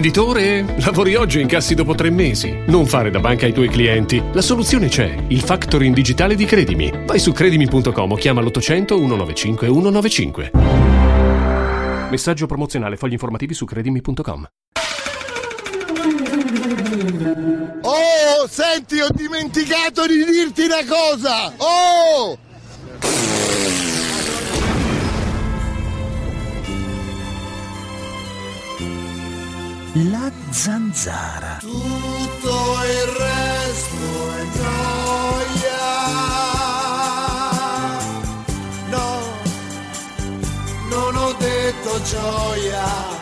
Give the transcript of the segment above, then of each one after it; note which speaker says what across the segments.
Speaker 1: Imprenditore? Lavori oggi e incassi dopo tre mesi. Non fare da banca ai tuoi clienti. La soluzione c'è. Il factoring digitale di Credimi. Vai su credimi.com o chiama l'800 195 195. Messaggio promozionale. Fogli informativi su credimi.com.
Speaker 2: Oh, senti, ho dimenticato di dirti una cosa! Oh!
Speaker 3: La zanzara.
Speaker 2: Tutto il resto è gioia. No, non ho detto gioia.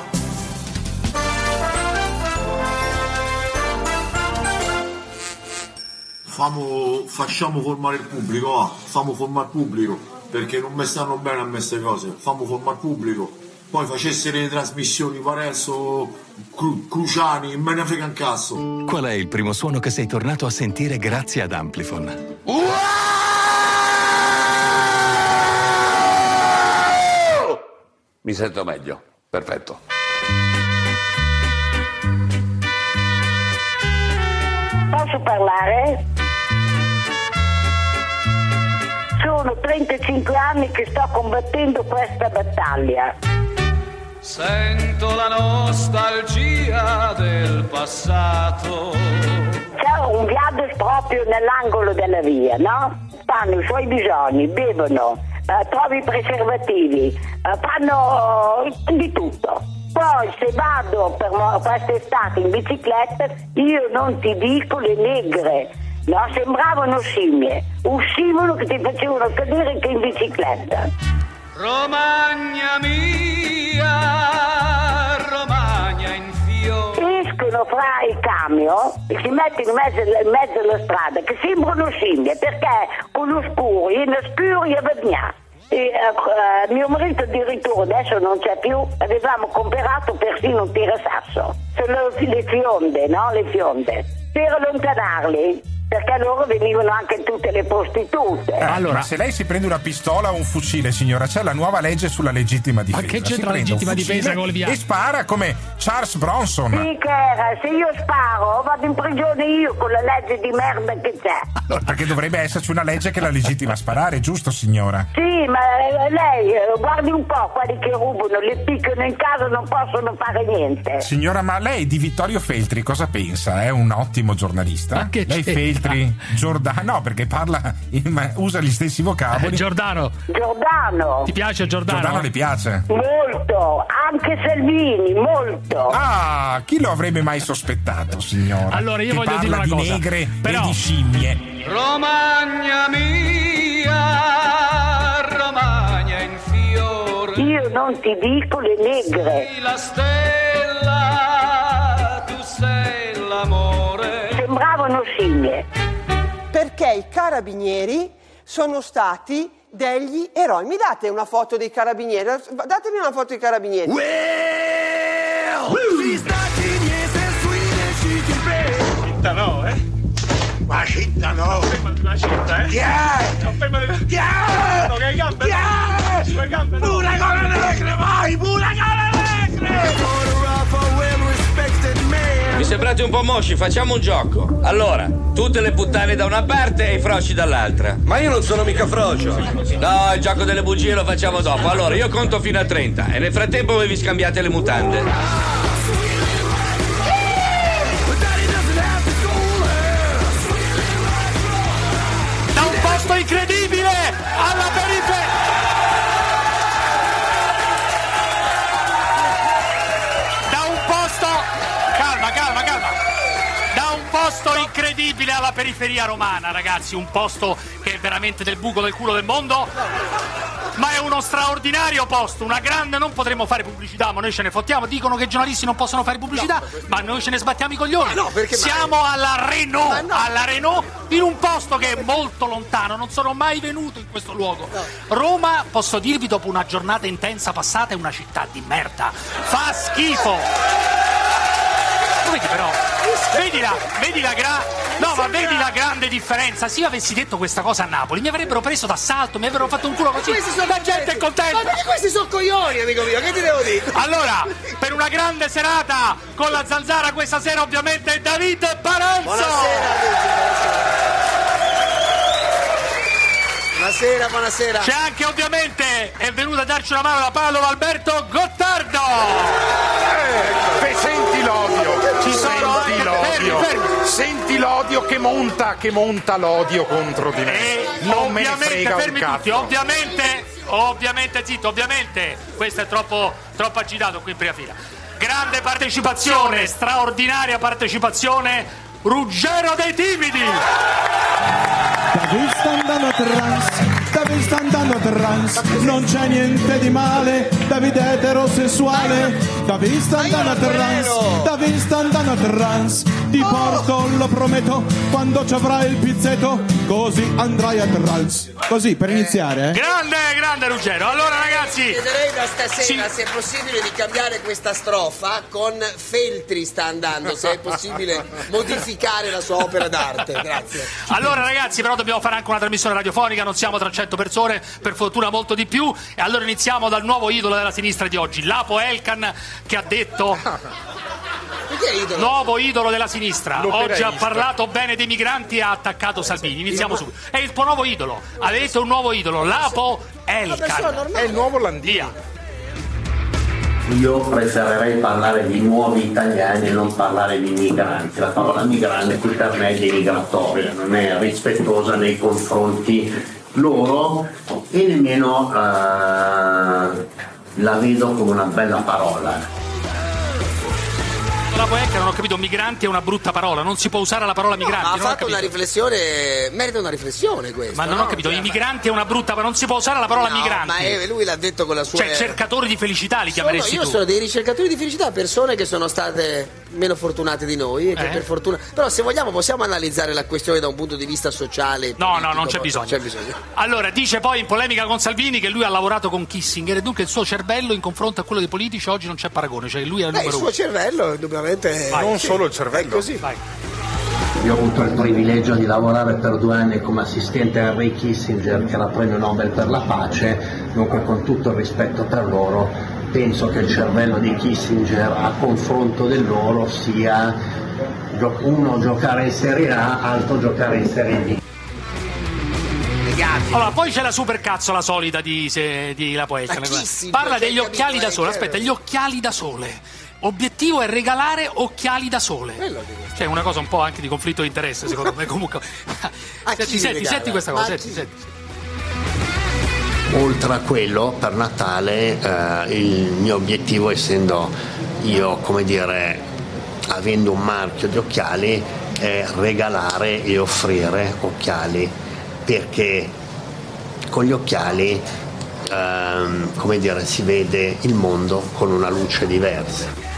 Speaker 4: Famo- facciamo formare il pubblico, ah, famo formare il pubblico, perché non mi stanno bene a me queste cose, famo formare il pubblico. Poi facessero le trasmissioni Parenzo, Cru- Cruciani, me ne frega un cazzo.
Speaker 5: Qual è il primo suono che sei tornato a sentire grazie ad Amplifon?
Speaker 6: Mi sento meglio. Perfetto.
Speaker 7: Posso parlare? Sono 35 anni che sto combattendo questa battaglia.
Speaker 8: Sento la nostalgia del passato.
Speaker 7: C'è un viaggio proprio nell'angolo della via, no? Fanno i suoi bisogni, bevono, eh, trovi i preservativi, eh, fanno eh, di tutto. Poi se vado per mo- quest'estate in bicicletta, io non ti dico le negre, no? Sembravano scimmie, uscivano che ti facevano cadere che in bicicletta.
Speaker 8: Romagna mia, Romagna in fiore.
Speaker 7: escono fra il camion e si mettono in mezzo, in mezzo alla strada che sembrano scimmie perché con lo scuro, in scuro e vagna. E, eh, eh, mio marito addirittura adesso non c'è più, avevamo comperato persino un tirasasso, sono le fionde, no? Le fionde. Per allontanarli, perché loro venivano anche tutte le prostitute.
Speaker 9: Allora, Eh, se lei si prende una pistola o un fucile, signora, c'è la nuova legge sulla legittima difesa.
Speaker 10: che c'entra
Speaker 9: Si
Speaker 10: la
Speaker 9: prende un
Speaker 10: legittima
Speaker 9: fucile
Speaker 10: difesa col viaggio?
Speaker 9: E spara come Charles Bronson.
Speaker 7: Sì, che era, se io sparo vado in prigione io con la legge di merda che c'è.
Speaker 9: Perché dovrebbe esserci una legge che la legittima a sparare, giusto, signora?
Speaker 7: Sì, ma eh, lei eh, guardi un po' quelli che rubano, le picchiano in casa non possono fare niente.
Speaker 9: Signora, ma lei di Vittorio Feltri cosa pensa? È un ottimo giornalista.
Speaker 10: Ma che
Speaker 9: lei
Speaker 10: c'entra?
Speaker 9: Feltri, Giordano, no, perché parla, in- ma usa gli stessi
Speaker 10: Eh,
Speaker 9: vocaboli.
Speaker 10: Giordano,
Speaker 7: Giordano,
Speaker 10: ti piace Giordano?
Speaker 9: Giordano le piace.
Speaker 7: molto, anche Salvini, molto.
Speaker 9: Ah, chi lo avrebbe mai sospettato, signora?
Speaker 10: Allora, io
Speaker 9: che
Speaker 10: voglio
Speaker 9: parla
Speaker 10: dire una
Speaker 9: di
Speaker 10: cosa.
Speaker 9: negre
Speaker 10: Però-
Speaker 9: e di scimmie.
Speaker 8: Romagna mia, Romagna in fiore.
Speaker 7: Io non ti dico le negre.
Speaker 8: La stella, tu sei l'amore.
Speaker 7: Sembravano scimmie.
Speaker 11: perché i carabinieri sono stati degli eroi. Mi date una foto dei carabinieri? Datemi una foto dei carabinieri.
Speaker 2: Ma città no! La città, eh! Ti è! Ti è! Pura gola negra, vai! Pura gola negra!
Speaker 6: Mi sembrate un po' mosci, facciamo un gioco. Allora, tutte le puttane da una parte e i froci dall'altra. Ma io non sono mica frocio. No, il gioco delle bugie lo facciamo dopo. Allora, io conto fino a 30 e nel frattempo voi vi scambiate le mutande.
Speaker 8: Da un posto incredibile alla periferia. Da un posto. Calma, calma, calma. Da un posto incredibile alla periferia romana, ragazzi. Un posto che è veramente del buco del culo del mondo. Ma è uno straordinario posto, una grande. Non potremmo fare pubblicità, ma noi ce ne fottiamo. Dicono che i giornalisti non possono fare pubblicità, ma noi ce ne sbattiamo i coglioni.
Speaker 11: no, perché mai?
Speaker 8: Siamo alla Renault,
Speaker 11: Ma no.
Speaker 8: alla Renault, in un posto che è molto lontano. Non sono mai venuto in questo luogo. Roma, posso dirvi, dopo una giornata intensa passata, è una città di merda. Fa schifo. Lo vedi però? Vedi la, vedi la gra- No, ma vedi la grande differenza. Se io avessi detto questa cosa a Napoli, mi avrebbero preso d'assalto, mi avrebbero fatto un culo così. La gente è contenta.
Speaker 2: Ma perché questi sono coglioni, amico mio? Che ti devo dire?
Speaker 8: Allora, per una grande serata con la zanzara questa sera ovviamente è Davide Parenzo.
Speaker 2: Buonasera, buonasera.
Speaker 8: C'è anche ovviamente, è venuto a darci una mano da Padova Alberto Gottardo.
Speaker 9: Senti l'odio,
Speaker 8: Ci sono
Speaker 9: senti
Speaker 8: anche-
Speaker 9: l'odio,
Speaker 8: fermi, fermi.
Speaker 9: senti l'odio che monta, che monta l'odio contro di me. non me ne
Speaker 8: Eh, ovviamente,
Speaker 9: frega un
Speaker 8: fermi tutti,
Speaker 9: cazzo.
Speaker 8: ovviamente, ovviamente, zitto, ovviamente, questo è troppo, troppo agitato qui in prima fila. Grande partecipazione, straordinaria partecipazione, Ruggero dei Timidi.
Speaker 12: Da qui sta andando trans, da qui sta andando trans, non c'è niente di male, Davide è eterosessuale, da qui sta andando trans, da qui sta andando trans, ti
Speaker 8: Oh!
Speaker 12: porto, lo prometto, quando ci avrai il pizzetto, così andrai a trans. Così, per iniziare, eh.
Speaker 8: Grande, grande Ruggero. Allora ragazzi,
Speaker 2: Chiederei da stasera se è possibile di cambiare questa strofa con Feltri sta andando, se è possibile modificare la sua opera d'arte. Grazie.
Speaker 8: Allora ragazzi però dobbiamo fare anche una trasmissione radiofonica, non siamo 300 persone, per fortuna molto di più. E allora iniziamo dal nuovo idolo della sinistra di oggi, Lapo Elkan, che ha detto... Nuovo idolo della sinistra. Oggi
Speaker 2: L'operaista.
Speaker 8: ha parlato bene dei migranti e ha
Speaker 2: Eh,
Speaker 8: attaccato Salvini. Iniziamo subito. È il tuo nuovo idolo. Avete un nuovo
Speaker 2: Ah,
Speaker 8: idolo, Lapo Elkan.
Speaker 9: È il nuovo Landia.
Speaker 13: Io preferirei parlare di nuovi italiani e non parlare di migranti. La parola migrante qui per me è denigratoria, non è rispettosa nei confronti loro e nemmeno eh, la vedo come una bella parola.
Speaker 8: Lapo Elkan, non ho capito, migranti è una brutta parola, non si può usare la parola migranti.
Speaker 2: Ma ha
Speaker 8: non ho
Speaker 2: fatto una
Speaker 8: capito.
Speaker 2: riflessione, merita una riflessione questa.
Speaker 8: Ma non ho capito, i migranti è una brutta parola, non si può usare la parola
Speaker 2: No,
Speaker 8: migranti.
Speaker 2: ma è- lui l'ha detto con la sua-
Speaker 8: Cioè, cercatori di felicità li
Speaker 2: Sono-
Speaker 8: chiameresti
Speaker 2: io
Speaker 8: tu.
Speaker 2: sono dei ricercatori di felicità, persone che sono state meno fortunate di noi. e che
Speaker 8: Eh?
Speaker 2: per fortuna... Però se vogliamo possiamo analizzare la questione da un punto di vista sociale. e
Speaker 8: No, no,
Speaker 2: politico,
Speaker 8: non c'è
Speaker 2: ma-
Speaker 8: bisogno.
Speaker 2: C'è bisogno.
Speaker 8: Allora, dice poi in polemica con Salvini che lui ha lavorato con Kissinger e dunque il suo cervello in confronto a quello dei politici oggi non c'è paragone, cioè lui è il
Speaker 2: Beh, Eh, il
Speaker 8: numero uno.
Speaker 2: suo cervello, indubbiamente.
Speaker 8: Vai. Non solo
Speaker 2: il cervello. così.
Speaker 13: Io ho avuto il privilegio di lavorare per due anni come assistente a Ray Kissinger, che era premio Nobel per la pace, dunque con tutto il rispetto per loro, penso che il cervello di Kissinger a confronto del loro sia gio- uno giocare in Serie A, altro giocare in Serie B.
Speaker 8: Allora, poi c'è la supercazzola solida di, se- di la poeta. Parla degli occhiali da sole. Aspetta, gli occhiali da sole. Obiettivo è regalare occhiali da sole. Cioè, una cosa un po' anche di conflitto di interesse, secondo me. Comunque.
Speaker 2: chi
Speaker 8: senti, senti,
Speaker 2: li regala?
Speaker 8: senti questa cosa,
Speaker 2: A
Speaker 8: senti,
Speaker 2: chi?
Speaker 8: senti.
Speaker 13: Oltre a quello, per Natale eh, il mio obiettivo, essendo io, come dire, avendo un marchio di occhiali, è regalare e offrire occhiali, perché con gli occhiali, ehm, come dire, si vede il mondo con una luce diversa.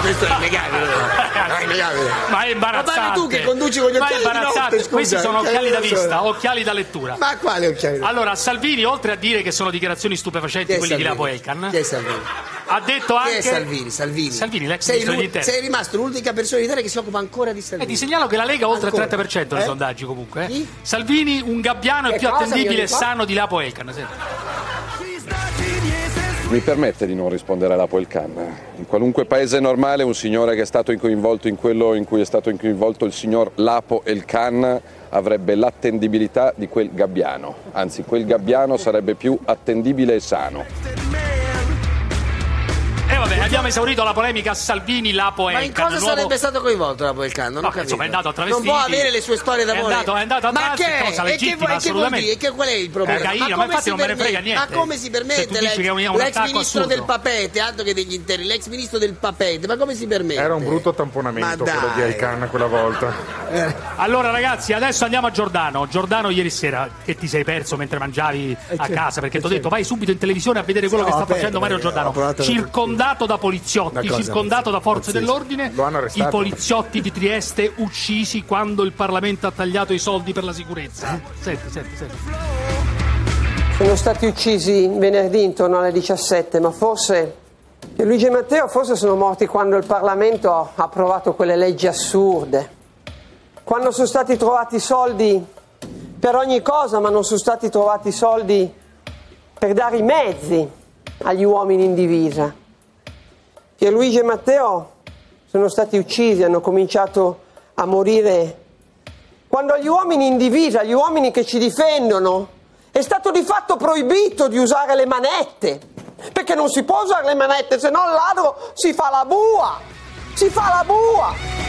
Speaker 2: Questo è innegabile. È innegabile.
Speaker 8: Ma è imbarazzante.
Speaker 2: Ma parli tu che conduci con gli
Speaker 8: Ma è
Speaker 2: occhiali di
Speaker 8: imbarazzante.
Speaker 2: notte, scusa.
Speaker 8: Questi sono occhiali da
Speaker 2: Occhiali da
Speaker 8: vista,
Speaker 2: sole.
Speaker 8: occhiali da lettura.
Speaker 2: Ma quale occhiali?
Speaker 8: Allora, Salvini, oltre a dire che sono dichiarazioni stupefacenti
Speaker 2: Chi è
Speaker 8: quelli di Lapo
Speaker 2: Salvini?
Speaker 8: Elkan,
Speaker 2: Chi è Salvini?
Speaker 8: ha detto
Speaker 2: Chi
Speaker 8: anche.
Speaker 2: è Salvini? Salvini.
Speaker 8: Salvini, l'ex
Speaker 2: sei,
Speaker 8: ministro
Speaker 2: l'u-
Speaker 8: dell'interno.
Speaker 2: sei rimasto l'unica persona in Italia che si occupa ancora di
Speaker 8: E
Speaker 2: Salvini.
Speaker 8: Eh, ti segnalo che la Lega è oltre il
Speaker 2: Ancora.
Speaker 8: 30% nei
Speaker 2: Eh?
Speaker 8: sondaggi comunque. eh. Salvini, un gabbiano, è
Speaker 2: Che
Speaker 8: più
Speaker 2: cosa,
Speaker 8: attendibile e
Speaker 2: Ionico?
Speaker 8: sano di Lapo Elkan. senti.
Speaker 14: Mi permette di non rispondere alla Polcan. In qualunque paese normale un signore che è stato coinvolto in quello in cui è stato coinvolto il signor Lapo Elkan avrebbe l'attendibilità di quel gabbiano. Anzi, quel gabbiano sarebbe più attendibile e sano.
Speaker 8: E Eh, vabbè, abbiamo esaurito la polemica Salvini-Lapo Elkan.
Speaker 2: Ma in cosa
Speaker 8: nuovo-
Speaker 2: sarebbe stato coinvolto la Polcan? Non
Speaker 8: No,
Speaker 2: ho capito.
Speaker 8: insomma, è andato a
Speaker 2: non
Speaker 8: travestiti.
Speaker 2: può avere le sue storie
Speaker 8: È
Speaker 2: d'amore.
Speaker 8: andato- è andato a
Speaker 2: Ma
Speaker 8: travestiti,
Speaker 2: che?
Speaker 8: cosa
Speaker 2: E che
Speaker 8: legittima,
Speaker 2: vuoi- e che vuol
Speaker 8: assolutamente.
Speaker 2: dire? Che qual è il problema?
Speaker 8: Eh, Caino, ma
Speaker 2: come
Speaker 8: infatti
Speaker 2: si
Speaker 8: non me ne frega
Speaker 2: permette-
Speaker 8: niente.
Speaker 2: Ma come si
Speaker 8: Se tu
Speaker 2: permette
Speaker 8: dici che è un- è un
Speaker 2: l'ex, l'ex
Speaker 8: attacco
Speaker 2: ministro
Speaker 8: assurdo.
Speaker 2: del papete, altro che degli interni, l'ex ministro del papete, ma come si permette?
Speaker 9: Era un brutto tamponamento
Speaker 2: Ma
Speaker 9: quello di
Speaker 2: dai.
Speaker 9: Aikan quella volta.
Speaker 8: Eh. Allora ragazzi, adesso andiamo a Giordano. Giordano ieri sera che ti sei perso mentre mangiavi
Speaker 2: Eh,
Speaker 8: a
Speaker 2: certo,
Speaker 8: casa perché
Speaker 2: eh,
Speaker 8: ti ho
Speaker 2: certo.
Speaker 8: detto vai subito in televisione a vedere quello
Speaker 2: No,
Speaker 8: che sta
Speaker 2: aperto,
Speaker 8: facendo Mario
Speaker 2: perché ho
Speaker 8: Giordano.
Speaker 2: provato a-
Speaker 8: Circondato da poliziotti,
Speaker 2: Una cosa
Speaker 8: circondato da forze
Speaker 2: pazzesca.
Speaker 8: dell'ordine, i
Speaker 2: arrestato.
Speaker 8: poliziotti di Trieste uccisi quando il Parlamento ha tagliato i soldi per la
Speaker 2: Eh?
Speaker 8: sicurezza. Senti, senti, senti.
Speaker 11: Sono stati uccisi venerdì intorno alle 17, ma forse Luigi e Matteo forse sono morti quando il Parlamento ha approvato quelle leggi assurde. Quando sono stati trovati soldi per ogni cosa, ma non sono stati trovati soldi per dare i mezzi agli uomini in divisa. Pierluigi e Matteo sono stati uccisi, hanno cominciato a morire. Quando gli uomini in divisa, gli uomini che ci difendono, è stato di fatto proibito di usare le manette, perché non si può usare le manette, se no il ladro si fa la bua, si fa la bua.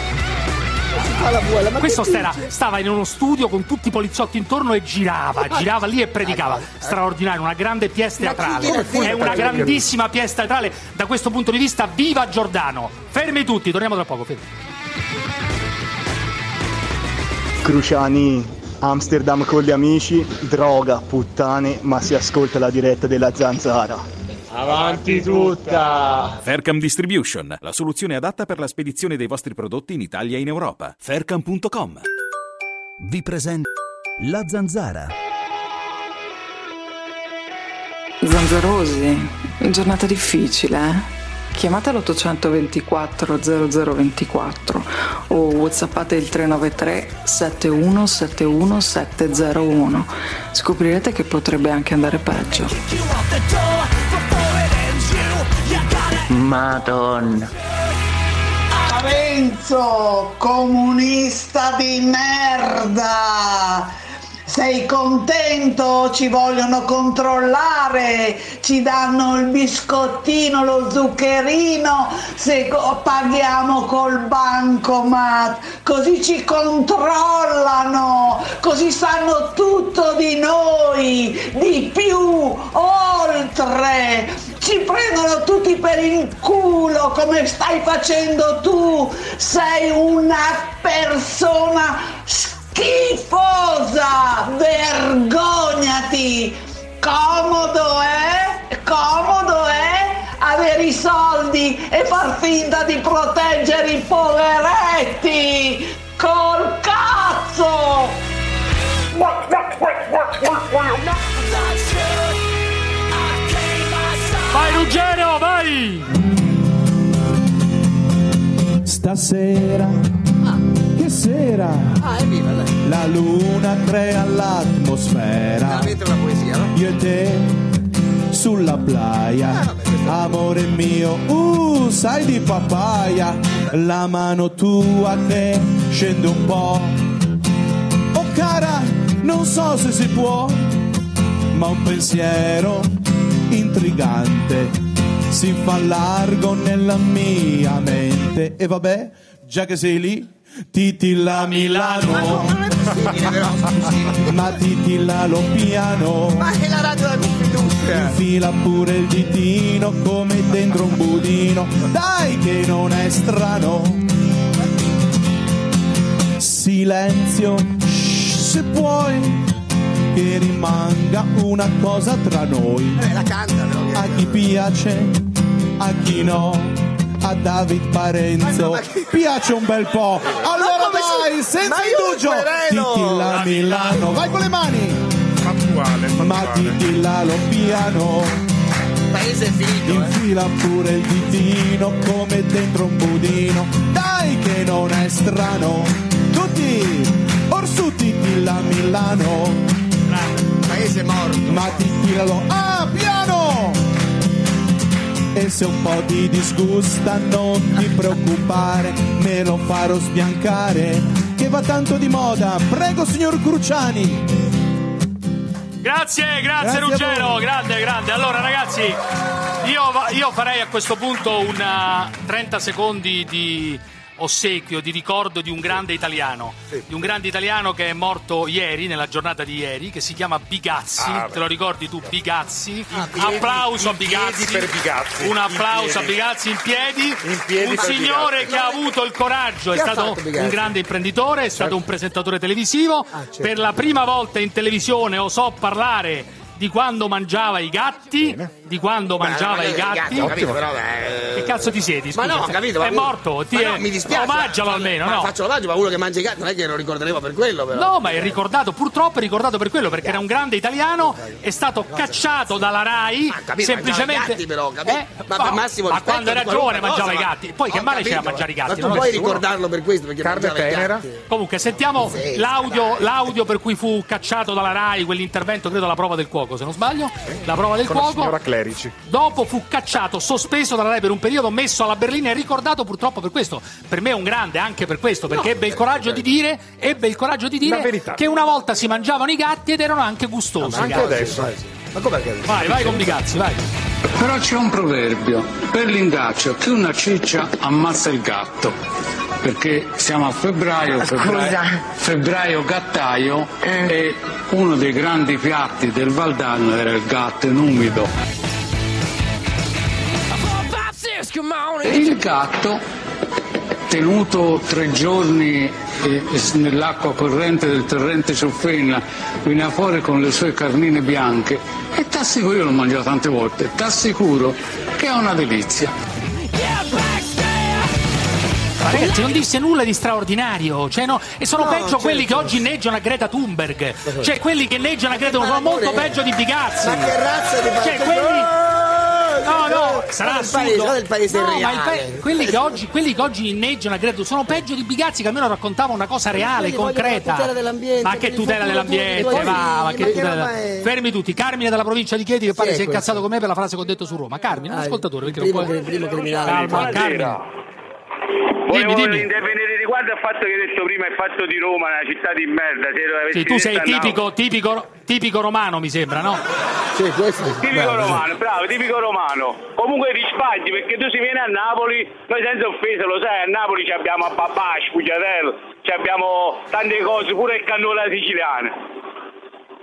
Speaker 8: Questo stera- stava in uno studio con tutti i poliziotti intorno e girava, girava lì e predicava. Straordinario, una grande pièce
Speaker 15: Ma
Speaker 8: teatrale.
Speaker 15: chiudi la fine,
Speaker 8: È una
Speaker 15: Paolo.
Speaker 8: grandissima pièce teatrale. Da questo punto di vista, viva Giordano! Fermi tutti, torniamo tra poco. fermi.
Speaker 2: Cruciani, Amsterdam con gli amici, droga, puttane, ma si ascolta la diretta della zanzara.
Speaker 16: Avanti tutta!
Speaker 5: Faircam Distribution, la soluzione adatta per la spedizione dei vostri prodotti in Italia e in Europa. Faircam.com
Speaker 17: Vi presento La Zanzara.
Speaker 18: Zanzarosi, giornata difficile, eh? Chiamate l'824 0024 o whatsappate il 393 7171 701. Scoprirete che potrebbe anche andare peggio.
Speaker 19: Madonna.
Speaker 20: Renzo, comunista di merda! Sei contento? Ci vogliono controllare, ci danno il biscottino, lo zuccherino, se co- paghiamo col bancomat, così ci controllano, così sanno tutto di noi, di più, oltre. Ci prendono tutti per il culo come stai facendo tu. Sei una persona schifosa. Vergognati. Comodo è, comodo è avere i soldi e far finta di proteggere i poveretti. Col cazzo.
Speaker 8: Vai Ruggero, vai!
Speaker 12: Stasera, Ah, che sera,
Speaker 21: Ah, è viva lei.
Speaker 12: la luna crea l'atmosfera.
Speaker 21: Veramente una poesia, no?
Speaker 12: Io e te sulla playa, amore mio, uh, sai di papaya, la mano tua che scende un po'. Oh cara, non so se si può, ma un pensiero intrigante si fa largo nella mia mente. E vabbè, già che sei lì, titilla Milano. Ma titillalo piano.
Speaker 21: Ma è la radio della confiducia.
Speaker 12: Infila pure il ditino come dentro un budino, dai che non è strano. Silenzio, shh, se puoi, che rimanga una cosa tra noi. A chi piace, a chi no, a David Parenzo piace un bel po'.
Speaker 22: Ma
Speaker 12: Allora
Speaker 22: come si-
Speaker 12: vai, senza
Speaker 22: ma io
Speaker 12: indugio,
Speaker 22: querelo!
Speaker 12: titilla
Speaker 22: La
Speaker 12: Milano,
Speaker 22: Milano.
Speaker 12: vai con le mani. Ma titillalo piano.
Speaker 21: Paese figo.
Speaker 22: eh.
Speaker 12: Infila pure il ditino come dentro un budino. Dai che non è strano. Tutti orsù titilla Milano.
Speaker 21: Paese morto.
Speaker 12: Ma titillalo a piano. E se un po' ti disgusta non ti preoccupare, me lo farò sbiancare. Che va tanto di moda, prego signor Cruciani.
Speaker 8: Grazie, grazie,
Speaker 12: Grazie a
Speaker 8: Ruggero,
Speaker 12: voi.
Speaker 8: grande, grande. Allora ragazzi, io, va- io farei a questo punto un 30 secondi di ossequio, di ricordo di un grande italiano, di un grande italiano che è morto ieri, nella giornata di ieri, che si chiama Bigazzi,
Speaker 15: Ah, beh.
Speaker 8: te lo ricordi tu Bigazzi?
Speaker 15: Ah, in piedi,
Speaker 8: applauso a
Speaker 15: in piedi
Speaker 8: Bigazzi,
Speaker 15: per Bigazzi,
Speaker 8: un
Speaker 15: in
Speaker 8: applauso a
Speaker 15: piedi.
Speaker 8: Bigazzi in piedi,
Speaker 15: piedi
Speaker 8: un
Speaker 15: per
Speaker 8: signore
Speaker 15: Bigazzi.
Speaker 8: che ha avuto il coraggio, è
Speaker 15: Che ha
Speaker 8: stato
Speaker 15: fatto Certo. Bigazzi?
Speaker 8: un grande imprenditore, è stato un presentatore televisivo,
Speaker 15: Ah, certo.
Speaker 8: per la prima volta in televisione osò parlare di quando mangiava i gatti di quando mangiava i gatti.
Speaker 13: capito, però, eh,
Speaker 2: eh,
Speaker 8: Che cazzo ti siedi?
Speaker 13: Ma
Speaker 8: Scusa,
Speaker 13: no, ho capito. ma
Speaker 8: è
Speaker 13: mi-
Speaker 8: morto. Ti
Speaker 13: ma
Speaker 8: è...
Speaker 13: no, mi dispiace.
Speaker 8: Omaggialo
Speaker 13: ma-
Speaker 8: almeno,
Speaker 13: ma
Speaker 8: no?
Speaker 13: Faccio l'omaggio, ma uno che mangia i gatti non è che lo ricorderemo per quello, però.
Speaker 8: No, ma è ricordato, purtroppo è ricordato per quello, perché era un grande italiano, è stato cacciato dalla RAI,
Speaker 13: Ah, capito, mangiava
Speaker 8: semplicemente... Eh, oh,
Speaker 13: i gatti, però, capito? Ma per massimo
Speaker 8: ma
Speaker 13: rispetto
Speaker 8: quando era
Speaker 13: di qualunque
Speaker 8: giovane mangiava i
Speaker 13: cosa, ma-
Speaker 8: gatti, poi che
Speaker 13: Ho
Speaker 8: male c'era a
Speaker 13: capito,
Speaker 8: mangiare i
Speaker 13: ma-
Speaker 8: gatti?
Speaker 13: Ma
Speaker 8: no?
Speaker 13: tu puoi ricordarlo per questo, perché
Speaker 8: Carne
Speaker 13: mangiava i
Speaker 8: tenera?
Speaker 13: gatti.
Speaker 8: Comunque, sentiamo
Speaker 13: Sì,
Speaker 8: l'audio, l'audio per cui fu cacciato dalla RAI, quell'intervento, credo, la prova del cuoco, se non sbaglio. La prova del
Speaker 23: Con la
Speaker 8: cuoco.
Speaker 23: signora Clerici.
Speaker 8: Dopo fu cacciato, sospeso dalla RAI per un periodo, messo alla berlina e ricordato purtroppo per questo. Per me è un grande anche per questo, perché ebbe il coraggio di dire, ebbe il coraggio di
Speaker 23: eh, La
Speaker 8: dire
Speaker 23: verità.
Speaker 8: che una volta si mangiavano i gatti ed erano anche gustosi. i
Speaker 23: Anche
Speaker 8: gatti.
Speaker 23: adesso.
Speaker 13: Ma com'è che
Speaker 8: Vai, vai con Bigazzi, vai.
Speaker 5: Però c'è un proverbio per l'ingaccio che una ciccia ammazza il gatto. Perché siamo a febbraio, febbraio,
Speaker 24: Scusa.
Speaker 5: febbraio gattaio e uno dei grandi piatti del Valdano era il gatto in umido. Il gatto, tenuto tre giorni eh, nell'acqua corrente del torrente Ciuffenna, veniva fuori con le sue carnine bianche e t'assicuro, io l'ho mangiato tante volte, t'assicuro che è una delizia.
Speaker 8: Ma ragazzi, non disse nulla di straordinario. Cioè, no, e sono
Speaker 5: No,
Speaker 8: peggio
Speaker 5: certo.
Speaker 8: quelli che oggi inneggiano a Greta Thunberg. Cioè, quelli che inneggiano a Greta Thunberg sono molto peggio di Bigazzi.
Speaker 13: Ma che razza di
Speaker 8: Cioè,
Speaker 13: partito-
Speaker 8: quelli. No, no,
Speaker 13: Eh,
Speaker 8: sarà
Speaker 13: guarda il paese,
Speaker 8: assurdo.
Speaker 13: guarda il paese
Speaker 8: No, ma
Speaker 13: reale.
Speaker 8: il pa- quelli, che oggi, quelli che oggi inneggiano a Greta sono peggio di Bigazzi che almeno raccontava una cosa reale,
Speaker 25: Quelli vogliono la
Speaker 8: concreta.
Speaker 25: tutela dell'ambiente,
Speaker 8: ma che
Speaker 25: per il
Speaker 8: tutela
Speaker 25: futuro
Speaker 8: dell'ambiente,
Speaker 25: dei tuoi
Speaker 8: va, ma
Speaker 25: figli,
Speaker 8: che
Speaker 25: ma che
Speaker 8: tutela
Speaker 25: roba
Speaker 8: della-
Speaker 25: è?
Speaker 8: Fermi tutti, Carmine dalla provincia di Chieti che pare
Speaker 25: è
Speaker 8: si è
Speaker 25: questo?
Speaker 8: incazzato con me per la frase che ho detto su Roma. Carmine, ascoltatore, perché
Speaker 25: primo
Speaker 8: non puoi.
Speaker 25: cri- primo criminale.
Speaker 8: Calma,
Speaker 25: Buonasera.
Speaker 8: Carmine.
Speaker 2: Volevo
Speaker 8: Dimmi, dimmi.
Speaker 2: intervenire riguardo al fatto che hai detto prima il fatto di Roma, una città di merda. Se lo avessi
Speaker 8: Sì, tu sei
Speaker 2: detto a
Speaker 8: tipico, tipico, tipico romano, mi sembra, no?
Speaker 25: Sì, questo
Speaker 2: Napoli. Tipico romano, bravo, tipico romano. Comunque ti sbagli perché tu si vieni a Napoli, noi senza offesa lo sai, a Napoli ci abbiamo a papà, spugliatello, ci abbiamo tante cose, pure il cannone alla siciliana.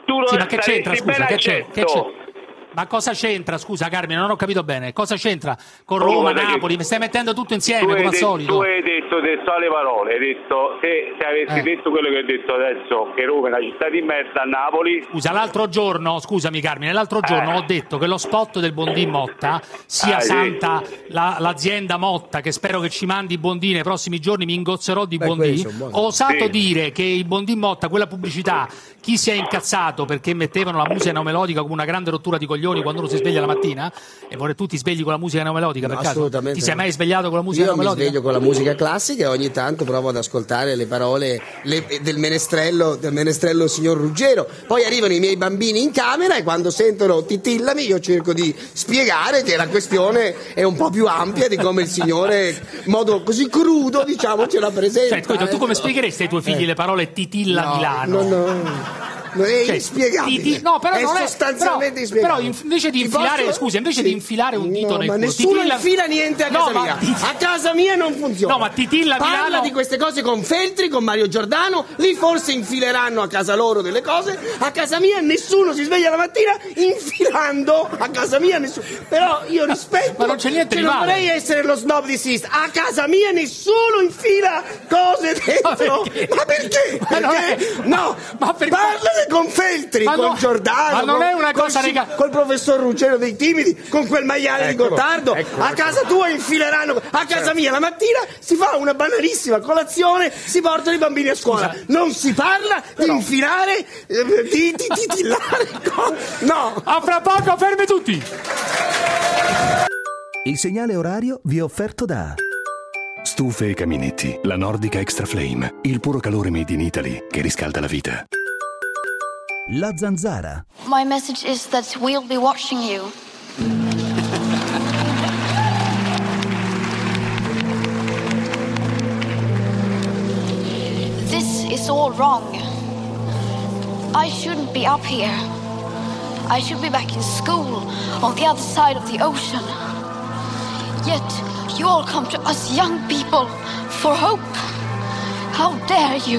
Speaker 2: Tu lo
Speaker 8: Sì, ma che
Speaker 2: saresti
Speaker 8: c'entra, scusa,
Speaker 2: ben
Speaker 8: che c'è? Che
Speaker 2: accetto.
Speaker 8: c'è? Ma cosa c'entra, scusa Carmine, non ho capito bene. Cosa c'entra con
Speaker 2: Oh,
Speaker 8: Roma,
Speaker 2: dai, che-
Speaker 8: Napoli? Mi stai mettendo tutto insieme,
Speaker 2: tu hai
Speaker 8: come al
Speaker 2: detto-
Speaker 8: solito.
Speaker 2: tu hai detto testuali parole, hai detto se, se avessi
Speaker 8: Eh.
Speaker 2: detto quello che ho detto adesso, che Roma è una città di merda, Napoli
Speaker 8: Scusa, l'altro giorno, scusami Carmine, l'altro giorno ho detto che lo spot del Bondin Motta, sia
Speaker 2: Eh. Ah, sì.
Speaker 8: santa la- l'azienda Motta, che spero che ci mandi i Bondini nei prossimi giorni, mi ingozzerò di
Speaker 25: Beh, quelli sono
Speaker 8: Bondini,
Speaker 25: buoni.
Speaker 8: ho osato
Speaker 25: Sì.
Speaker 8: dire che il Bondin Motta, quella pubblicità, chi si è incazzato perché mettevano la musica neomelodica come una grande rottura di coglioni quando uno si sveglia la mattina, e vorrei tu ti svegli con la musica neomelodica, per caso?
Speaker 13: assolutamente
Speaker 8: Ti sei
Speaker 13: no.
Speaker 8: mai svegliato con la musica
Speaker 13: Io mi
Speaker 8: neomelodica?
Speaker 13: sveglio con la musica classica e ogni tanto provo ad ascoltare le parole le- del, menestrello, del menestrello signor Ruggero. Poi arrivano i miei bambini in camera e quando sentono titillami io cerco di spiegare che la questione è un po' più ampia di come il signore, in modo così crudo, diciamo, ce la presenta.
Speaker 8: Cioè, scusa, tu come spiegheresti ai tuoi figli le parole titilla
Speaker 13: Eh. No,
Speaker 8: Milano?
Speaker 13: no, No, è
Speaker 8: Cioè,
Speaker 13: inspiegabile.
Speaker 8: ti- ti- no, però
Speaker 13: è
Speaker 8: non è-
Speaker 13: sostanzialmente
Speaker 8: però-
Speaker 13: inspiegabile.
Speaker 8: però invece di
Speaker 13: Ti
Speaker 8: infilare- scusa, invece di infilare un dito
Speaker 13: no,
Speaker 8: nel
Speaker 13: ma
Speaker 8: culo,
Speaker 13: nessuno
Speaker 8: titilla-
Speaker 13: infila niente a
Speaker 8: No,
Speaker 13: casa
Speaker 8: ma
Speaker 13: mia.
Speaker 8: ti-
Speaker 13: A casa mia non funziona.
Speaker 8: No, ma titilla
Speaker 13: Parla
Speaker 8: Milano-
Speaker 13: di queste cose con Feltri, con Mario Giordano, lì forse infileranno a casa loro delle cose. A casa mia nessuno si sveglia la mattina infilando a casa mia nessuno. Però io rispetto
Speaker 8: Ma non c'è niente
Speaker 13: cioè,
Speaker 8: di
Speaker 13: non
Speaker 8: male.
Speaker 13: vorrei essere lo snob di Sist. A casa mia nessuno infila cose dentro. Ma perché?
Speaker 8: Ma non è-
Speaker 13: Perché? No, ma per... parlane con Feltri,
Speaker 8: Ma
Speaker 13: con
Speaker 8: no-
Speaker 13: Giordano,
Speaker 8: ma non
Speaker 13: con-
Speaker 8: è una
Speaker 13: col
Speaker 8: cosa
Speaker 13: sci-
Speaker 8: rega-
Speaker 13: col professor Ruggero dei Timidi, con quel maiale di
Speaker 25: Eccolo,
Speaker 13: Gottardo.
Speaker 25: eccolo,
Speaker 13: a
Speaker 25: eccolo.
Speaker 13: casa tua infileranno. A casa
Speaker 25: Certo.
Speaker 13: mia la mattina si fa una banalissima colazione, si portano i bambini a scuola. Non si parla di infilare, eh, di, di, di, di l'arco. No.
Speaker 8: A fra poco, fermi tutti.
Speaker 3: Il segnale orario vi è offerto da
Speaker 1: Stufe e caminetti, la Nordica Extra Flame, il puro calore made in Italy che riscalda la vita.
Speaker 3: La Zanzara.
Speaker 26: My message is that we'll be watching you. This is all wrong. I shouldn't be up here. I should be back in school on the other side of the ocean. Yet you all come to us young people for hope. How dare you!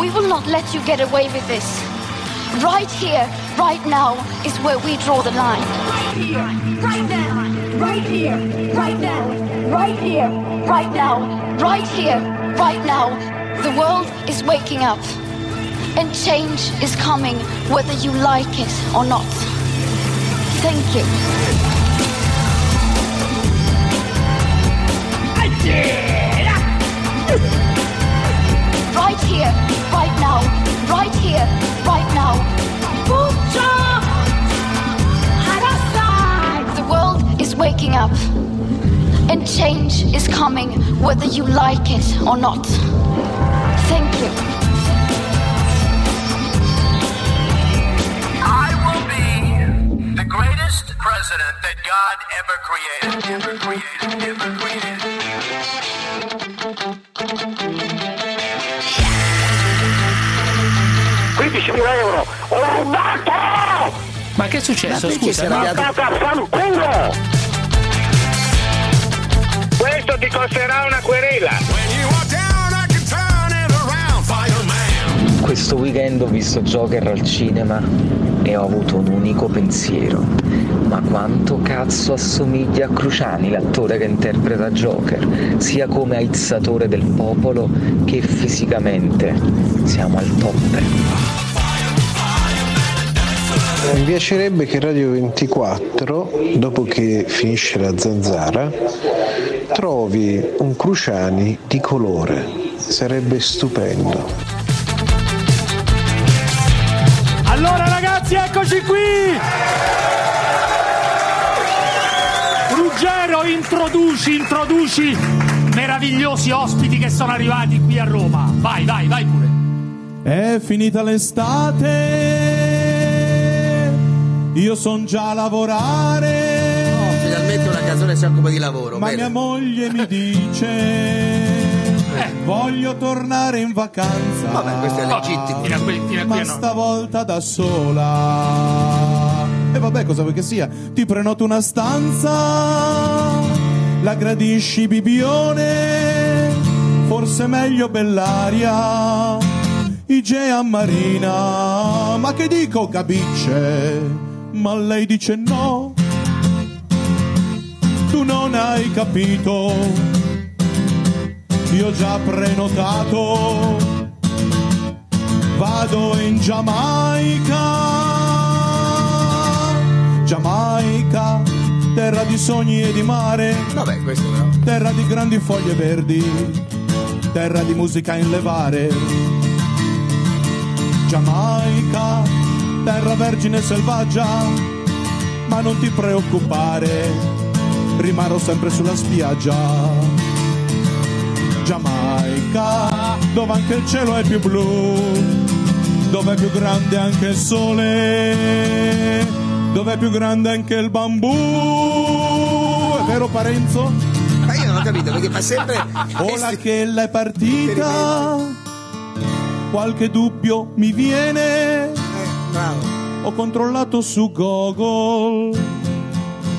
Speaker 26: We will not let you get away with this. Right here, right now, is where we draw the line.
Speaker 8: Right now, right here, right now, right here,
Speaker 26: Right now, right here, right now, the world is waking up. And change is coming whether you like it or not. Thank you. Right here, right now, right here, right now. The world is waking up. And change is coming whether you like it or not. Thank you.
Speaker 4: I will be the greatest president that God ever created. Ever created. Ever created.
Speaker 7: euro, un matto!
Speaker 27: Ma che è successo?
Speaker 7: Ma perché
Speaker 27: Scusa,
Speaker 7: sei
Speaker 27: no?
Speaker 7: ragazzo?
Speaker 4: Questo ti costerà una querela.
Speaker 18: Questo weekend ho visto Joker al cinema e ho avuto un unico pensiero. Ma quanto cazzo assomiglia a Cruciani, l'attore che interpreta Joker, sia come aizzatore del popolo che fisicamente. Siamo al top.
Speaker 23: Mi piacerebbe che Radio 24, dopo che finisce la zanzara, trovi un Cruciani di colore. Sarebbe stupendo.
Speaker 28: Allora ragazzi, eccoci qui!
Speaker 2: Ruggero, introduci, introduci meravigliosi ospiti che sono arrivati qui a Roma. Vai, vai, vai pure.
Speaker 12: È finita l'estate, io son già a lavorare.
Speaker 13: Finalmente una canzone si occupa di lavoro.
Speaker 12: Ma
Speaker 13: bene.
Speaker 12: mia moglie mi dice Voglio tornare in vacanza Vabbè questo è legittimo Ma stavolta da sola E vabbè cosa vuoi che sia Ti prenoto una stanza La gradisci bibione Forse meglio Bellaria Igea Marina Ma che dico capisce Ma lei dice no tu non hai capito. Io ho già prenotato, vado in Giamaica. Giamaica, terra di sogni e di mare. Vabbè, questo però. Terra di grandi foglie verdi, terra di musica in levare. Giamaica, terra vergine e selvaggia ma non ti preoccupare, rimarrò sempre sulla spiaggia. Giamaica, dove anche il cielo è più blu, dove è più grande anche il sole, dove è più grande anche il bambù. È vero Parenzo?
Speaker 13: Ma io non ho capito perché fa sempre.
Speaker 12: O la chella è partita, qualche dubbio mi viene. Ho controllato su Google.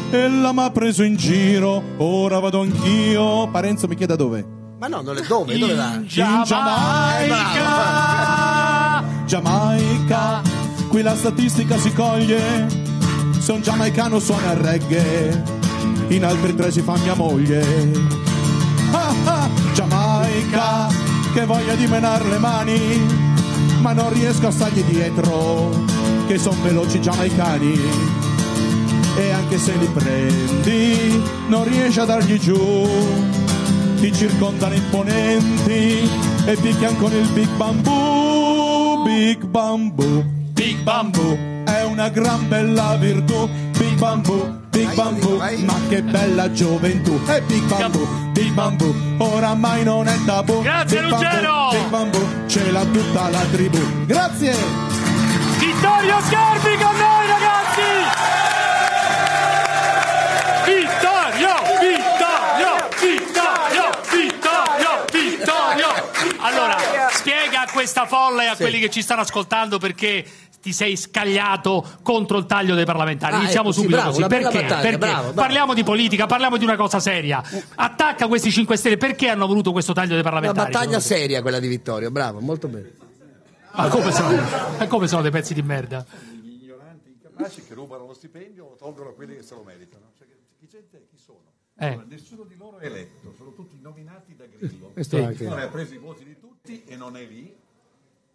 Speaker 12: Ella mi ha preso in giro, ora vado anch'io. Parenzo mi chiede dove?
Speaker 13: Ma no, non è dove, dove va? In
Speaker 12: Giamaica. Giamaica, qui la statistica si coglie. Se un giamaicano suona il reggae, in altri tre si fa mia moglie. Ah, ah, Giamaica, che voglia di menar le mani, ma non riesco a stargli dietro, che son veloci i giamaicani. E anche se li prendi, non riesci a dargli giù ti circondano imponenti e picchiano con il Big Bamboo, Big Bamboo, Big Bamboo, è una gran bella virtù, Big Bamboo, Big Bamboo, ma che bella gioventù, è Big Bamboo, Big Bamboo, oramai non è tabù,
Speaker 2: Grazie,
Speaker 12: Big Bamboo,
Speaker 2: Ruggero!
Speaker 12: Big Bamboo, ce l'ha tutta la tribù, grazie!
Speaker 28: Vittorio Scarpi con noi ragazzi!
Speaker 2: Vittorio, Vittorio, Vittorio, Vittorio, Vittorio. Allora, spiega a questa folla e a quelli che ci stanno ascoltando perché ti sei scagliato contro il taglio dei parlamentari.
Speaker 27: Ah,
Speaker 2: Iniziamo
Speaker 27: ecco, sì,
Speaker 2: subito
Speaker 27: bravo,
Speaker 2: così.
Speaker 27: una bella
Speaker 2: Perché?
Speaker 27: battaglia,
Speaker 2: Perché?
Speaker 27: bravo, bravo. Mm.
Speaker 2: Parliamo di politica, parliamo di una cosa seria. Attacca questi 5 Stelle, perché hanno voluto questo taglio dei
Speaker 13: Una
Speaker 2: parlamentari?
Speaker 13: battaglia seria quella di Vittorio, bravo, molto bene.
Speaker 2: Ma come sono, ma come sono dei pezzi di merda?
Speaker 5: Capaci che rubano lo stipendio o tolgono a quelli che se lo meritano. Cioè, che- chi, gente- chi sono?
Speaker 2: Eh.
Speaker 5: Allora, nessuno di loro è eletto, sono tutti nominati da Grillo.
Speaker 13: Eh, Questo
Speaker 5: Il
Speaker 13: anche.
Speaker 5: signore ha preso i voti di tutti e non è lì.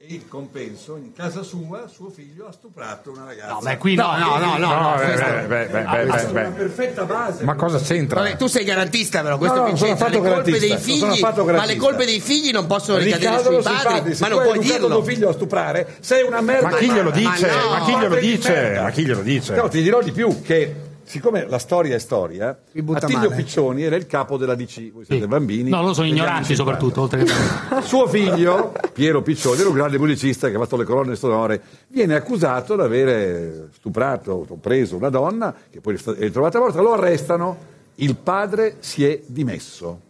Speaker 5: E il compenso, in casa sua, suo figlio ha stuprato una ragazza.
Speaker 13: No, beh, qui no, No, no, no, no, no, no, beh, Ah, questo- beh, beh, beh,
Speaker 5: Ha
Speaker 13: beh,
Speaker 5: messo
Speaker 13: beh.
Speaker 5: una perfetta base.
Speaker 9: Ma cosa c'entra?
Speaker 13: Vabbè, tu sei garantista però, questo
Speaker 5: No, no,
Speaker 13: qui
Speaker 5: sono
Speaker 13: c'entra le
Speaker 9: affatto
Speaker 13: colpe dei
Speaker 9: garantista, sono
Speaker 13: figli,
Speaker 9: affatto
Speaker 13: ma le
Speaker 9: garantista.
Speaker 13: colpe dei figli non possono ricadere sui padri, ma non puoi dirlo.
Speaker 5: tuo figlio a stuprare, sei una merda.
Speaker 9: Ma chi glielo
Speaker 5: umana.
Speaker 9: dice?
Speaker 5: Ma no.
Speaker 9: Ma chi glielo
Speaker 5: Padre di
Speaker 9: dice?
Speaker 5: merda.
Speaker 9: A chi glielo dice?
Speaker 5: No, ti dirò di più che siccome la storia è storia,
Speaker 9: butta
Speaker 5: Attilio
Speaker 9: male.
Speaker 5: Piccioni era il capo della DC, voi siete bambini.
Speaker 2: No, loro sono
Speaker 5: degli
Speaker 2: ignoranti
Speaker 5: anni 50.
Speaker 2: soprattutto, oltre che...
Speaker 5: Suo figlio, Piero Piccioni, era un grande musicista che ha fatto le colonne sonore, viene accusato di avere stuprato o preso una donna che poi è ritrovata morta, lo arrestano, il padre si è dimesso.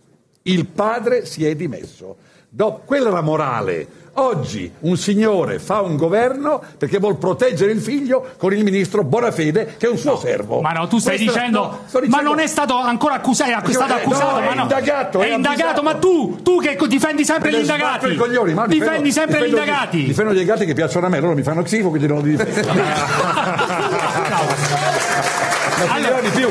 Speaker 5: Il padre si è dimesso. Dopo, quella era morale. Oggi un signore fa un governo perché vuol proteggere il figlio con il ministro Bonafede che è un suo servo.
Speaker 2: Ma no, tu stai
Speaker 5: Questa-
Speaker 2: dicendo,
Speaker 5: no, sto
Speaker 2: ma
Speaker 5: dicendo-
Speaker 2: non è stato ancora accusato, è stato
Speaker 5: Eh, no,
Speaker 2: accusato,
Speaker 5: è
Speaker 2: ma no.
Speaker 5: indagato,
Speaker 2: è,
Speaker 5: è
Speaker 2: indagato,
Speaker 5: avvisato.
Speaker 2: ma tu, tu che co- difendi sempre
Speaker 5: Me
Speaker 2: gli
Speaker 5: ne sbatto
Speaker 2: indagati,
Speaker 5: i coglioni, ma
Speaker 2: difendi
Speaker 5: difendo-
Speaker 2: sempre gli
Speaker 5: difendo-
Speaker 2: indagati.
Speaker 5: Difendo gli indagati che piacciono a me, loro mi fanno schifo, quindi non li difendo. Ma ti dirò di più.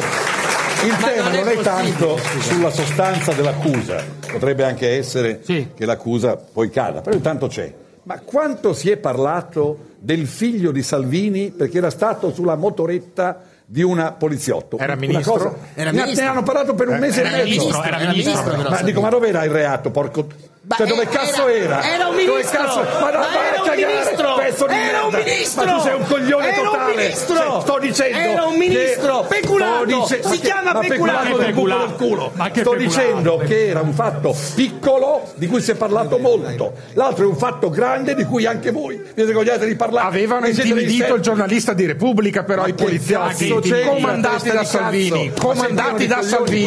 Speaker 5: Il tema non è, tanto sulla sostanza dell'accusa, potrebbe anche essere che l'accusa poi cada, però intanto c'è. Ma quanto si è parlato del figlio di Salvini perché era stato sulla motoretta di una poliziotto?
Speaker 9: Era
Speaker 5: Una
Speaker 9: ministro?
Speaker 5: cosa-
Speaker 9: Era
Speaker 5: ne,
Speaker 9: ministro.
Speaker 5: ne hanno parlato per un
Speaker 9: Eh,
Speaker 5: mese
Speaker 9: era
Speaker 5: e mezzo.
Speaker 9: ministro, era ministro, però,
Speaker 5: ma
Speaker 9: Salvini.
Speaker 5: dico, ma dove era il reato? Porco... Cioè, dove cazzo era?
Speaker 9: era un
Speaker 5: Dove
Speaker 9: ministro!
Speaker 5: cazzo- Ma no,
Speaker 9: Ma
Speaker 5: vai a
Speaker 9: era un
Speaker 5: cagare,
Speaker 9: ministro!
Speaker 5: pezzo di
Speaker 9: Era un
Speaker 5: merda!
Speaker 9: ministro!
Speaker 5: Ma tu sei un coglione
Speaker 9: Era un
Speaker 5: totale!
Speaker 9: ministro!
Speaker 5: Cioè, sto dicendo
Speaker 9: Era un
Speaker 5: che-
Speaker 9: ministro!
Speaker 5: sto
Speaker 9: Peculato!
Speaker 5: dice-
Speaker 9: Si
Speaker 5: ma che-
Speaker 9: chiama
Speaker 5: ma
Speaker 9: peculato!
Speaker 5: peculato del buco del culo!
Speaker 9: Ma che
Speaker 5: Sto
Speaker 9: peculato?
Speaker 5: dicendo che era un fatto piccolo di cui si è parlato molto. L'altro è un fatto grande di cui anche voi vi vergognate di parlare.
Speaker 9: Avevano
Speaker 5: Che siete dei
Speaker 9: intimidito
Speaker 5: servi.
Speaker 9: il giornalista di Repubblica, però
Speaker 5: Ma
Speaker 9: i
Speaker 5: che
Speaker 9: poliziotti,
Speaker 5: cazzo c'entra,
Speaker 9: comandati
Speaker 5: testa
Speaker 9: da
Speaker 5: di cazzo?
Speaker 9: Salvini,
Speaker 5: Ma
Speaker 9: comandati
Speaker 5: sembrano
Speaker 9: da
Speaker 5: dei coglioni
Speaker 9: Salvini.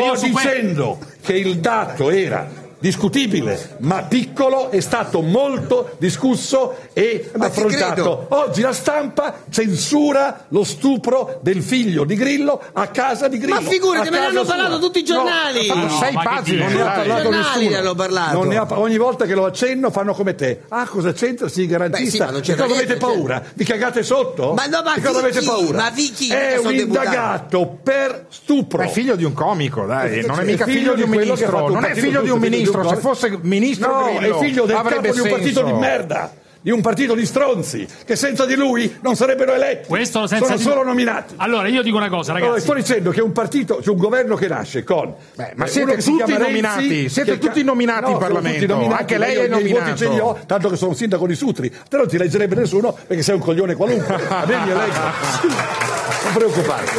Speaker 5: qua. sto dicendo che il dato era discutibile, ma piccolo è stato molto discusso e
Speaker 13: Eh, ti
Speaker 5: affrontato. Oggi la stampa censura lo stupro del figlio di Grillo a casa di Grillo.
Speaker 13: Ma figurati,
Speaker 5: a
Speaker 13: me ne
Speaker 5: casa
Speaker 13: hanno
Speaker 5: sua.
Speaker 13: parlato tutti i giornali.
Speaker 5: ha fatto
Speaker 13: No, ma che dire,
Speaker 5: non ne ha
Speaker 13: dai.
Speaker 5: parlato
Speaker 13: I giornali
Speaker 5: nessuno.
Speaker 13: ne hanno parlato.
Speaker 5: Non ne ha- ogni volta che lo accenno fanno come te. Ah, cosa c'entra? Sì,
Speaker 13: Beh, sì, ma
Speaker 5: garantista.
Speaker 13: non
Speaker 5: Di
Speaker 13: c'entra
Speaker 5: cosa
Speaker 13: niente,
Speaker 5: avete paura? Vi cagate sotto?
Speaker 13: Ma no, ma
Speaker 5: di cosa
Speaker 13: chi-
Speaker 5: avete
Speaker 13: chi?
Speaker 5: paura?
Speaker 13: Ma vi chi?
Speaker 5: È
Speaker 13: Sono
Speaker 5: un
Speaker 13: deputato.
Speaker 5: indagato per stupro.
Speaker 9: Ma è figlio di un comico, dai, Eh, non è mica
Speaker 5: È
Speaker 9: figlio di un
Speaker 5: quello che ha fatto
Speaker 9: ministro,
Speaker 5: un
Speaker 9: non è
Speaker 5: partito
Speaker 9: figlio di un
Speaker 5: tutto,
Speaker 9: ministro,
Speaker 5: figlio
Speaker 9: se
Speaker 5: di un
Speaker 9: fosse ministro
Speaker 5: no,
Speaker 9: Grillo
Speaker 5: è figlio del capo
Speaker 9: avrebbe
Speaker 5: di un partito di
Speaker 9: senso.
Speaker 5: merda, di un partito di stronzi, che senza di lui non sarebbero eletti.
Speaker 2: Questo senza
Speaker 5: Sono
Speaker 2: di-
Speaker 5: solo nominati.
Speaker 2: Allora, io dico una cosa,
Speaker 5: Allora,
Speaker 2: ragazzi.
Speaker 5: sto dicendo che un partito, cioè un governo che nasce con.
Speaker 9: ma
Speaker 5: eh,
Speaker 9: siete
Speaker 5: uno che si
Speaker 9: tutti
Speaker 5: chiama Renzi,
Speaker 9: nominati, siete
Speaker 5: che-
Speaker 9: tutti nominati
Speaker 5: No,
Speaker 9: in
Speaker 5: sono tutti
Speaker 9: Parlamento,
Speaker 5: nominati,
Speaker 9: anche lei
Speaker 5: ma io
Speaker 9: è
Speaker 5: i voti ce li ho,
Speaker 9: nominato.
Speaker 5: tanto che sono sindaco di Sutri. Te non ti leggerebbe nessuno perché sei un coglione qualunque. A me mi eleggo. Non preoccuparti.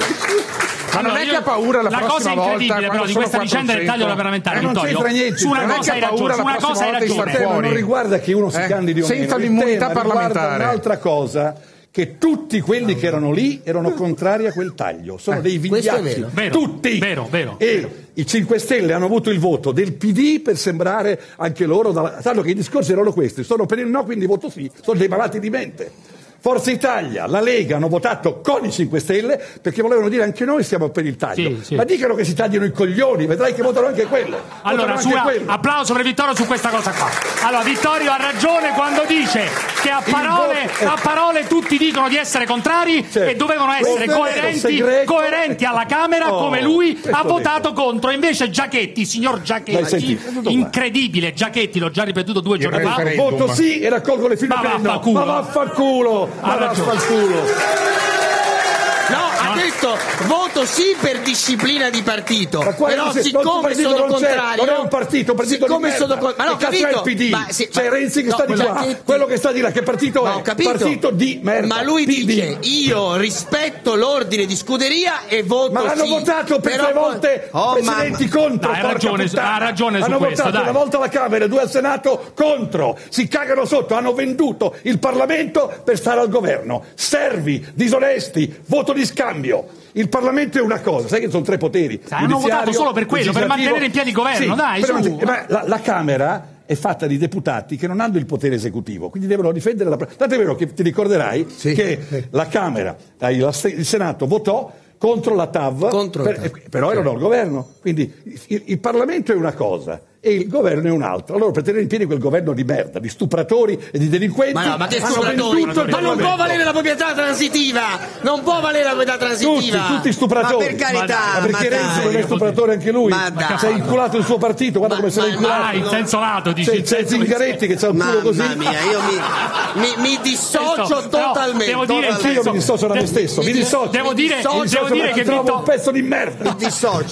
Speaker 9: Ma non
Speaker 2: Allora,
Speaker 9: è
Speaker 2: io-
Speaker 9: che ha paura la,
Speaker 2: la
Speaker 9: prossima
Speaker 2: cosa
Speaker 9: volta quando
Speaker 2: incredibile, però, di
Speaker 9: sono
Speaker 2: questa vicenda del
Speaker 9: 400?
Speaker 2: taglio alla parlamentare,
Speaker 9: Eh, non
Speaker 2: Vittorio,
Speaker 9: c'entra niente.
Speaker 2: su una
Speaker 9: Non è che
Speaker 2: cosa
Speaker 9: ha
Speaker 2: hai ragione,
Speaker 9: paura
Speaker 2: su
Speaker 9: la
Speaker 2: una
Speaker 9: prossima
Speaker 2: cosa hai
Speaker 9: volta di
Speaker 2: ragione.
Speaker 9: star
Speaker 5: tema non
Speaker 9: fuori.
Speaker 5: riguarda che uno si
Speaker 9: Eh,
Speaker 5: candidi o meno.
Speaker 9: senza
Speaker 5: il
Speaker 9: l'immunità
Speaker 5: tema riguarda
Speaker 9: parlamentare.
Speaker 5: un'altra cosa che tutti quelli che erano lì erano contrari a quel taglio, sono
Speaker 2: Eh,
Speaker 5: dei
Speaker 2: questo è
Speaker 5: vigliacchi,
Speaker 2: vero. Vero,
Speaker 5: tutti.
Speaker 2: vero, vero,
Speaker 5: e i 5 Stelle hanno avuto il voto del PD per sembrare anche loro, dalla- sanno che i discorsi erano questi, sono per il no, quindi voto sì, sono dei malati di mente. Forza Italia, la Lega hanno votato con i 5 Stelle perché volevano dire anche noi siamo per il taglio.
Speaker 2: Sì, sì.
Speaker 5: Ma dicano che si tagliano i coglioni, vedrai che votano anche quello.
Speaker 2: Allora,
Speaker 5: Votano
Speaker 2: su-
Speaker 5: anche quello.
Speaker 2: applauso per Vittorio su questa cosa qua. Allora, Vittorio ha ragione quando dice che a
Speaker 5: Il
Speaker 2: parole,
Speaker 5: voto-
Speaker 2: a parole tutti dicono di essere contrari e dovevano
Speaker 5: Questo è
Speaker 2: essere
Speaker 5: vero,
Speaker 2: coerenti,
Speaker 5: segreto.
Speaker 2: coerenti alla Camera
Speaker 5: Oh,
Speaker 2: come lui
Speaker 5: questo
Speaker 2: ha
Speaker 5: ho detto.
Speaker 2: votato contro. Invece Giachetti, signor
Speaker 5: Dai,
Speaker 2: Giachetti,
Speaker 5: senti, questo qua.
Speaker 2: incredibile Giachetti, l'ho già ripetuto due giorni fa.
Speaker 5: Voto sì e raccolgo le file
Speaker 2: Ma
Speaker 5: per il no.
Speaker 2: vaffanculo.
Speaker 5: Ma vaffanculo! Ma
Speaker 2: Ha ragione.
Speaker 5: vaffanculo!
Speaker 13: ha detto voto sì per disciplina di partito.
Speaker 5: Ma quale
Speaker 13: Però
Speaker 5: dice- non c'è
Speaker 13: siccome
Speaker 5: partito,
Speaker 13: sono
Speaker 5: non c'è,
Speaker 13: contrario,
Speaker 5: non è un partito, un partito
Speaker 13: siccome
Speaker 5: di merda.
Speaker 13: sono con- ma no,
Speaker 5: Che cazzo è il
Speaker 13: capito?
Speaker 5: PD?
Speaker 13: Ma sì,
Speaker 5: c'è
Speaker 13: ma-
Speaker 5: Renzi che
Speaker 13: no,
Speaker 5: sta di
Speaker 13: quella
Speaker 5: qua,
Speaker 13: che-
Speaker 5: quello che sta di là, che partito
Speaker 13: Ma
Speaker 5: è?
Speaker 13: ho capito.
Speaker 5: Partito di merda.
Speaker 13: Ma lui
Speaker 5: PD.
Speaker 13: dice io rispetto l'ordine di scuderia e voto
Speaker 5: Ma l'hanno
Speaker 13: sì.
Speaker 5: votato per
Speaker 13: Però
Speaker 5: tre
Speaker 13: poi-
Speaker 5: volte
Speaker 13: Oh,
Speaker 5: presidenti
Speaker 13: mamma.
Speaker 5: contro.
Speaker 2: Dai, ha
Speaker 5: porca
Speaker 2: ragione su-
Speaker 5: puttana.
Speaker 2: ha ragione su
Speaker 5: Hanno
Speaker 2: questo,
Speaker 5: votato
Speaker 2: dai.
Speaker 5: una volta alla Camera e due al Senato contro. Si cagano sotto, hanno venduto il Parlamento per stare al governo. Servi, disonesti, voto di scambio. Il Parlamento è una cosa, sai che sono tre poteri.
Speaker 2: hanno
Speaker 5: giudiziario,
Speaker 2: votato solo per quello,
Speaker 5: legislativo.
Speaker 2: per mantenere in piedi il
Speaker 5: Sì,
Speaker 2: governo, dai,
Speaker 5: per
Speaker 2: su.
Speaker 5: manten- eh, beh, la, la Camera è fatta di deputati che non hanno il potere esecutivo, quindi devono difendere la... Tanto è vero che ti ricorderai che la Camera, eh, il il Senato votò contro la TAV,
Speaker 13: la
Speaker 5: per- eh, però erano al governo, quindi il, il Parlamento è una cosa e il governo è un'altra. Allora per tenere in piedi quel governo di merda, di stupratori e di delinquenti,
Speaker 13: Ma no, ma che
Speaker 5: hanno
Speaker 13: stupratori?
Speaker 5: venduto il
Speaker 13: Ma non può
Speaker 5: Parlamento.
Speaker 13: valere la proprietà transitiva! Non può valere la proprietà transitiva!
Speaker 5: Tutti, tutti stupratori.
Speaker 13: Ma per carità,
Speaker 5: Ma perché
Speaker 13: ma
Speaker 5: Renzi
Speaker 13: dai.
Speaker 5: non è stupratore anche lui?
Speaker 13: Ma dai.
Speaker 5: si è inculato il suo partito, guarda come se l'è inculato.
Speaker 13: ma- Ah, in senso
Speaker 8: lato,
Speaker 13: dici,
Speaker 5: C'è,
Speaker 13: in
Speaker 5: c'è
Speaker 13: senso-
Speaker 5: Zingaretti che c'ha un culo
Speaker 13: Mamma
Speaker 5: così.
Speaker 13: mia, io mi, mi, mi dissocio
Speaker 8: Questo, però,
Speaker 13: totalmente.
Speaker 8: devo dire,
Speaker 13: totalmente.
Speaker 5: Io mi dissocio da me stesso, mi dissocio.
Speaker 8: Devo dire,
Speaker 5: Mi dissocio
Speaker 8: devo dire
Speaker 5: perché
Speaker 8: che
Speaker 5: trovo
Speaker 8: Vittor-
Speaker 5: un pezzo di merda.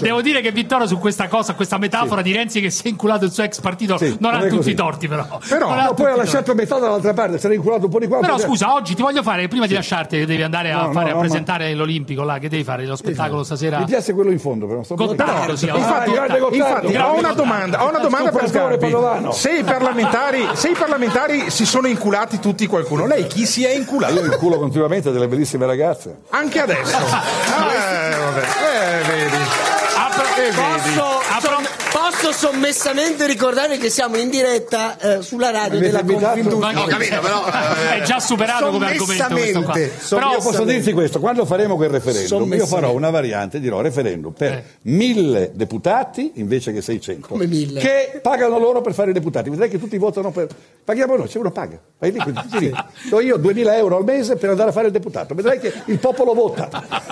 Speaker 8: Devo dire che Vittorio su questa cosa, questa metafora di Renzi che si è inculato il suo ex partito, non
Speaker 5: non
Speaker 8: ha
Speaker 5: è
Speaker 8: tutti
Speaker 5: così.
Speaker 8: i torti però.
Speaker 5: Però
Speaker 8: Non ha
Speaker 5: no,
Speaker 8: tutti
Speaker 5: poi
Speaker 8: i
Speaker 5: ha
Speaker 8: torti.
Speaker 5: lasciato metà dall'altra parte, si era inculato un po' di qua.
Speaker 8: Però
Speaker 5: perché-
Speaker 8: scusa, oggi ti voglio fare, prima di lasciarti, che devi andare a,
Speaker 5: No,
Speaker 8: fare,
Speaker 5: no,
Speaker 8: a
Speaker 5: no,
Speaker 8: presentare l'Olimpico, là, che devi fare lo spettacolo stasera.
Speaker 5: Mi piace quello in fondo, però. sto-
Speaker 8: Gottardo,
Speaker 5: No,
Speaker 8: sì,
Speaker 5: infatti,
Speaker 8: Gottardo.
Speaker 5: guarda Gottardo.
Speaker 9: Infatti, ho una domanda, ho una domanda per
Speaker 5: Stupratore
Speaker 9: Sgarbi.
Speaker 5: padovano.
Speaker 9: Se i, parlamentari, se i parlamentari si sono inculati tutti qualcuno, lei chi si è inculato?
Speaker 5: Io inculo continuamente delle bellissime ragazze.
Speaker 9: Anche adesso.
Speaker 2: Ah,
Speaker 9: Eh, vabbè. Eh, vedi. Eh, vedi.
Speaker 13: Posso, somm- posso sommessamente ricordare che siamo in diretta eh, sulla radio
Speaker 5: Avete
Speaker 13: della
Speaker 5: invitato?
Speaker 13: Confindustria.
Speaker 5: Ma- Ho capito, però,
Speaker 8: eh, È già superato come argomento questo qua.
Speaker 13: sommessamente,
Speaker 8: Però-
Speaker 5: io posso dirti questo, quando faremo quel referendum, io
Speaker 13: Sommessamente.
Speaker 5: farò una variante, dirò referendum per
Speaker 13: Eh.
Speaker 5: mille deputati invece che 600.
Speaker 13: Come mille?
Speaker 5: Che pagano loro per fare i deputati. Vedrai che tutti votano per... Paghiamo noi, c'è uno paga. Vai
Speaker 13: Ah,
Speaker 5: lì, quindi, tutti lì. Do io 2000 euro al mese per andare a fare il deputato. Vedrai che il popolo vota.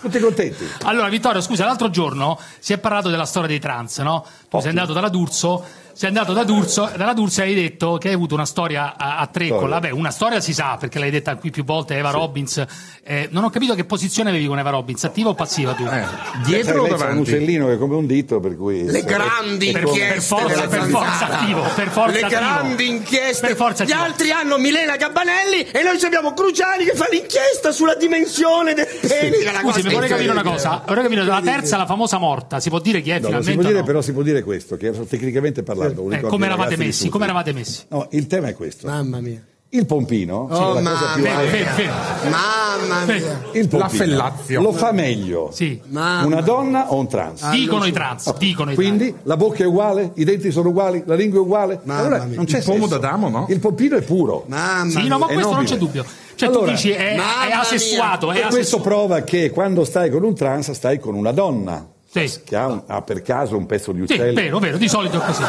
Speaker 5: Tutti contenti.
Speaker 8: Allora, Vittorio, scusa, l'altro giorno si è parlato della storia dei trans, no? Tu sei andato dalla D'Urso, sei andato da D'Urso, dalla D'Urso e hai detto che hai avuto una storia a, a tre con la- Beh, una storia si sa, perché l'hai detta qui più volte, Eva Robbins. Eh, non ho capito che posizione avevi con Eva Robbins, attiva o passiva tu?
Speaker 5: Sai, Eh, lei c'ha Un uccellino che è come un dito, per cui...
Speaker 13: Le grandi
Speaker 8: Per- per
Speaker 13: inchieste
Speaker 8: forza-
Speaker 13: della
Speaker 8: per forza
Speaker 13: zanzara.
Speaker 8: attivo, per forza
Speaker 13: le
Speaker 8: attivo.
Speaker 13: grandi inchieste
Speaker 8: Per forza
Speaker 13: gli
Speaker 8: attivo.
Speaker 13: altri hanno Milena Gabbanelli e noi ci abbiamo Cruciani che fa l'inchiesta sulla dimensione del pene Era la cosa
Speaker 8: Scusi, mi vorrei capire una
Speaker 13: incredibile.
Speaker 8: cosa. Vorrei capire, la terza, la famosa morta, si può dire chi è
Speaker 5: No, non si
Speaker 8: finalmente?
Speaker 5: può dire,
Speaker 8: o no?
Speaker 5: però si può dire questo, che tecnicamente parlando...
Speaker 8: Eh,
Speaker 5: unico a
Speaker 8: come
Speaker 5: dire,
Speaker 8: eravate
Speaker 5: ragazzi, di
Speaker 8: messi?
Speaker 5: tutti.
Speaker 8: Come eravate messi?
Speaker 5: No, il tema è questo.
Speaker 13: Mamma mia.
Speaker 5: Il pompino,
Speaker 13: Oh,
Speaker 5: che è la cosa
Speaker 13: mamma
Speaker 5: più
Speaker 13: mia.
Speaker 5: alta-
Speaker 13: Mamma mia.
Speaker 5: Il pompino
Speaker 9: La fellazio.
Speaker 5: Lo fa meglio
Speaker 13: Mamma.
Speaker 5: una donna o un trans?
Speaker 8: Ah, Dicono i
Speaker 5: Ah,
Speaker 8: trans, dicono i trans.
Speaker 5: Quindi la bocca è uguale, i denti sono uguali, la lingua è uguale.
Speaker 13: Mamma
Speaker 5: allora
Speaker 13: mia.
Speaker 5: non c'è
Speaker 9: Il pomo
Speaker 5: senso.
Speaker 9: d'Adamo, no?
Speaker 5: Il pompino è puro.
Speaker 13: Mamma
Speaker 8: Sì, no, ma
Speaker 13: mia.
Speaker 8: questo non c'è dubbio. Cioè,
Speaker 5: Allora,
Speaker 8: tu dici è,
Speaker 13: mamma
Speaker 8: è asessuato, è
Speaker 5: E questo
Speaker 8: asessuato.
Speaker 5: prova che quando stai con un trans stai con una donna
Speaker 8: Sì.
Speaker 5: che ha, un- ha per caso un pezzo di
Speaker 8: Sì,
Speaker 5: uccello.
Speaker 8: vero, vero, di solito è così.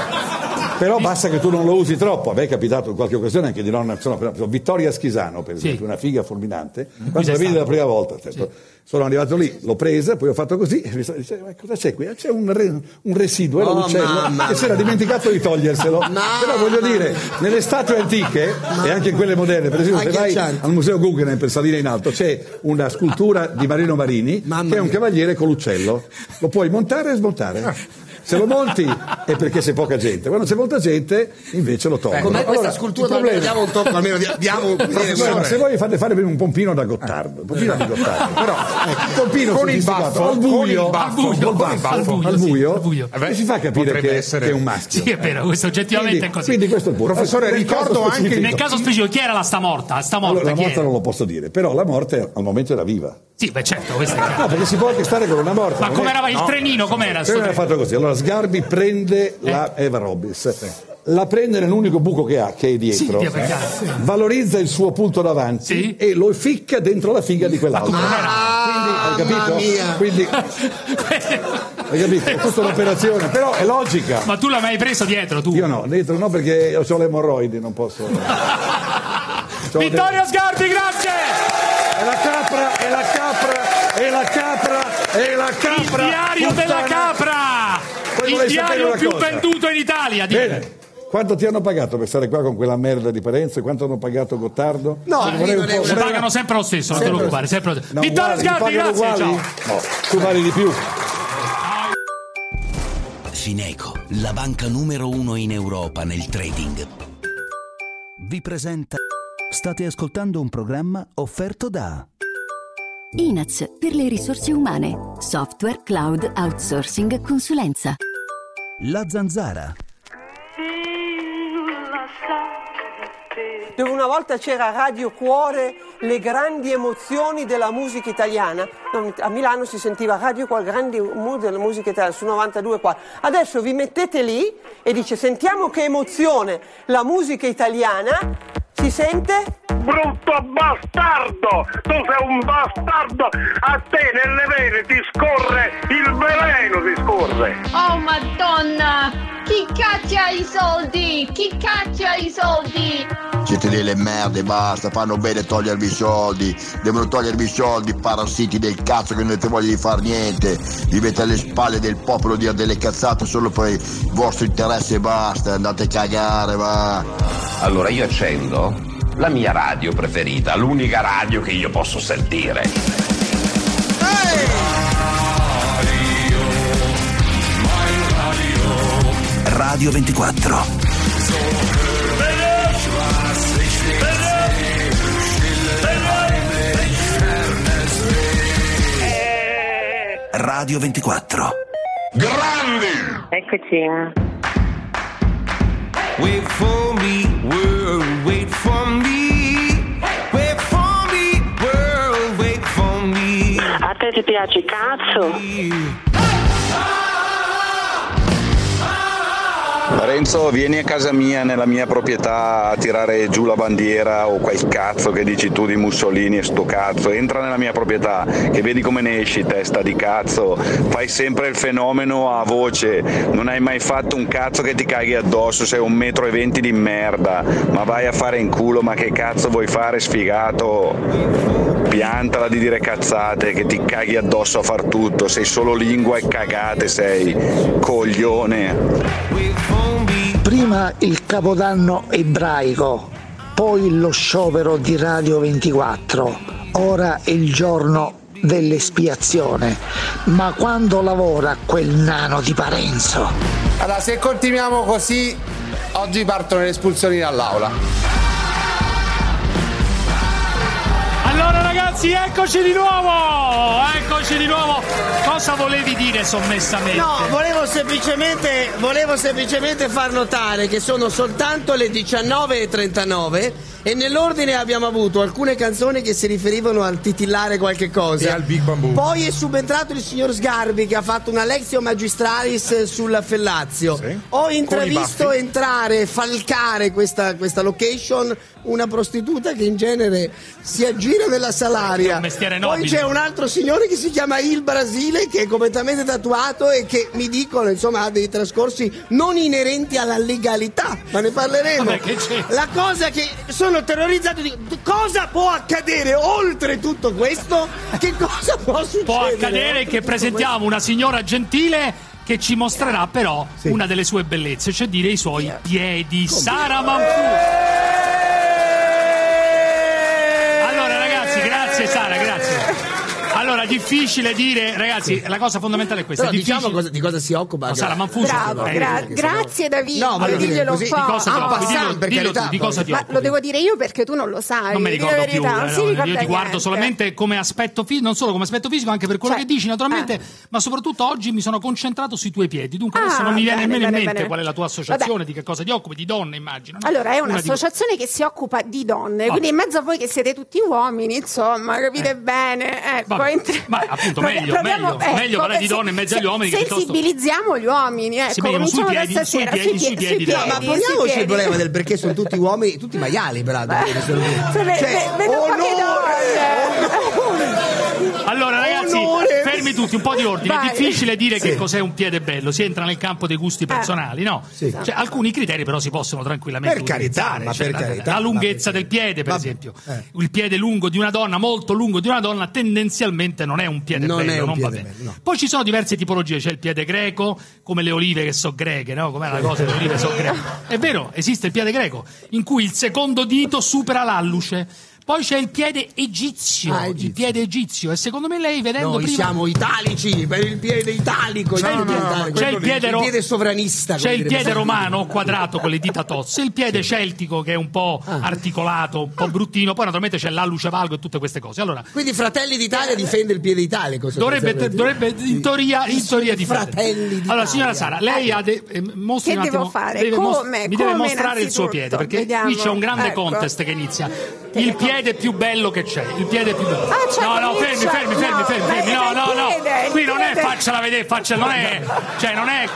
Speaker 5: Però basta che tu non lo usi troppo. A me è capitato in qualche occasione anche di non. insomma, per esempio, Vittoria Schisano, per esempio, una figa fulminante. Quando la
Speaker 8: sei
Speaker 5: vedi
Speaker 8: stato.
Speaker 5: la prima volta, certo, sono arrivato lì, l'ho presa, poi ho fatto così e mi sono dice, ma cosa c'è qui? Ah, C'è un, re- un residuo, era
Speaker 13: Oh,
Speaker 5: un uccello,
Speaker 13: mamma.
Speaker 5: e si era dimenticato di toglierselo. Però voglio dire, nelle statue antiche e anche in quelle moderne, Eh, per esempio, se vai
Speaker 13: Agghiacciante.
Speaker 5: al museo Guggenheim per salire in alto, c'è una scultura di Marino Marini
Speaker 13: Mamma
Speaker 5: che è un
Speaker 13: mia.
Speaker 5: cavaliere con l'uccello. Lo puoi montare e smontare. Se lo monti è perché c'è poca gente, quando c'è molta gente invece lo togli.
Speaker 13: Com'è questa
Speaker 5: Allora,
Speaker 13: scultura?
Speaker 5: il problema-
Speaker 13: Diamo un tocco, almeno dia- diamo un
Speaker 5: Guarda, se voi fate fare prima un pompino da Gottardo, un pompino di Gottardo, però un pompino
Speaker 9: Con il
Speaker 5: sofisticato,
Speaker 9: baffo,
Speaker 5: al
Speaker 9: con il
Speaker 5: buio,
Speaker 9: baffo,
Speaker 5: col
Speaker 9: con il
Speaker 5: baffo,
Speaker 9: baffo.
Speaker 5: al
Speaker 8: sì,
Speaker 5: buio,
Speaker 8: al buio.
Speaker 5: e si fa capire
Speaker 9: Potrebbe
Speaker 5: che,
Speaker 9: essere-
Speaker 5: che è un maschio.
Speaker 8: Sì, è vero, questo oggettivamente
Speaker 5: Quindi,
Speaker 8: è così.
Speaker 5: quindi questo è il punto.
Speaker 9: Professore,
Speaker 5: Nel caso
Speaker 9: ricordo anche-
Speaker 5: specifico-
Speaker 8: Nel caso specifico, chi era la sta morta? Sta morta,
Speaker 5: Allora, la
Speaker 8: chi
Speaker 5: morte
Speaker 8: era?
Speaker 5: non lo posso dire, però la morte al momento era viva.
Speaker 8: Sì, beh, certo, questo è chiaro.
Speaker 5: No, perché si può anche stare con una morte.
Speaker 8: Ma
Speaker 5: non
Speaker 8: come
Speaker 5: è-
Speaker 8: era Eh. il trenino? Com'era?
Speaker 5: Prima era fatto così. Allora Sgarbi prende la Eva Robbins. La prende nell'unico buco che ha, che è dietro,
Speaker 8: via, per caso, sì.
Speaker 5: valorizza il suo punto davanti
Speaker 8: Sì.
Speaker 5: e lo ficca dentro la figa di quell'altro.
Speaker 13: Mamma
Speaker 5: Quindi, hai capito?
Speaker 13: mia.
Speaker 5: Quindi, hai capito? È tutta un'operazione, però è logica.
Speaker 8: Ma tu l'hai mai preso dietro tu?
Speaker 5: Io no, dentro no perché io ho le emorroidi, non posso. C'ho le-
Speaker 8: Vittorio Sgarbi, grazie!
Speaker 5: è la capra, è la capra, è la capra, è la capra.
Speaker 8: Il diario della
Speaker 5: puttana.
Speaker 8: capra!
Speaker 5: Poi
Speaker 8: Il
Speaker 5: vorrei sapere
Speaker 8: diario
Speaker 5: una
Speaker 8: più
Speaker 5: cosa.
Speaker 8: venduto in Italia, dimmi.
Speaker 5: Bene. Quanto ti hanno pagato per stare qua con quella merda di Parenzo? Quanto hanno pagato Gottardo?
Speaker 13: No,
Speaker 5: Vorrei
Speaker 13: lì
Speaker 5: un
Speaker 13: non è
Speaker 5: po'-
Speaker 13: una-
Speaker 8: Ci
Speaker 5: vorrei-
Speaker 8: pagano sempre lo stesso, non te
Speaker 5: Sempre.
Speaker 8: preoccupare, sempre lo stesso.
Speaker 5: No,
Speaker 8: Vittorio
Speaker 5: uguali, ti
Speaker 8: Sgarbi,
Speaker 5: pagano
Speaker 8: grazie,
Speaker 5: uguali?
Speaker 8: ciao!
Speaker 5: No, tu vali di più.
Speaker 29: Fineco, la banca numero uno in Europa nel trading.
Speaker 3: Vi presenta. State ascoltando un programma offerto da.
Speaker 30: INAZ per le risorse umane, software, cloud, outsourcing, consulenza.
Speaker 3: La zanzara.
Speaker 11: La sala di te dove una volta c'era Radio Cuore, le grandi emozioni della musica italiana. No, A Milano si sentiva Radio Cuore, grandi mood della musica italiana, su 92 qua. Adesso vi mettete lì e dice sentiamo che emozione la musica italiana si sente?
Speaker 6: Brutto bastardo! Tu sei un bastardo! A te nelle vene ti scorre il veleno, ti scorre!
Speaker 31: Oh madonna! Chi caccia i soldi? Chi caccia i soldi?
Speaker 4: Siete delle merde, basta, fanno bene a togliervi i soldi. Devono togliervi i soldi, parassiti del cazzo che non avete voglia di far niente. Vivete alle spalle del popolo dire delle cazzate solo per il vostro interesse e basta. Andate a cagare, va.
Speaker 2: Allora io accendo la mia radio preferita, l'unica radio che io posso sentire.
Speaker 3: Radio 24. Radio 24.
Speaker 7: Grandi! Eccoci. Wait for me, world, wait for me. Wait for me, world, wait for me.
Speaker 32: A te ti piace cazzo?
Speaker 33: Renzo, vieni a casa mia, nella mia proprietà, a tirare giù la bandiera o quel cazzo che dici tu di Mussolini e sto cazzo. Entra nella mia proprietà, che vedi come ne esci, testa di cazzo. Fai sempre il fenomeno a voce. Non hai mai fatto un cazzo che ti caghi addosso, sei un metro e venti di merda. Ma vai a fare in culo, ma che cazzo vuoi fare, sfigato? Piantala di dire cazzate, che ti caghi addosso a far tutto. Sei solo lingua e cagate, sei coglione.
Speaker 34: Prima il capodanno ebraico, poi lo sciopero di Radio 24, ora è il giorno dell'espiazione. Ma quando lavora quel nano di Parenzo?
Speaker 35: Allora, se continuiamo così, oggi partono le espulsioni dall'aula.
Speaker 8: Allora ragazzi, eccoci di nuovo! Eccoci di nuovo! Cosa volevi dire sommessamente?
Speaker 13: No, volevo semplicemente, volevo semplicemente far notare che sono soltanto le 19.39 e nell'ordine abbiamo avuto alcune canzoni che si riferivano al titillare qualche cosa.
Speaker 9: E al Big Bamboo.
Speaker 13: Poi è subentrato il signor Sgarbi che ha fatto una lezione magistralis sulla Fellazio. Ho intravisto
Speaker 9: baffi.
Speaker 13: entrare, falcare questa, questa location una prostituta che in genere si aggira nella salaria.
Speaker 8: È un mestiere
Speaker 13: Poi
Speaker 8: nobile.
Speaker 5: cioè,
Speaker 13: c'è un altro signore che si chiama Il Brasile che è completamente tatuato e che mi dicono insomma ha dei trascorsi non inerenti alla legalità, ma ne parleremo.
Speaker 7: Vabbè, che c'è?
Speaker 13: La cosa che sono terrorizzato di cosa può accadere oltre tutto questo? Che cosa può succedere?
Speaker 8: Può accadere
Speaker 13: oltre
Speaker 8: che
Speaker 13: tutto
Speaker 8: presentiamo una signora gentile che ci mostrerà però una delle sue bellezze, cioè dire i suoi piedi. Sara
Speaker 13: Eh!
Speaker 8: Manfù. Allora ragazzi, grazie Sara, grazie. Allora, difficile dire, ragazzi, la cosa fondamentale è questa.
Speaker 13: Però
Speaker 8: è difficile...
Speaker 13: diciamo cosa- di cosa si occupa.
Speaker 8: No, Sara Manfuso.
Speaker 34: Bravo,
Speaker 8: Eh,
Speaker 34: gra-
Speaker 8: eh,
Speaker 34: grazie Davide.
Speaker 13: No, voglio dire
Speaker 34: diglielo
Speaker 13: così,
Speaker 34: un po'.
Speaker 13: di cosa ti
Speaker 34: Ah,
Speaker 13: occupi?
Speaker 34: passant-
Speaker 13: Dillo- per
Speaker 8: dillo tu,
Speaker 13: carità,
Speaker 8: di cosa ti
Speaker 34: Ma lo
Speaker 8: occupi?
Speaker 34: devo dire io perché tu non lo sai.
Speaker 8: Non mi
Speaker 34: di
Speaker 8: ricordo
Speaker 34: la
Speaker 8: più,
Speaker 34: verità, non
Speaker 8: eh,
Speaker 34: si
Speaker 8: no, io ti
Speaker 34: ricorda
Speaker 8: guardo
Speaker 34: niente.
Speaker 8: solamente come aspetto fisico, non solo come aspetto fisico, anche per quello
Speaker 34: Cioè,
Speaker 8: che dici naturalmente, ma soprattutto oggi mi sono concentrato sui tuoi piedi, dunque adesso
Speaker 34: Ah,
Speaker 8: non mi viene
Speaker 34: bene,
Speaker 8: nemmeno
Speaker 34: bene,
Speaker 8: in mente
Speaker 34: bene.
Speaker 8: qual è la tua associazione, di che cosa ti occupi, di donne immagino. no?
Speaker 34: Allora, è
Speaker 8: Una di-
Speaker 34: un'associazione che si occupa di donne,
Speaker 8: Ah.
Speaker 34: quindi in mezzo a voi che siete tutti uomini, insomma, capite bene? Ecco,
Speaker 8: Vabbè,
Speaker 34: entra-
Speaker 8: Ma appunto
Speaker 34: Provi-
Speaker 8: meglio,
Speaker 34: proviamo-
Speaker 8: meglio, meglio
Speaker 34: ecco,
Speaker 8: parlare di
Speaker 34: se-
Speaker 8: donne in mezzo agli
Speaker 34: se-
Speaker 8: uomini che piuttosto-
Speaker 34: Sensibilizziamo gli uomini, ecco,
Speaker 8: Sì, meglio, sui
Speaker 34: cominciamo da
Speaker 8: piedi, sui
Speaker 34: stasera,
Speaker 8: piedi, sui
Speaker 34: pie-
Speaker 8: piedi,
Speaker 13: No, ma
Speaker 34: sui
Speaker 13: poniamoci il
Speaker 34: piedi.
Speaker 13: problema del perché sono tutti uomini, tutti maiali, peraltro. perché sono-
Speaker 34: Ve-
Speaker 13: Cioè,
Speaker 34: ve- vedo poche
Speaker 8: Allora ragazzi,
Speaker 34: Onore.
Speaker 8: fermi tutti, un po' di ordine.
Speaker 34: Vai. Eh.
Speaker 8: È difficile dire
Speaker 34: Sì.
Speaker 8: che cos'è un piede bello, si entra nel campo dei gusti personali, no?
Speaker 34: Esatto.
Speaker 8: Cioè, alcuni criteri però si possono tranquillamente
Speaker 13: Per carità,
Speaker 8: utilizzare,
Speaker 13: ma
Speaker 8: cioè,
Speaker 13: per
Speaker 8: la-
Speaker 13: carità,
Speaker 8: La
Speaker 13: ma
Speaker 8: lunghezza del piede, per esempio.
Speaker 13: eh.
Speaker 8: Il piede lungo di una donna, molto lungo di una donna, tendenzialmente non è un piede
Speaker 13: Non
Speaker 8: bello,
Speaker 13: è un
Speaker 8: non va
Speaker 13: piede
Speaker 8: bene.
Speaker 13: bello, no.
Speaker 8: Poi ci sono diverse tipologie, c'è il piede greco, come le olive che so greche, no? Com'è la cosa, le olive so greche. È vero, esiste il piede greco, in cui il secondo dito supera l'alluce. Poi c'è il piede egizio, il piede egizio e secondo me lei vedendo
Speaker 13: Ah, Noi
Speaker 8: prima
Speaker 13: siamo italici, per il piede italico.
Speaker 8: C'è
Speaker 13: il
Speaker 8: il
Speaker 13: piede
Speaker 8: piede-
Speaker 13: italico.
Speaker 8: c'è il piede, ro-
Speaker 13: Il piede sovranista.
Speaker 8: c'è
Speaker 13: come
Speaker 8: il
Speaker 13: direbbe
Speaker 8: piede
Speaker 13: Salvini.
Speaker 8: romano quadrato con le dita tosse, il piede celtico che è un po'
Speaker 13: Ah.
Speaker 8: articolato, un po' bruttino, poi naturalmente c'è l'alluce valgo e tutte queste cose. Allora,
Speaker 13: Quindi Fratelli d'Italia difende il piede italico.
Speaker 8: dovrebbe,
Speaker 13: sostanzialmente.
Speaker 8: dovrebbe in teoria, in teoria
Speaker 13: Fratelli
Speaker 8: difendere. Allora, signora Sara, lei ha de- eh, mostri
Speaker 34: Che
Speaker 8: un
Speaker 34: devo
Speaker 8: attimo,
Speaker 34: fare?
Speaker 8: deve mos-
Speaker 34: Come?
Speaker 8: mi deve
Speaker 34: Come
Speaker 8: mostrare il suo
Speaker 34: innanzitutto?
Speaker 8: piede, perché
Speaker 34: Vediamo.
Speaker 8: qui c'è un grande
Speaker 34: Ecco.
Speaker 8: contest che inizia. Il piede più bello che c'è, il piede più bello.
Speaker 34: Ah, cioè,
Speaker 8: no, no, fermi,
Speaker 34: comincia-
Speaker 8: fermi, fermi,
Speaker 34: no,
Speaker 8: fermi,
Speaker 34: ma
Speaker 8: fermi.
Speaker 34: è
Speaker 8: No,
Speaker 34: il
Speaker 8: no, no.
Speaker 34: piede, il
Speaker 8: Qui non è
Speaker 34: piede.
Speaker 8: faccela vedere, faccia, non è, cioè non è,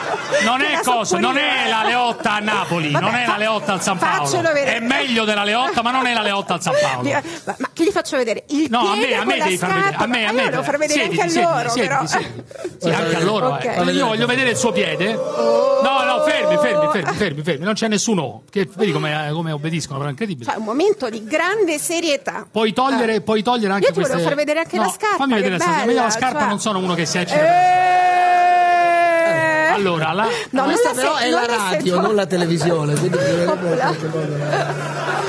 Speaker 8: non è
Speaker 34: Una
Speaker 8: cosa, non
Speaker 34: soppolina.
Speaker 8: è la Leotta a Napoli,
Speaker 34: Vabbè,
Speaker 8: non è la
Speaker 34: fa-
Speaker 8: Leotta al San Paolo.
Speaker 34: faccelo vedere.
Speaker 8: È meglio della Leotta, ma non è la Leotta al San Paolo.
Speaker 34: Dio, Ma, ma che gli faccio vedere? Il
Speaker 8: No, a
Speaker 34: piede
Speaker 8: me, a
Speaker 34: con
Speaker 8: me
Speaker 34: la
Speaker 8: devi far vedere. A
Speaker 34: scatola.
Speaker 8: me, a
Speaker 34: Ah,
Speaker 8: me
Speaker 34: io devo far vedere
Speaker 8: siediti,
Speaker 34: anche a loro,
Speaker 8: siediti,
Speaker 34: però.
Speaker 8: siediti, siediti. Sì, anche a loro.
Speaker 34: Ok.
Speaker 8: eh. Io voglio vedere il suo piede. No, no, fermi, fermi, fermi, fermi, fermi. Non c'è nessuno. Che, vedi come, come obbediscono, però è incredibile.
Speaker 34: Cioè, un momento di grande serietà.
Speaker 8: Puoi togliere, puoi togliere anche
Speaker 34: Eh. Io ti volevo
Speaker 8: queste...
Speaker 34: far vedere anche
Speaker 8: No,
Speaker 34: la scarpa,
Speaker 8: Fammi vedere
Speaker 34: che
Speaker 8: la scarpa.
Speaker 34: bella,
Speaker 8: Io la scarpa
Speaker 34: cioè.
Speaker 8: non sono uno che si eccita.
Speaker 34: Eh.
Speaker 8: Allora, la...
Speaker 34: No, non
Speaker 13: Questa
Speaker 34: la
Speaker 13: però
Speaker 34: se-
Speaker 13: è
Speaker 34: non
Speaker 13: la
Speaker 34: la
Speaker 13: radio,
Speaker 34: sento.
Speaker 13: non la televisione. Quindi bisognerebbe
Speaker 34: Oppla.
Speaker 13: qualche modo-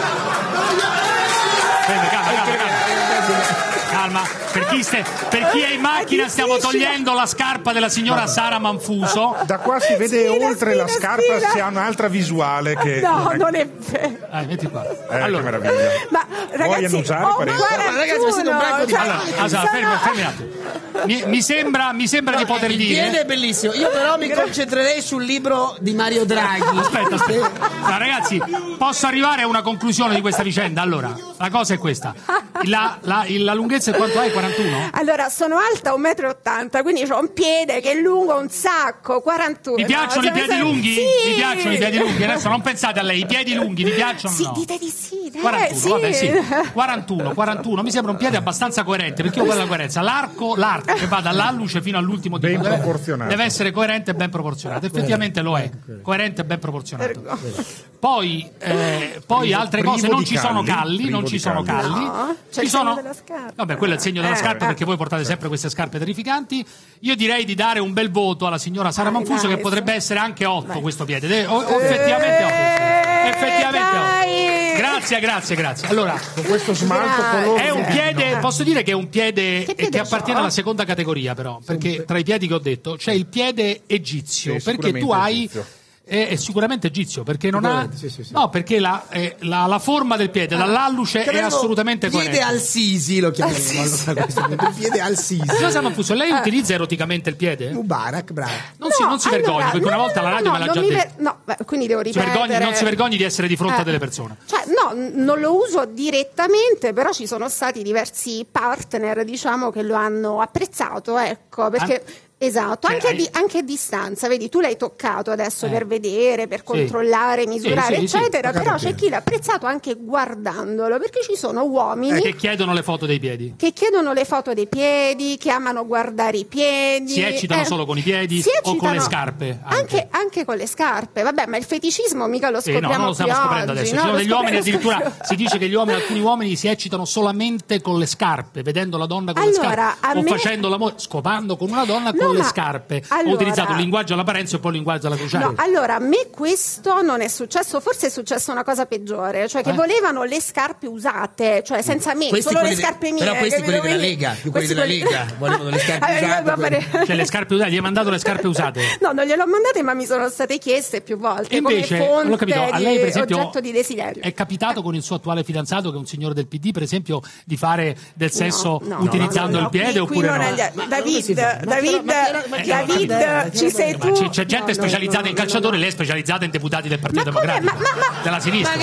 Speaker 8: Fermi, calma, calma, calma. Calma, per chi, ste- per chi è in macchina stiamo togliendo la scarpa della signora Sara Manfuso.
Speaker 9: Da qua
Speaker 34: Eh,
Speaker 9: si vede oltre la scarpa, si ha un'altra visuale che...
Speaker 34: No, non è vero.
Speaker 8: Eh, metti qua.
Speaker 9: Eh, che meraviglia.
Speaker 34: Ma
Speaker 9: Vuoi
Speaker 34: ragazzi,
Speaker 9: annunciare,
Speaker 34: oh,
Speaker 9: Parenzo?
Speaker 34: guarda,
Speaker 9: Ma ragazzi,
Speaker 34: Giuno,
Speaker 9: ma siete un branco di-
Speaker 34: cioè,
Speaker 8: Allora, Asa,
Speaker 34: sono-
Speaker 8: fermi, fermi un attimo. Mi, mi sembra, mi sembra di poter
Speaker 13: il
Speaker 8: dire.
Speaker 13: piede è bellissimo. Io però mi concentrerei sul libro di Mario Draghi.
Speaker 8: Aspetta, aspetta. No, ragazzi, posso arrivare a una conclusione di questa vicenda? Allora, la cosa è questa. La, la- la lunghezza è quanto è? 41?
Speaker 34: Allora, sono alta 1,80 m, quindi ho un piede che è lungo un sacco, 41.
Speaker 8: Vi
Speaker 34: no?
Speaker 8: piacciono i
Speaker 34: Cioè,
Speaker 8: piedi
Speaker 34: mi sa-
Speaker 8: lunghi?
Speaker 34: Sì.
Speaker 8: Vi piacciono i piedi lunghi? Adesso non pensate a lei, i piedi lunghi vi piacciono o
Speaker 34: Sì,
Speaker 8: no?
Speaker 34: dite di sì, dai.
Speaker 8: 41,
Speaker 34: sì.
Speaker 8: vabbè, sì. 41, 41, mi sembra un piede abbastanza coerente, perché io guardo la coerenza. L'arco, l'arco che va dall'alluce fino all'ultimo di
Speaker 9: Ben
Speaker 8: deve-
Speaker 9: proporzionato.
Speaker 8: Deve essere coerente e ben proporzionato. Effettivamente lo è, coerente e ben proporzionato. Poi, eh, poi
Speaker 9: Privo-
Speaker 8: altre
Speaker 9: privo
Speaker 8: cose, non
Speaker 9: di
Speaker 8: ci sono
Speaker 9: calli,
Speaker 8: calli,
Speaker 9: privo
Speaker 8: non ci
Speaker 9: di
Speaker 8: sono
Speaker 9: calli.
Speaker 8: calli.
Speaker 34: No, c'è
Speaker 8: Ci
Speaker 34: Eh? Cioè, il segno
Speaker 8: sono-
Speaker 34: della scarpa.
Speaker 8: Vabbè, quello è il segno della
Speaker 34: Eh,
Speaker 8: scarpa
Speaker 34: eh.
Speaker 8: perché voi portate sempre queste scarpe terrificanti. Io direi di dare un bel voto alla signora Sara
Speaker 34: Dai,
Speaker 8: Manfuso,
Speaker 34: dai,
Speaker 8: che potrebbe essere anche 8 questo piede. De- o- o
Speaker 34: Eh,
Speaker 8: effettivamente 8. Effettivamente
Speaker 34: dai.
Speaker 8: 8. Grazie, grazie, grazie. Allora,
Speaker 9: Con questo smalto
Speaker 34: Grazie.
Speaker 9: colore...
Speaker 8: è un piede,
Speaker 34: Eh.
Speaker 8: posso dire che è un piede eh, che,
Speaker 34: piede
Speaker 8: appartiene
Speaker 34: ho?
Speaker 8: alla seconda categoria, però, perché tra i piedi che ho detto c'è il piede egizio,
Speaker 9: Sì,
Speaker 8: perché tu
Speaker 9: sicuramente
Speaker 8: hai.
Speaker 9: egizio.
Speaker 8: eh, È sicuramente egizio perché non ha.
Speaker 9: Sicuramente, sì, sì, sì.
Speaker 8: No, perché la, eh, la- la forma del piede,
Speaker 2: Ah,
Speaker 8: dall'alluce, Cioè, è
Speaker 13: Chiamiamolo
Speaker 8: assolutamente
Speaker 13: Ah, piede
Speaker 8: coerente.
Speaker 13: al Sisi lo chiamiamo. allora, a questo punto. Il piede al Sisi.
Speaker 8: Signora Sara Manfuso, lei utilizza eroticamente il piede?
Speaker 13: Mubarak, bravo.
Speaker 8: Non, si, non si
Speaker 34: allora,
Speaker 8: vergogni, perché
Speaker 34: no,
Speaker 8: una volta
Speaker 34: no,
Speaker 8: la
Speaker 34: no,
Speaker 8: radio
Speaker 34: no,
Speaker 8: me l'ha
Speaker 34: non
Speaker 8: già
Speaker 34: mi
Speaker 8: detto.
Speaker 34: ver- no, beh, quindi devo
Speaker 8: Si
Speaker 34: ripetere.
Speaker 8: vergogni- non si vergogni di essere di fronte
Speaker 34: Eh.
Speaker 8: a delle persone.
Speaker 34: Cioè, no, n- non lo uso direttamente, però ci sono stati diversi partner, diciamo, che lo hanno apprezzato, ecco, perché... Esatto,
Speaker 8: Cioè,
Speaker 34: anche,
Speaker 8: hai- Eh.
Speaker 34: a di- anche a distanza, vedi, tu l'hai toccato adesso per vedere, per controllare,
Speaker 8: Sì,
Speaker 34: misurare,
Speaker 8: sì, sì,
Speaker 34: eccetera,
Speaker 8: ho capito.
Speaker 34: però c'è chi l'ha apprezzato anche guardandolo, perché ci sono uomini
Speaker 8: Eh, Che chiedono le foto dei piedi.
Speaker 34: che chiedono le foto dei piedi, che amano guardare i piedi.
Speaker 8: Si eccitano
Speaker 34: Eh,
Speaker 8: solo con i piedi
Speaker 34: si
Speaker 8: o con le
Speaker 34: eccitano-
Speaker 8: scarpe?
Speaker 34: Anche, anche con le scarpe, vabbè, ma il feticismo mica lo
Speaker 8: Sì, Eh, no,
Speaker 34: scopriamo
Speaker 8: non lo stiamo
Speaker 34: qui
Speaker 8: scoprendo
Speaker 34: oggi,
Speaker 8: adesso.
Speaker 34: no?
Speaker 8: Ci sono
Speaker 34: Lo
Speaker 8: degli uomini
Speaker 34: scopriamo-
Speaker 8: addirittura si dice che gli uomini, alcuni uomini si eccitano solamente con le scarpe, vedendo la donna con le
Speaker 34: Allora,
Speaker 8: scarpe
Speaker 34: a
Speaker 8: o
Speaker 34: me-
Speaker 8: facendo l'amore, scopando con una donna
Speaker 34: No,
Speaker 8: con le
Speaker 34: ma-
Speaker 8: scarpe. Ho
Speaker 34: allora-
Speaker 8: utilizzato un linguaggio alla Parenzo e poi un linguaggio alla Cruciani.
Speaker 34: No, allora a me questo non è successo, forse è successa una cosa peggiore, cioè che
Speaker 8: Eh?
Speaker 34: volevano le scarpe usate, cioè senza me,
Speaker 13: Questi
Speaker 34: solo le
Speaker 13: quelli de-
Speaker 34: scarpe mie.
Speaker 13: però questi
Speaker 34: capito?
Speaker 13: quelli della
Speaker 34: Quindi-
Speaker 13: Lega, più quelli della Lega, volevano le scarpe
Speaker 34: Allora, io
Speaker 13: usate,
Speaker 34: devo fare-
Speaker 8: Cioè le scarpe usate, gli hai mandato le scarpe usate.
Speaker 34: No, non gliel'ho mandate, ma mi sono state chieste più volte
Speaker 8: E invece,
Speaker 34: come fonte
Speaker 8: non ho capito, a lei
Speaker 34: di
Speaker 8: per esempio
Speaker 34: oggetto di desiderio.
Speaker 8: È capitato con il suo attuale fidanzato, che è un signore del PD, per esempio, di fare del sesso
Speaker 34: No, no,
Speaker 8: utilizzando
Speaker 34: no, no,
Speaker 8: il piede
Speaker 34: qui- qui
Speaker 8: oppure
Speaker 34: non
Speaker 8: no?
Speaker 34: è gli- David, David, David, ci sei
Speaker 8: Ma
Speaker 34: tu?
Speaker 8: c'è, c'è gente specializzata in calciatore, lei è specializzata in deputati del Partito Democratico, della sinistra.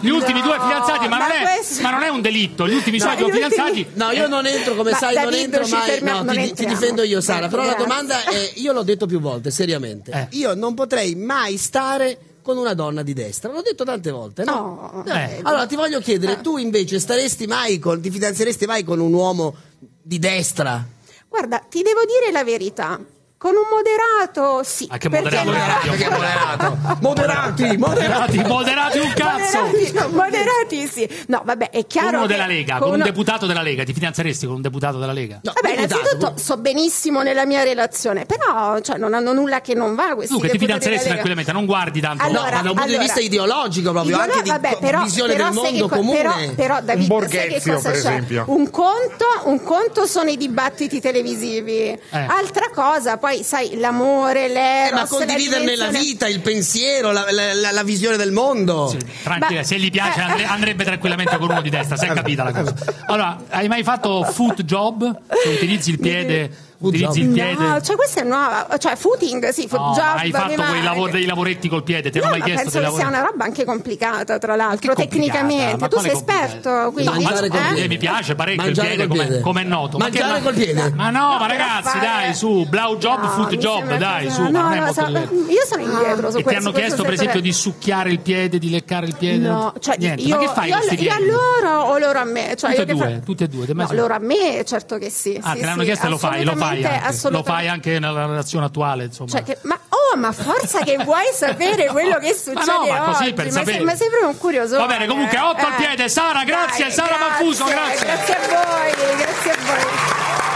Speaker 8: gli ultimi due fidanzati, ma,
Speaker 34: ma
Speaker 8: non è,
Speaker 34: questo-
Speaker 8: ma non è un delitto. Gli ultimi suoi due fidanzati.
Speaker 13: No, io non entro, come
Speaker 34: Ma
Speaker 13: sai, non
Speaker 34: Davido,
Speaker 13: entro
Speaker 34: ci
Speaker 13: mai.
Speaker 34: fermiamo,
Speaker 13: No,
Speaker 34: non
Speaker 13: ti, ti
Speaker 34: entriamo.
Speaker 13: difendo io, Sara. Però la
Speaker 34: Grazie.
Speaker 13: domanda è: io l'ho detto più volte, seriamente.
Speaker 8: Eh.
Speaker 13: Io non potrei mai stare con una donna di destra. L'ho detto tante volte, no?
Speaker 8: No. Eh.
Speaker 13: Allora ti voglio chiedere: tu invece staresti mai con, ti fidanzeresti mai con un uomo di destra?
Speaker 34: Guarda, ti devo dire la verità. Con un moderato, sì.
Speaker 8: Ma Ah, che
Speaker 34: perché
Speaker 8: moderato,
Speaker 34: no?
Speaker 8: Fabio?
Speaker 13: Perché è
Speaker 34: Ah.
Speaker 13: moderato. Moderati, moderati.
Speaker 8: Moderati, moderati un cazzo!
Speaker 34: Moderati, moderati, sì. No, vabbè, è chiaro
Speaker 8: Uno
Speaker 34: che
Speaker 8: della Lega, con un deputato della Lega, ti finanzieresti con un deputato della Lega?
Speaker 34: Vabbè, innanzitutto so benissimo nella mia relazione, però cioè, non hanno nulla che non va questi
Speaker 8: Tu che ti
Speaker 34: deputati della
Speaker 8: finanzieresti
Speaker 34: Lega.
Speaker 8: tranquillamente, non guardi tanto.
Speaker 34: Allora,
Speaker 13: ma da un punto di
Speaker 34: allora-
Speaker 13: vista ideologico proprio,
Speaker 34: Io no,
Speaker 13: anche di
Speaker 34: vabbè, però-
Speaker 13: visione
Speaker 34: però
Speaker 13: del
Speaker 34: sai
Speaker 13: mondo
Speaker 34: che co-
Speaker 13: comune.
Speaker 34: Però, però, David,
Speaker 13: Un
Speaker 34: sai che
Speaker 13: borghezio,
Speaker 34: cosa
Speaker 13: per
Speaker 34: c'è?
Speaker 13: esempio.
Speaker 34: Un conto, un conto sono i dibattiti televisivi,
Speaker 8: Eh.
Speaker 34: altra cosa, poi sai, l'amore, l'eros,
Speaker 13: Eh, ma
Speaker 34: la
Speaker 13: condividerne la
Speaker 34: dimensione-
Speaker 13: vita, il pensiero, la, la- la- la visione del mondo.
Speaker 8: Tranquilla, se gli
Speaker 34: eh.
Speaker 8: piace andre- andrebbe tranquillamente con uno di destra, se è capita la cosa. Allora, hai mai fatto foot job? Cioè, utilizzi il piede, utilizzi il piede.
Speaker 34: No, cioè questa è nuova, cioè footing, sì, foot
Speaker 8: No, ma
Speaker 34: job,
Speaker 8: hai
Speaker 34: vabbè,
Speaker 8: fatto
Speaker 34: ma-
Speaker 8: quei, lavori- dei lavoretti col piede, ti
Speaker 34: No,
Speaker 8: hanno
Speaker 34: ma
Speaker 8: mai chiesto
Speaker 34: penso
Speaker 8: dei
Speaker 34: che sia
Speaker 8: lavori?
Speaker 34: una roba anche complicata, tra l'altro,
Speaker 8: complicata?
Speaker 34: tecnicamente.
Speaker 8: Ma
Speaker 34: Tu
Speaker 8: quale
Speaker 34: sei esperto,
Speaker 8: No,
Speaker 34: quindi...
Speaker 8: ma-
Speaker 34: eh?
Speaker 8: eh, mi piace parecchio
Speaker 13: Mangiare
Speaker 8: il piede,
Speaker 13: col
Speaker 8: come-
Speaker 13: piede.
Speaker 8: come è noto. Ma
Speaker 13: Mangiare
Speaker 8: che- ma-
Speaker 13: col piede.
Speaker 8: Ma no, ma
Speaker 34: per
Speaker 8: ragazzi,
Speaker 34: fare-
Speaker 8: dai, su, blow job,
Speaker 34: No,
Speaker 8: foot
Speaker 34: mi
Speaker 8: job,
Speaker 34: sembra
Speaker 8: dai,
Speaker 34: cosa-
Speaker 8: su,
Speaker 34: no,
Speaker 8: ma non è
Speaker 34: no,
Speaker 8: molto
Speaker 34: so-
Speaker 8: divertente.
Speaker 34: Io sono indietro su
Speaker 8: E ti hanno
Speaker 34: questo- su questo
Speaker 8: chiesto, per esempio,
Speaker 34: settore.
Speaker 8: di succhiare il piede, di leccare il piede?
Speaker 34: No, cioè
Speaker 8: Niente,
Speaker 34: io,
Speaker 8: ma che fai
Speaker 34: io,
Speaker 8: con questi
Speaker 34: io a
Speaker 8: piedi?
Speaker 34: loro o loro a me? Cioè,
Speaker 8: Tutte
Speaker 34: io
Speaker 8: e
Speaker 34: che fa-
Speaker 8: due, tutte e due. te me
Speaker 34: No,
Speaker 8: so-
Speaker 34: loro a me, certo che sì.
Speaker 8: Ah,
Speaker 34: sì,
Speaker 8: te l'hanno
Speaker 34: sì,
Speaker 8: chiesto e lo fai, lo fai anche,
Speaker 34: assolutamente,
Speaker 8: lo
Speaker 34: assolutamente.
Speaker 8: fai anche nella relazione attuale, insomma.
Speaker 34: Cioè che- ma oh, ma forza che vuoi sapere quello che
Speaker 8: Ma no,
Speaker 34: succede
Speaker 8: ma così
Speaker 34: oggi.
Speaker 8: per
Speaker 34: ma
Speaker 8: sapere.
Speaker 34: sei- ma sembra un curioso. Eh,
Speaker 8: Va bene, comunque, otto al piede, Sara, grazie, Sara Manfuso, grazie.
Speaker 34: Grazie a voi, grazie a voi.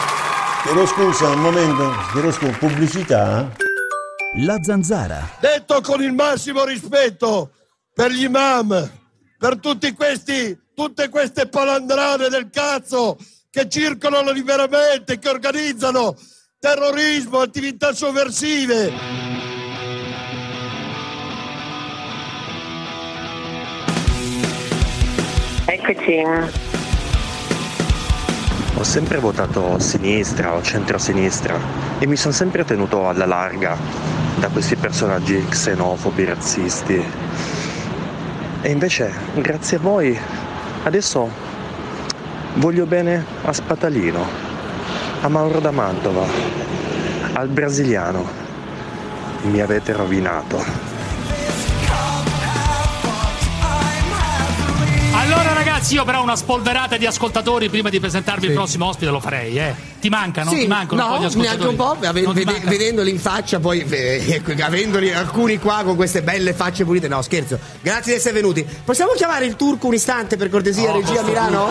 Speaker 3: Chiedo scusa, un momento, chiedo scusa, pubblicità?
Speaker 36: La zanzara.
Speaker 2: detto con il massimo rispetto per gli imam, per tutti questi, tutte queste palandrane del cazzo che circolano liberamente, che organizzano terrorismo, attività sovversive.
Speaker 6: Eccoci.
Speaker 7: Ho sempre votato sinistra o centrosinistra e mi sono sempre tenuto alla larga da questi personaggi xenofobi, razzisti. E invece, grazie a voi, adesso voglio bene a Spatalino, a Mauro da Mantova, al brasiliano. Mi avete rovinato.
Speaker 8: Allora, ragazzi, io però una spolverata di ascoltatori prima di presentarvi il prossimo ospite lo farei, eh. Ti mancano,
Speaker 13: Sì,
Speaker 8: ti mancano
Speaker 13: no,
Speaker 8: un po' di
Speaker 13: neanche
Speaker 8: ascoltatori.
Speaker 13: un po', ave-
Speaker 8: Non ti
Speaker 13: vede-
Speaker 8: manca?
Speaker 13: vedendoli in faccia, poi eh, ecco, avendoli alcuni qua con queste belle facce pulite. No, scherzo. Grazie di essere venuti. Possiamo chiamare il turco un istante per cortesia,
Speaker 8: No,
Speaker 13: regia
Speaker 8: questo
Speaker 13: Milano?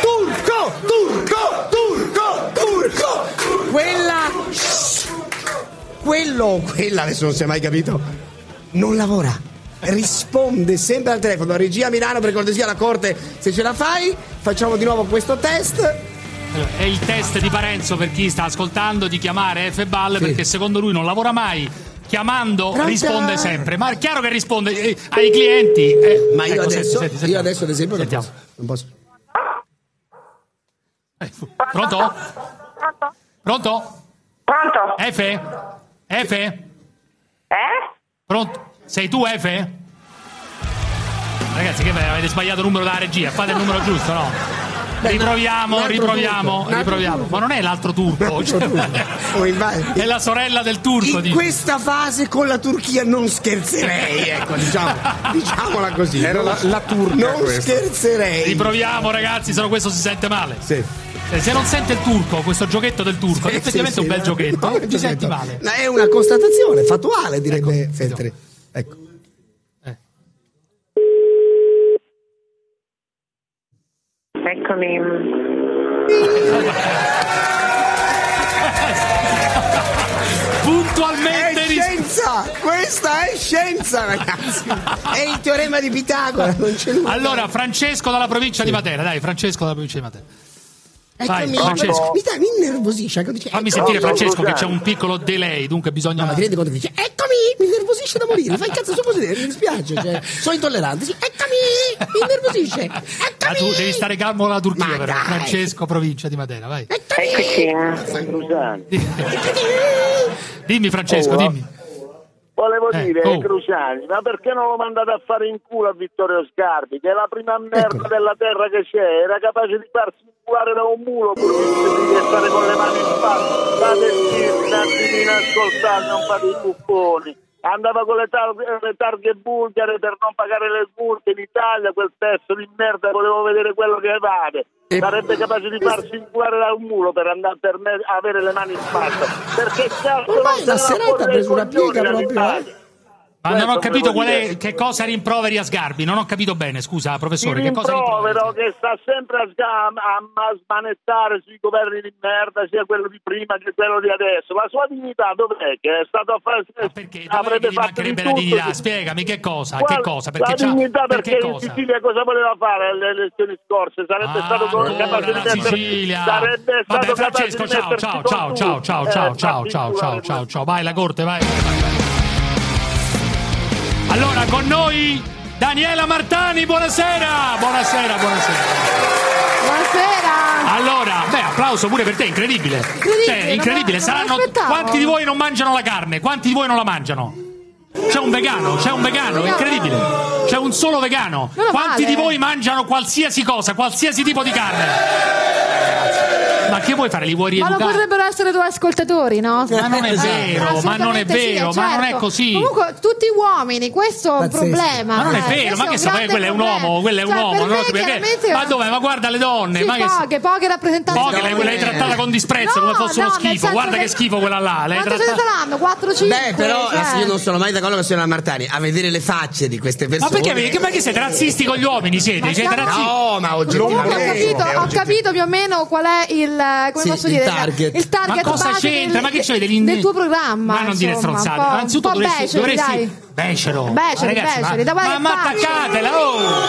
Speaker 8: turco.
Speaker 13: Turco, turco, turco, turco. Quella quello, quella adesso non si è mai capito, non lavora. Risponde sempre al telefono. Regia Milano, per cortesia, la corte, se ce la fai, facciamo di nuovo questo test.
Speaker 8: Allora, È il test di Parenzo per chi sta ascoltando di chiamare F Ball perché secondo lui non lavora mai. Chiamando
Speaker 13: Pronto?
Speaker 8: risponde sempre, ma è chiaro che risponde eh, ai clienti. eh.
Speaker 13: Ma io
Speaker 8: Ecco,
Speaker 13: adesso,
Speaker 8: senti, senti, senti.
Speaker 13: io adesso ad esempio non posso, non posso.
Speaker 8: Eh, Pronto? Pronto?
Speaker 6: Pronto?
Speaker 8: F? F? Eh? Pronto? Sei tu F? Ragazzi, che bello, avete sbagliato il numero della regia, fate il numero giusto, no?
Speaker 13: Beh,
Speaker 8: riproviamo,
Speaker 13: un altro turco,
Speaker 8: riproviamo,
Speaker 13: un altro
Speaker 8: riproviamo.
Speaker 13: turco.
Speaker 8: Ma non è l'altro turco,
Speaker 13: Altro turco. Oh, il va-
Speaker 8: è la sorella del turco.
Speaker 13: In
Speaker 8: dice.
Speaker 13: questa fase con la Turchia non scherzerei, ecco, diciamo, diciamola così.
Speaker 8: Era la- la turca
Speaker 13: Non
Speaker 8: questa.
Speaker 13: scherzerei.
Speaker 8: Riproviamo, ragazzi, se no questo si sente male. Eh, Se non sente il turco, questo giochetto del turco, che effettivamente
Speaker 13: sì,
Speaker 8: è un bel
Speaker 13: sì,
Speaker 8: giochetto,
Speaker 13: no, è un
Speaker 8: ti
Speaker 13: giochetto.
Speaker 8: senti male.
Speaker 13: Ma È una constatazione fattuale, direbbe Feltri. Ecco.
Speaker 6: Eccomi.
Speaker 8: Puntualmente
Speaker 13: È scienza! Questa è scienza, ragazzi! È il teorema di Pitagora, non c'è nulla.
Speaker 8: Eh, Allora, Francesco dalla provincia di Matera, dai, Francesco dalla provincia di Matera. Vai,
Speaker 13: Eccomi,
Speaker 8: Francesco.
Speaker 13: mi, dà- mi innervosisce. ecco, dice,
Speaker 8: Fammi
Speaker 13: eccomi.
Speaker 8: sentire Francesco che c'è un piccolo delay, dunque bisogna...
Speaker 13: Ma ti rendi conto che dice, eccomi, mi innervosisce da morire, fai il cazzo su così, mi dispiace, cioè, sono intollerante, sì, eccomi, mi innervosisce,
Speaker 8: Ma tu devi stare calmo con la Turchia,
Speaker 13: Ma
Speaker 8: però.
Speaker 13: dai. Ecco.
Speaker 8: Francesco, provincia di Matera, vai.
Speaker 6: Eccoci.
Speaker 8: Dimmi, Francesco,
Speaker 6: Oh,
Speaker 8: dimmi.
Speaker 6: Volevo
Speaker 8: Eh,
Speaker 6: dire,
Speaker 8: oh.
Speaker 6: Cruciani, ma perché non lo mandate a fare in culo a Vittorio Scarpi, che è la prima merda
Speaker 8: Ecco.
Speaker 6: della terra che c'è, era capace di farsi inculare da un mulo pur di stare con le mani in spalla. Fate schifo, un attimino ascoltate, non fate i buffoni. andava con le, tar- le targhe bulgare per non pagare le multe in Italia, quel pezzo di merda, volevo vedere quello che evade. Sarebbe capace di farsi inculare da un muro per, andare, per me- avere le mani in spalla. Perché cazzo
Speaker 13: Ormai
Speaker 6: non
Speaker 13: la
Speaker 6: se ne va
Speaker 13: serata ha
Speaker 6: fuori
Speaker 13: preso
Speaker 6: dai
Speaker 13: una piega
Speaker 6: coglioni
Speaker 13: proprio, eh?
Speaker 6: dall'Italia?
Speaker 8: Ma non ho
Speaker 6: Questo
Speaker 8: capito
Speaker 6: volevo
Speaker 8: qual è,
Speaker 6: dire.
Speaker 8: che cosa rimproveri a Sgarbi, non ho capito bene, scusa professore,
Speaker 6: Ti
Speaker 8: che cosa rimproveri?
Speaker 6: rimprovero che sta sempre a, sga- a- a smanettare sui governi di merda, sia quello di prima che quello di adesso. La sua dignità dov'è? Che è stato a fare...
Speaker 8: Dov'è che
Speaker 6: avrebbe
Speaker 8: gli
Speaker 6: fatto di
Speaker 8: mancherebbe la
Speaker 6: tutto.
Speaker 8: dignità? Spiegami che cosa,
Speaker 6: Qual-
Speaker 8: che cosa, perché
Speaker 6: la
Speaker 8: c'ha-
Speaker 6: dignità
Speaker 8: perché
Speaker 6: perché, in
Speaker 8: cosa?
Speaker 6: Sicilia cosa voleva fare alle elezioni scorse? Sarebbe stato con-
Speaker 8: ancora
Speaker 6: capace
Speaker 8: la
Speaker 6: di mettere-
Speaker 8: Sicilia.
Speaker 6: sarebbe
Speaker 8: Vabbè
Speaker 6: stato
Speaker 8: Francesco,
Speaker 6: capace di
Speaker 8: ciao,
Speaker 6: mettersi
Speaker 8: ciao,
Speaker 6: con
Speaker 8: ciao,
Speaker 6: tutti.
Speaker 8: ciao, ciao, ciao, ciao,
Speaker 6: Eh, fatti
Speaker 8: ciao,
Speaker 6: inculare
Speaker 8: ciao, ciao, ciao, vai la corte, vai. Allora, con noi Daniela Martani, buonasera, buonasera, buonasera.
Speaker 2: Buonasera!
Speaker 8: Allora, beh, applauso pure per te, incredibile.
Speaker 2: Incredibile,
Speaker 8: Cioè, incredibile.
Speaker 2: non me- non me
Speaker 8: Saranno
Speaker 2: l'aspettavo.
Speaker 8: quanti di voi non mangiano la carne? Quanti di voi non la mangiano? C'è un vegano, c'è un vegano, incredibile. C'è un solo vegano.
Speaker 2: Meno
Speaker 8: Quanti
Speaker 2: male.
Speaker 8: di voi mangiano qualsiasi cosa, qualsiasi tipo di carne? Ma che vuoi fare? Li vuoi
Speaker 31: Ma non
Speaker 8: rieducare?
Speaker 31: potrebbero essere due ascoltatori, no? Eh,
Speaker 8: Ma non è vero, ma non è
Speaker 31: Assolutamente sì,
Speaker 8: vero, ma non è
Speaker 31: certo.
Speaker 8: così.
Speaker 31: Comunque, tutti uomini, questo è un
Speaker 8: Pazzesco.
Speaker 31: problema.
Speaker 8: Ma non è
Speaker 31: eh,
Speaker 8: vero,
Speaker 31: questo
Speaker 8: ma che
Speaker 31: un
Speaker 8: sa,
Speaker 31: grande
Speaker 8: quello è un
Speaker 31: problema.
Speaker 8: uomo, quello è un
Speaker 31: Cioè,
Speaker 8: uamo,
Speaker 31: per
Speaker 8: non
Speaker 31: me
Speaker 8: lo so perché.
Speaker 31: chiaramente-
Speaker 8: Ma dove? Ma guarda le donne,
Speaker 31: Sì,
Speaker 8: ma che
Speaker 31: poche, poche rappresentanze.
Speaker 8: Poche, l'hai, l'hai trattata con disprezzo
Speaker 31: No,
Speaker 8: come fosse
Speaker 31: no,
Speaker 8: uno
Speaker 31: nel
Speaker 8: schifo.
Speaker 31: senso
Speaker 8: Guarda
Speaker 31: che-
Speaker 8: che schifo quella là. L'hai
Speaker 31: Quante ce ne
Speaker 8: trattata.
Speaker 31: saranno? Cioè, 4 5
Speaker 13: Beh, però la- io non sono mai d'accordo con la signora Martani. A vedere le facce di queste
Speaker 8: Ma
Speaker 13: persone.
Speaker 8: perché, perché, perché siete razzisti con gli uomini? Siete?
Speaker 13: Ma
Speaker 8: Siete
Speaker 13: siamo-
Speaker 8: razzisti?
Speaker 13: No, ma oggettivamente.
Speaker 31: Comunque ho capito,
Speaker 9: eh,
Speaker 31: ho capito più o meno qual è il eh, come
Speaker 8: Sì,
Speaker 31: posso
Speaker 8: il
Speaker 31: dire
Speaker 8: target.
Speaker 31: il target
Speaker 8: Ma cosa
Speaker 31: base
Speaker 8: c'entra?
Speaker 31: del-
Speaker 8: Ma che c'è dell'in-
Speaker 31: del tuo programma
Speaker 8: Ma non dire
Speaker 31: insomma,
Speaker 8: stronzate.
Speaker 31: un po'-
Speaker 8: Anzitutto
Speaker 31: un po'
Speaker 8: dovresti.
Speaker 31: beceri,
Speaker 8: dovresti...
Speaker 31: dai.
Speaker 8: Becero.
Speaker 31: Beceri,
Speaker 8: Ma ragazzi,
Speaker 31: beceri, da
Speaker 8: ma,
Speaker 31: quale
Speaker 8: ma, ma
Speaker 31: parte?
Speaker 8: attaccatela,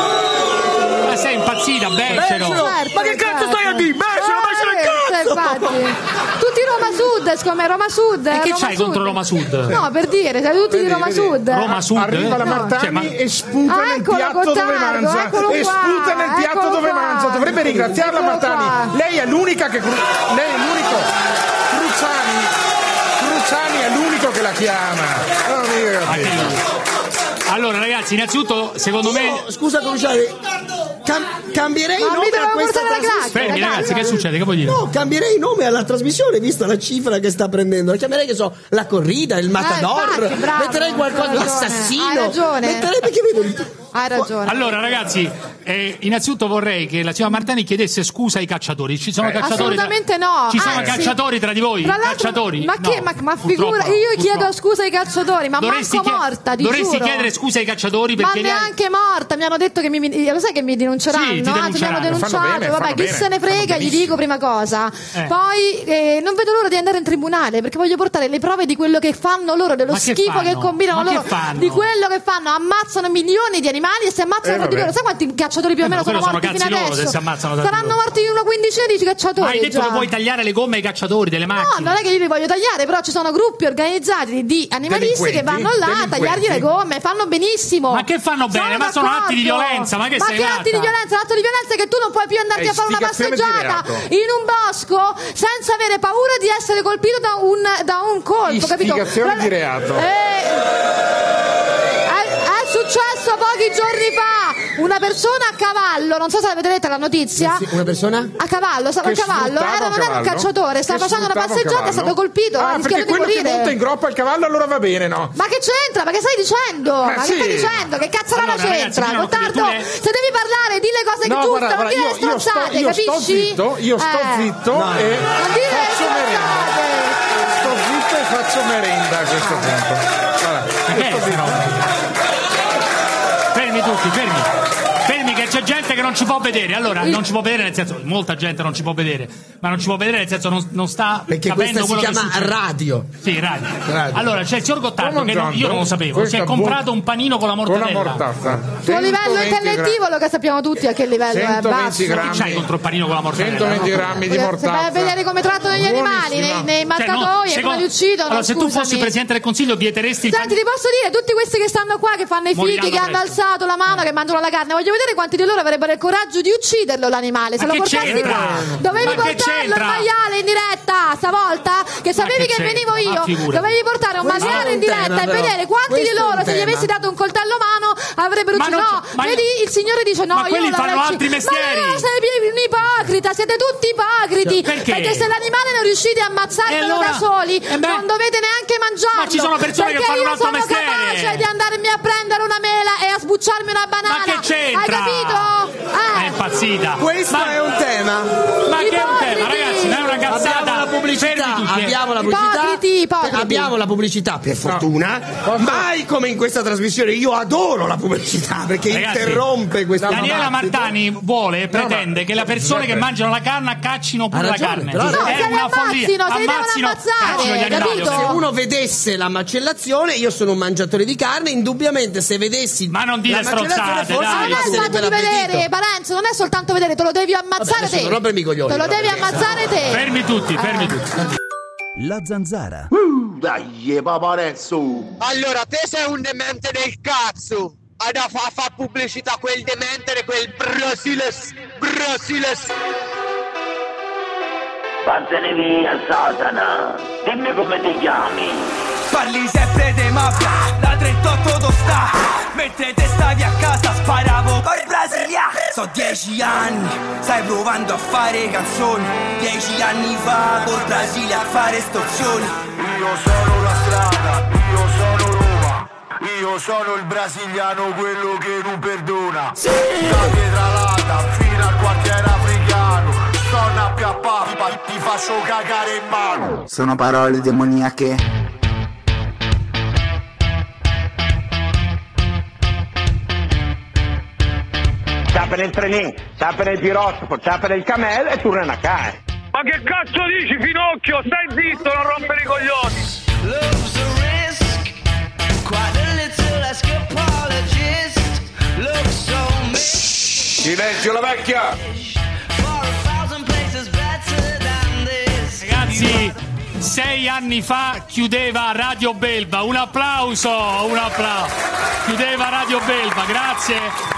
Speaker 8: oh! Ma sei impazzita, Becero!
Speaker 31: ma che cazzo stai a dire?
Speaker 9: Eh,
Speaker 31: Becero, becero cazzo! Eh, Tutti Roma Sud, siccome Roma Sud.
Speaker 8: E che
Speaker 31: Eh, Roma
Speaker 8: c'hai
Speaker 31: Sud.
Speaker 8: contro Roma Sud? Ecco.
Speaker 31: No, per dire, siete tutti di Roma Sud.
Speaker 8: Roma Sud?
Speaker 9: Arriva la
Speaker 8: No,
Speaker 9: Martani
Speaker 8: cioè, ma-
Speaker 9: e sputa
Speaker 31: Ah,
Speaker 9: nel
Speaker 31: eccolo,
Speaker 9: piatto dove
Speaker 31: Gottardo,
Speaker 9: mangia.
Speaker 31: eccolo
Speaker 9: E
Speaker 31: qua, Eh,
Speaker 9: sputa nel piatto
Speaker 31: eccolo
Speaker 9: dove
Speaker 31: qua.
Speaker 9: mangia. Dovrebbe ringraziarla
Speaker 31: Eccolo
Speaker 9: Martani.
Speaker 31: qua.
Speaker 9: Lei è l'unica che. cru- Lei è l'unico. Cruciani. Cruciani è l'unico che la chiama. Oh, mio Dio.
Speaker 8: Allora, ragazzi, innanzitutto, secondo me.
Speaker 13: Scusa, cominciare. Cam- cambierei
Speaker 31: Ma mi
Speaker 13: nome
Speaker 31: doveva
Speaker 13: a questa
Speaker 31: portare la
Speaker 13: trasmissione.
Speaker 8: Fermi, ragazzi, che succede? Che vuol dire?
Speaker 13: No, cambierei nome alla trasmissione, vista la cifra che sta prendendo. La chiamerei, che so, la corrida, il matador.
Speaker 31: Eh, infatti, bravo,
Speaker 13: metterei qualcosa,
Speaker 31: hai ragione,
Speaker 13: l'assassino.
Speaker 31: hai ragione.
Speaker 13: Metterei perché vedo il.
Speaker 31: Hai ragione.
Speaker 8: Allora, ragazzi, eh, innanzitutto vorrei che la signora Martani chiedesse scusa ai cacciatori. Ci sono cacciatori. tra-
Speaker 31: Eh, Assolutamente no.
Speaker 8: Ci sono
Speaker 31: anzi.
Speaker 8: cacciatori tra di voi?
Speaker 31: Ah, Tra l'altro,
Speaker 8: cacciatori?
Speaker 31: Ma che
Speaker 8: No,
Speaker 31: ma, ma
Speaker 8: purtroppo
Speaker 31: figura,
Speaker 8: no,
Speaker 31: io
Speaker 8: purtroppo.
Speaker 31: chiedo scusa ai cacciatori, ma
Speaker 8: Dovresti
Speaker 31: manco
Speaker 8: chied-
Speaker 31: morta, ti
Speaker 8: Dovresti
Speaker 31: giuro.
Speaker 8: chiedere scusa ai cacciatori
Speaker 31: ma
Speaker 8: perché gli altri-
Speaker 31: neanche morta, mi hanno detto che mi, mi- lo sai che mi denunceranno,
Speaker 8: Sì, ti
Speaker 31: Ah, mi
Speaker 8: denunceranno,
Speaker 31: hanno denunciato,
Speaker 8: fanno bene,
Speaker 31: vabbè,
Speaker 8: fanno
Speaker 31: chi
Speaker 8: bene,
Speaker 31: se ne frega, gli dico prima cosa.
Speaker 8: Eh.
Speaker 31: Poi eh, non vedo l'ora di andare in tribunale perché voglio portare le prove di quello che fanno loro, dello
Speaker 8: Ma che
Speaker 31: schifo che
Speaker 8: fanno?
Speaker 31: combinano
Speaker 8: Ma che
Speaker 31: loro,
Speaker 8: fanno?
Speaker 31: di quello che fanno, ammazzano milioni di animali e si ammazzano
Speaker 8: Eh,
Speaker 31: tutti
Speaker 8: vabbè.
Speaker 31: loro. Sai quanti cacciatori più o
Speaker 8: Eh,
Speaker 31: meno
Speaker 8: ma
Speaker 31: sono
Speaker 8: quello sono
Speaker 31: morti fino
Speaker 8: cazzi loro
Speaker 31: adesso?
Speaker 8: se si ammazzano tanti
Speaker 31: Saranno
Speaker 8: loro.
Speaker 31: morti una quindicina di
Speaker 8: Ma
Speaker 31: cacciatori.
Speaker 8: hai detto
Speaker 31: già.
Speaker 8: che vuoi tagliare le gomme ai cacciatori delle macchine.
Speaker 31: No, non è che io li voglio tagliare, però ci sono gruppi organizzati di- di animalisti
Speaker 8: Delinquenti,
Speaker 31: che vanno là a
Speaker 8: delinquenti.
Speaker 31: tagliargli le gomme, fanno benissimo.
Speaker 8: Ma che fanno bene? Ma sono
Speaker 31: d'accordo.
Speaker 8: atti di violenza, ma che sei
Speaker 31: atti di
Speaker 8: matta?
Speaker 31: violenza? L'atto di violenza è che tu non puoi più andarti
Speaker 8: È
Speaker 31: a fare una
Speaker 8: istigazione di
Speaker 31: passeggiata
Speaker 8: reato.
Speaker 31: in un bosco senza avere paura di essere colpito da un, da un colpo, capito? Eh?
Speaker 9: Istigazione di reato.
Speaker 31: È è successo pochi giorni fa una persona a cavallo, non so se l'avete letta la notizia.
Speaker 13: Una persona?
Speaker 31: A cavallo, stava a
Speaker 9: Che
Speaker 31: cavallo,
Speaker 9: sfruttava
Speaker 31: era,
Speaker 9: un
Speaker 31: non era un
Speaker 9: cavallo?
Speaker 31: cacciatore, stava
Speaker 9: Che
Speaker 31: facendo una
Speaker 9: sfruttava un
Speaker 31: passeggiata, è
Speaker 9: cavallo?
Speaker 31: stato colpito,
Speaker 9: Ah,
Speaker 31: ha
Speaker 9: perché
Speaker 13: rischiato di
Speaker 9: quello che
Speaker 31: morire.
Speaker 9: monta in groppa al cavallo allora va bene, no?
Speaker 31: Ma che c'entra? Ma che stai dicendo? Ma,
Speaker 9: Ma
Speaker 31: che
Speaker 9: sì.
Speaker 31: stai dicendo? Che cazzarola
Speaker 9: Allora, ragazzi,
Speaker 31: c'entra?
Speaker 9: io non ho
Speaker 31: Gottardo,
Speaker 9: capito, tu ne-
Speaker 31: se devi parlare, di le cose
Speaker 9: No,
Speaker 31: giuste,
Speaker 9: guarda,
Speaker 31: non
Speaker 9: guarda,
Speaker 31: dire
Speaker 9: io, io sto,
Speaker 31: stronzate,
Speaker 9: io sto
Speaker 31: Eh, capisci?
Speaker 9: zitto, io sto
Speaker 31: Eh.
Speaker 9: zitto e
Speaker 31: Non dire le
Speaker 9: faccio merenda. Sto zitto e faccio merenda a questo punto. Guarda,
Speaker 8: Che
Speaker 9: io sto
Speaker 8: bella Fermi tutti, fermi. Fermi che c'è gente che non ci può vedere. Allora, non ci può vedere nel senso molta gente non ci può vedere, ma non ci può vedere nel senso non, non sta
Speaker 13: Perché
Speaker 8: capendo
Speaker 13: questa
Speaker 8: quello
Speaker 13: si
Speaker 8: che
Speaker 13: chiama
Speaker 8: succede.
Speaker 13: radio.
Speaker 8: Sì, radio.
Speaker 13: Radio.
Speaker 8: Allora, c'è il signor Gottardo
Speaker 13: Sto
Speaker 8: che non- io non lo
Speaker 13: mangiando.
Speaker 8: sapevo, si è
Speaker 13: Questa
Speaker 8: comprato un panino con la mortadella.
Speaker 9: Il
Speaker 31: Tuo livello intellettivo lo che sappiamo tutti a che livello è eh, basso.
Speaker 8: Ma Che c'hai contro il panino con la mortadella?
Speaker 9: 120
Speaker 8: No?
Speaker 9: grammi di
Speaker 31: Cioè, Se vai a
Speaker 9: mortazza.
Speaker 31: vedere come trattano gli animali nei, nei
Speaker 8: Cioè, no,
Speaker 31: mattatoi e come
Speaker 8: secondo-
Speaker 31: li uccidono,
Speaker 8: Allora, se tu
Speaker 31: scusami.
Speaker 8: fossi presidente del consiglio, vieteresti il
Speaker 31: Senti, ti posso dire, tutti questi che stanno qua, che fanno i
Speaker 8: Moriranno
Speaker 31: fighi, che hanno
Speaker 8: presto. Eh.
Speaker 31: alzato la mano, che mangiano la carne, voglio vedere quanti di loro avrebbero il coraggio di ucciderlo l'animale. Se
Speaker 8: Ma
Speaker 31: lo
Speaker 8: che
Speaker 31: portassi
Speaker 8: c'entra?
Speaker 31: qua, dovevi
Speaker 8: Ma che
Speaker 31: portarlo
Speaker 8: c'entra?
Speaker 31: il maiale in diretta stavolta, che sapevi
Speaker 8: che
Speaker 31: che,
Speaker 8: c'entra?
Speaker 31: venivo
Speaker 8: Ma
Speaker 31: io,
Speaker 8: figurati.
Speaker 31: dovevi portare un
Speaker 8: Questo
Speaker 31: maiale
Speaker 8: è
Speaker 31: in
Speaker 8: un
Speaker 31: diretta
Speaker 8: tema,
Speaker 31: e
Speaker 8: però.
Speaker 31: vedere quanti
Speaker 8: Questo
Speaker 31: di
Speaker 8: è un
Speaker 31: loro, se gli
Speaker 8: tema.
Speaker 31: avessi dato un coltello a mano, avrebbero
Speaker 8: Ma
Speaker 31: ucciso.
Speaker 8: non
Speaker 31: No,
Speaker 8: c'è- ma
Speaker 31: vedi,
Speaker 8: io-
Speaker 31: il signore dice no,
Speaker 8: Ma
Speaker 31: io
Speaker 8: quelli
Speaker 31: non
Speaker 8: fanno
Speaker 31: l'avrei
Speaker 8: altri
Speaker 31: ucciso. Ma no,
Speaker 8: mestieri. Cioè,
Speaker 31: sei un ipocrita, siete tutti ipocriti.
Speaker 8: Perché?
Speaker 31: se l'animale non riuscite a ammazzarlo
Speaker 8: E allora-
Speaker 31: da soli,
Speaker 8: Eh beh.
Speaker 31: non dovete neanche
Speaker 8: Ma
Speaker 31: mangiarlo.
Speaker 8: ci sono persone che
Speaker 31: perché
Speaker 8: fanno un
Speaker 31: io
Speaker 8: altro
Speaker 31: sono
Speaker 8: mestiere.
Speaker 31: accucciarmi una banana.
Speaker 8: Ma che c'entra?
Speaker 31: Hai capito? Ah,
Speaker 8: È impazzita.
Speaker 13: Questo
Speaker 8: Ma-
Speaker 13: è un tema.
Speaker 8: Ma che è un tema, ragazzi? Non è una cazzata.
Speaker 13: Abbiamo la pubblicità,
Speaker 8: Fermi tutti, eh.
Speaker 13: abbiamo la pubblicità.
Speaker 31: Ipocriti, ipocriti.
Speaker 13: Abbiamo la pubblicità, per fortuna. Mai come in questa trasmissione, io adoro la pubblicità perché
Speaker 8: Ragazzi,
Speaker 13: interrompe questa
Speaker 8: Daniela
Speaker 13: dibattito.
Speaker 8: Martani vuole e pretende
Speaker 13: ma-
Speaker 8: che le persone che
Speaker 13: Giuseppe.
Speaker 8: mangiano la carne caccino pure
Speaker 13: Ha
Speaker 8: la
Speaker 13: ragione,
Speaker 8: carne.
Speaker 13: però- No,
Speaker 8: è
Speaker 13: se le
Speaker 8: una follia.
Speaker 31: ammazzino, se le devono ammazzare,
Speaker 8: caccino gli animali,
Speaker 31: capito?
Speaker 13: Se
Speaker 8: ovviamente.
Speaker 13: uno vedesse la macellazione, io sono un mangiatore di carne, indubbiamente se vedessi Ma non
Speaker 8: dire
Speaker 13: la macellazione
Speaker 8: stronzate, dai.
Speaker 13: forse mi
Speaker 8: Ma
Speaker 31: non è
Speaker 13: passerebbe
Speaker 31: soltanto di
Speaker 13: l'appetito.
Speaker 31: vedere, Parenzo, non è soltanto vedere, te lo devi ammazzare
Speaker 13: adesso
Speaker 31: te.
Speaker 13: non rompermi i coglioni,
Speaker 31: Te lo
Speaker 13: però,
Speaker 31: devi
Speaker 13: perché-
Speaker 31: ammazzare te. Ah.
Speaker 8: Fermi tutti, fermi tutti.
Speaker 37: La zanzara.
Speaker 3: Uh, dai, paparezzo!
Speaker 2: Allora, te sei un demente del cazzo! Ad a fa, fa pubblicità a quel demente, quel Brasiles, Brasiles!
Speaker 38: Vattene via, Satana! Dimmi come ti chiami!
Speaker 4: Parli sempre dei mafia, la 38 dove sta Mentre te stavi a casa sparavo col Brasilia So dieci anni, stai provando a fare canzoni Dieci anni fa col Brasilia a fare estorsioni Io sono la strada, io sono Roma Io sono il brasiliano, quello che non perdona
Speaker 38: Sì!
Speaker 4: Da Pietralata fino al quartiere africano Sto a più a pappa, ti faccio cagare in mano
Speaker 23: Sono parole demoniache.
Speaker 2: Tappa nel trenino, tappa nel piroscafo, tappa nel camel e torna a casa.
Speaker 25: Ma che cazzo dici, Finocchio? Stai zitto, non rompere i coglioni!
Speaker 4: Love's a risk, quite a little escapologist. Looks so mixed,
Speaker 39: Silenzio la vecchia!
Speaker 4: thousand places better than this.
Speaker 8: Ragazzi, sei anni fa chiudeva Radio Belva. Un applauso, un applauso. Chiudeva Radio Belva, grazie.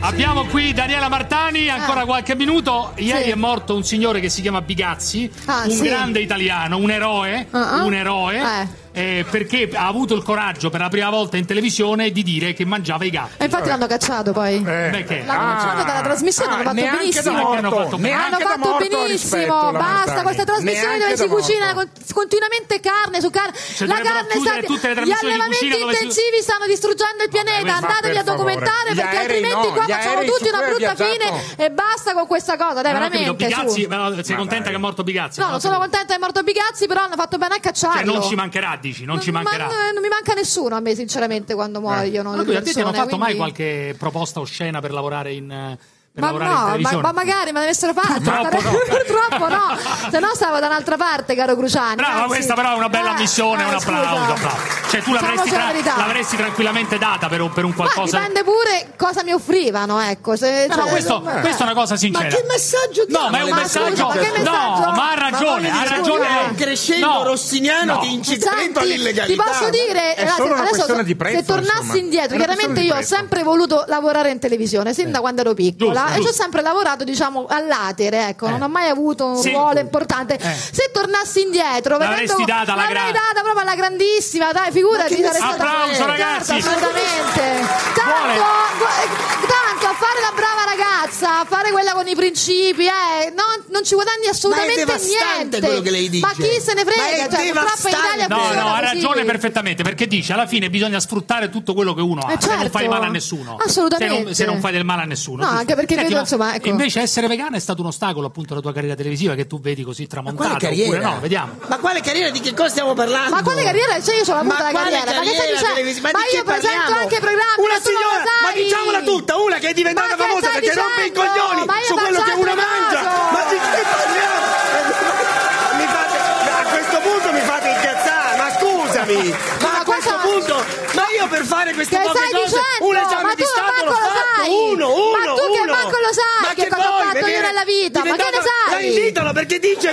Speaker 8: Abbiamo qui Daniela Martani,
Speaker 31: Ah.
Speaker 8: ancora qualche minuto. Ieri è morto un signore che si chiama Bigazzi,
Speaker 31: Ah,
Speaker 8: un
Speaker 31: sì.
Speaker 8: grande italiano, un eroe,
Speaker 31: Ah, ah.
Speaker 8: un eroe.
Speaker 31: Eh.
Speaker 8: eh, perché ha avuto il coraggio per la prima volta in televisione di dire che mangiava i gatti.
Speaker 31: E infatti l'hanno cacciato poi.
Speaker 8: Perché?
Speaker 31: L'hanno cacciato dalla trasmissione, hanno fatto
Speaker 8: Eh. Ah. neanche
Speaker 31: benissimo.
Speaker 8: da morto, neanche
Speaker 31: hanno
Speaker 8: da
Speaker 31: fatto
Speaker 8: morto rispetto alla
Speaker 31: benissimo. Basta
Speaker 8: Montani.
Speaker 31: questa trasmissione
Speaker 8: Neanche
Speaker 31: dove
Speaker 8: da
Speaker 31: si
Speaker 8: morto.
Speaker 31: cucina con- continuamente carne su carne. La
Speaker 8: dovrebbero
Speaker 31: carne
Speaker 8: chiudere tutte le
Speaker 31: sta. Gli
Speaker 8: trasmissioni di
Speaker 31: allevamenti
Speaker 8: cucina dove si-
Speaker 31: intensivi stanno distruggendo il pianeta.
Speaker 8: ma
Speaker 31: Andatevi
Speaker 8: per
Speaker 31: a documentare
Speaker 8: favore. Gli
Speaker 31: perché
Speaker 8: aerei
Speaker 31: altrimenti
Speaker 8: no,
Speaker 31: qua
Speaker 8: gli
Speaker 31: facciamo
Speaker 8: aerei
Speaker 31: tutti
Speaker 8: su
Speaker 31: una
Speaker 8: cui ha
Speaker 31: brutta
Speaker 8: viaggiato.
Speaker 31: fine e basta con questa cosa. Dai,
Speaker 8: Ma non ho capito,
Speaker 31: veramente.
Speaker 8: Bigazzi,
Speaker 31: su.
Speaker 8: ma sei contenta che è morto Bigazzi?
Speaker 31: No, non sono contenta che è morto Bigazzi, però hanno fatto bene
Speaker 8: Cioè,
Speaker 31: a cacciarlo.
Speaker 8: non ci mancherà, dici, non ci
Speaker 31: Ma
Speaker 8: mancherà. Eh.
Speaker 31: eh, non mi manca nessuno a me, sinceramente, quando muoiono.
Speaker 8: Ma
Speaker 31: le
Speaker 8: lui, a te ti hanno
Speaker 31: persone,
Speaker 8: fatto mai
Speaker 31: quindi-
Speaker 8: qualche proposta o scena per lavorare in, eh, per
Speaker 31: Ma
Speaker 8: lavorare in
Speaker 31: no, ma,
Speaker 8: televisione?
Speaker 31: ma magari me l'avessero fatta
Speaker 8: Purtroppo no.
Speaker 31: Purtroppo no, se no stavo da un'altra parte, caro Cruciani.
Speaker 8: Brava,
Speaker 31: anzi.
Speaker 8: Ah, questa però è una bella
Speaker 31: Eh,
Speaker 8: missione,
Speaker 31: eh,
Speaker 8: un
Speaker 31: scusa.
Speaker 8: applauso. applauso. Cioè, tu l'avresti,
Speaker 31: Diciamoci la
Speaker 8: tra-
Speaker 31: verità.
Speaker 8: l'avresti tranquillamente data per un, per un
Speaker 31: Ma
Speaker 8: qualcosa.
Speaker 31: dipende pure cosa mi offrivano, ecco. Se,
Speaker 8: Però
Speaker 31: cioè,
Speaker 8: questo,
Speaker 31: eh.
Speaker 8: questa è una cosa sincera.
Speaker 13: Ma che messaggio diamo
Speaker 8: No, ma è un
Speaker 13: alle
Speaker 8: messaggio.
Speaker 13: persone?
Speaker 31: Ma che messaggio?
Speaker 8: No, ma ha
Speaker 13: Ma
Speaker 8: ragione,
Speaker 13: voglio
Speaker 8: ha
Speaker 13: dire,
Speaker 8: ragione.
Speaker 13: scusa,
Speaker 8: lei.
Speaker 13: un crescendo
Speaker 8: No,
Speaker 13: rossiniano
Speaker 8: no.
Speaker 13: di incitamento
Speaker 31: Santi,
Speaker 13: all'illegalità.
Speaker 31: Ti posso dire,
Speaker 13: È
Speaker 31: ragazzi,
Speaker 13: solo una
Speaker 31: adesso
Speaker 13: questione
Speaker 31: se,
Speaker 13: di prezzo,
Speaker 31: se tornassi
Speaker 13: insomma.
Speaker 31: indietro,
Speaker 13: È una
Speaker 31: chiaramente
Speaker 13: questione
Speaker 31: io ho
Speaker 13: di
Speaker 31: sempre voluto lavorare in televisione, sin da quando ero piccola,
Speaker 13: Giusto,
Speaker 31: e ci ho
Speaker 13: giusto. Eh.
Speaker 31: sempre lavorato, diciamo, all'atere, ecco, non ho mai avuto un
Speaker 8: Sì.
Speaker 31: ruolo importante. Se tornassi indietro,
Speaker 8: L'avresti
Speaker 31: vedendo-
Speaker 8: data alla
Speaker 31: l'avrei
Speaker 8: grande.
Speaker 31: data proprio alla grandissima, dai, figurati,
Speaker 8: Ma che
Speaker 31: sarei stata
Speaker 8: applauso,
Speaker 31: certo,
Speaker 8: ragazzi.
Speaker 31: assolutamente. Tanto, gu- tanto a fare la brava ragazza, a fare quella con i principi, eh, non, non ci guadagni assolutamente
Speaker 13: devastante
Speaker 31: niente.
Speaker 13: quello che lei dice.
Speaker 31: Ma chi se ne frega?
Speaker 13: Ma è
Speaker 31: Cioè, purtroppo in
Speaker 13: devastante.
Speaker 31: Italia
Speaker 8: No,
Speaker 31: funziona
Speaker 8: no, ha
Speaker 31: così.
Speaker 8: ragione perfettamente perché dice alla fine bisogna sfruttare tutto quello che uno ha,
Speaker 31: Eh,
Speaker 8: se non
Speaker 31: certo.
Speaker 8: fai male a nessuno.
Speaker 31: Assolutamente.
Speaker 8: Se non, se non fai del male a nessuno.
Speaker 31: No,
Speaker 8: giusto?
Speaker 31: anche perché vedo,
Speaker 8: ma
Speaker 31: insomma, ecco.
Speaker 8: Invece essere vegana è stato un ostacolo appunto alla tua carriera televisiva che tu vedi così tramontata.
Speaker 13: quale
Speaker 8: Oppure
Speaker 13: carriera?
Speaker 8: no, vediamo.
Speaker 13: Ma quale carriera? Di che cosa stiamo parlando?
Speaker 31: Ma quale carriera? Cioè, io ce l'ho avuta
Speaker 13: Ma
Speaker 31: la
Speaker 13: quale
Speaker 31: carriera. Ma che stai
Speaker 13: carriera
Speaker 31: dicendo?
Speaker 13: televisiva? Ma
Speaker 31: Ma
Speaker 13: di
Speaker 31: io
Speaker 13: che parliamo?
Speaker 31: presento anche programmi.
Speaker 13: Una
Speaker 31: ma tu non lo
Speaker 13: signora, ma
Speaker 31: sai.
Speaker 13: diciamola tutta, una che è diventata
Speaker 31: Ma che
Speaker 13: famosa
Speaker 31: stai
Speaker 13: perché
Speaker 31: dicendo?
Speaker 13: rompe i coglioni
Speaker 31: Ma io
Speaker 13: su quello che
Speaker 31: faccio
Speaker 13: una
Speaker 31: altro
Speaker 13: mangia.
Speaker 31: caso.
Speaker 13: Ma di che parliamo? Mi fate- a questo punto mi fate incazzare, ma scusami. Ma, a questo punto, ma io per fare queste
Speaker 31: Che
Speaker 13: poche
Speaker 31: stai
Speaker 13: cose,
Speaker 31: dicendo?
Speaker 13: un esame
Speaker 31: Ma
Speaker 13: di
Speaker 31: tu che
Speaker 13: Stato l'ho
Speaker 31: manco lo
Speaker 13: fatto,
Speaker 31: sai.
Speaker 13: uno,
Speaker 31: Ma
Speaker 13: uno,
Speaker 31: tu che
Speaker 13: uno.
Speaker 31: manco lo sai
Speaker 13: Ma
Speaker 31: che cosa ho
Speaker 13: vuoi,
Speaker 31: fatto io
Speaker 13: vedere-
Speaker 31: nella vita? Ma che ne
Speaker 13: diventata-
Speaker 31: sai?
Speaker 13: La invitala perché dice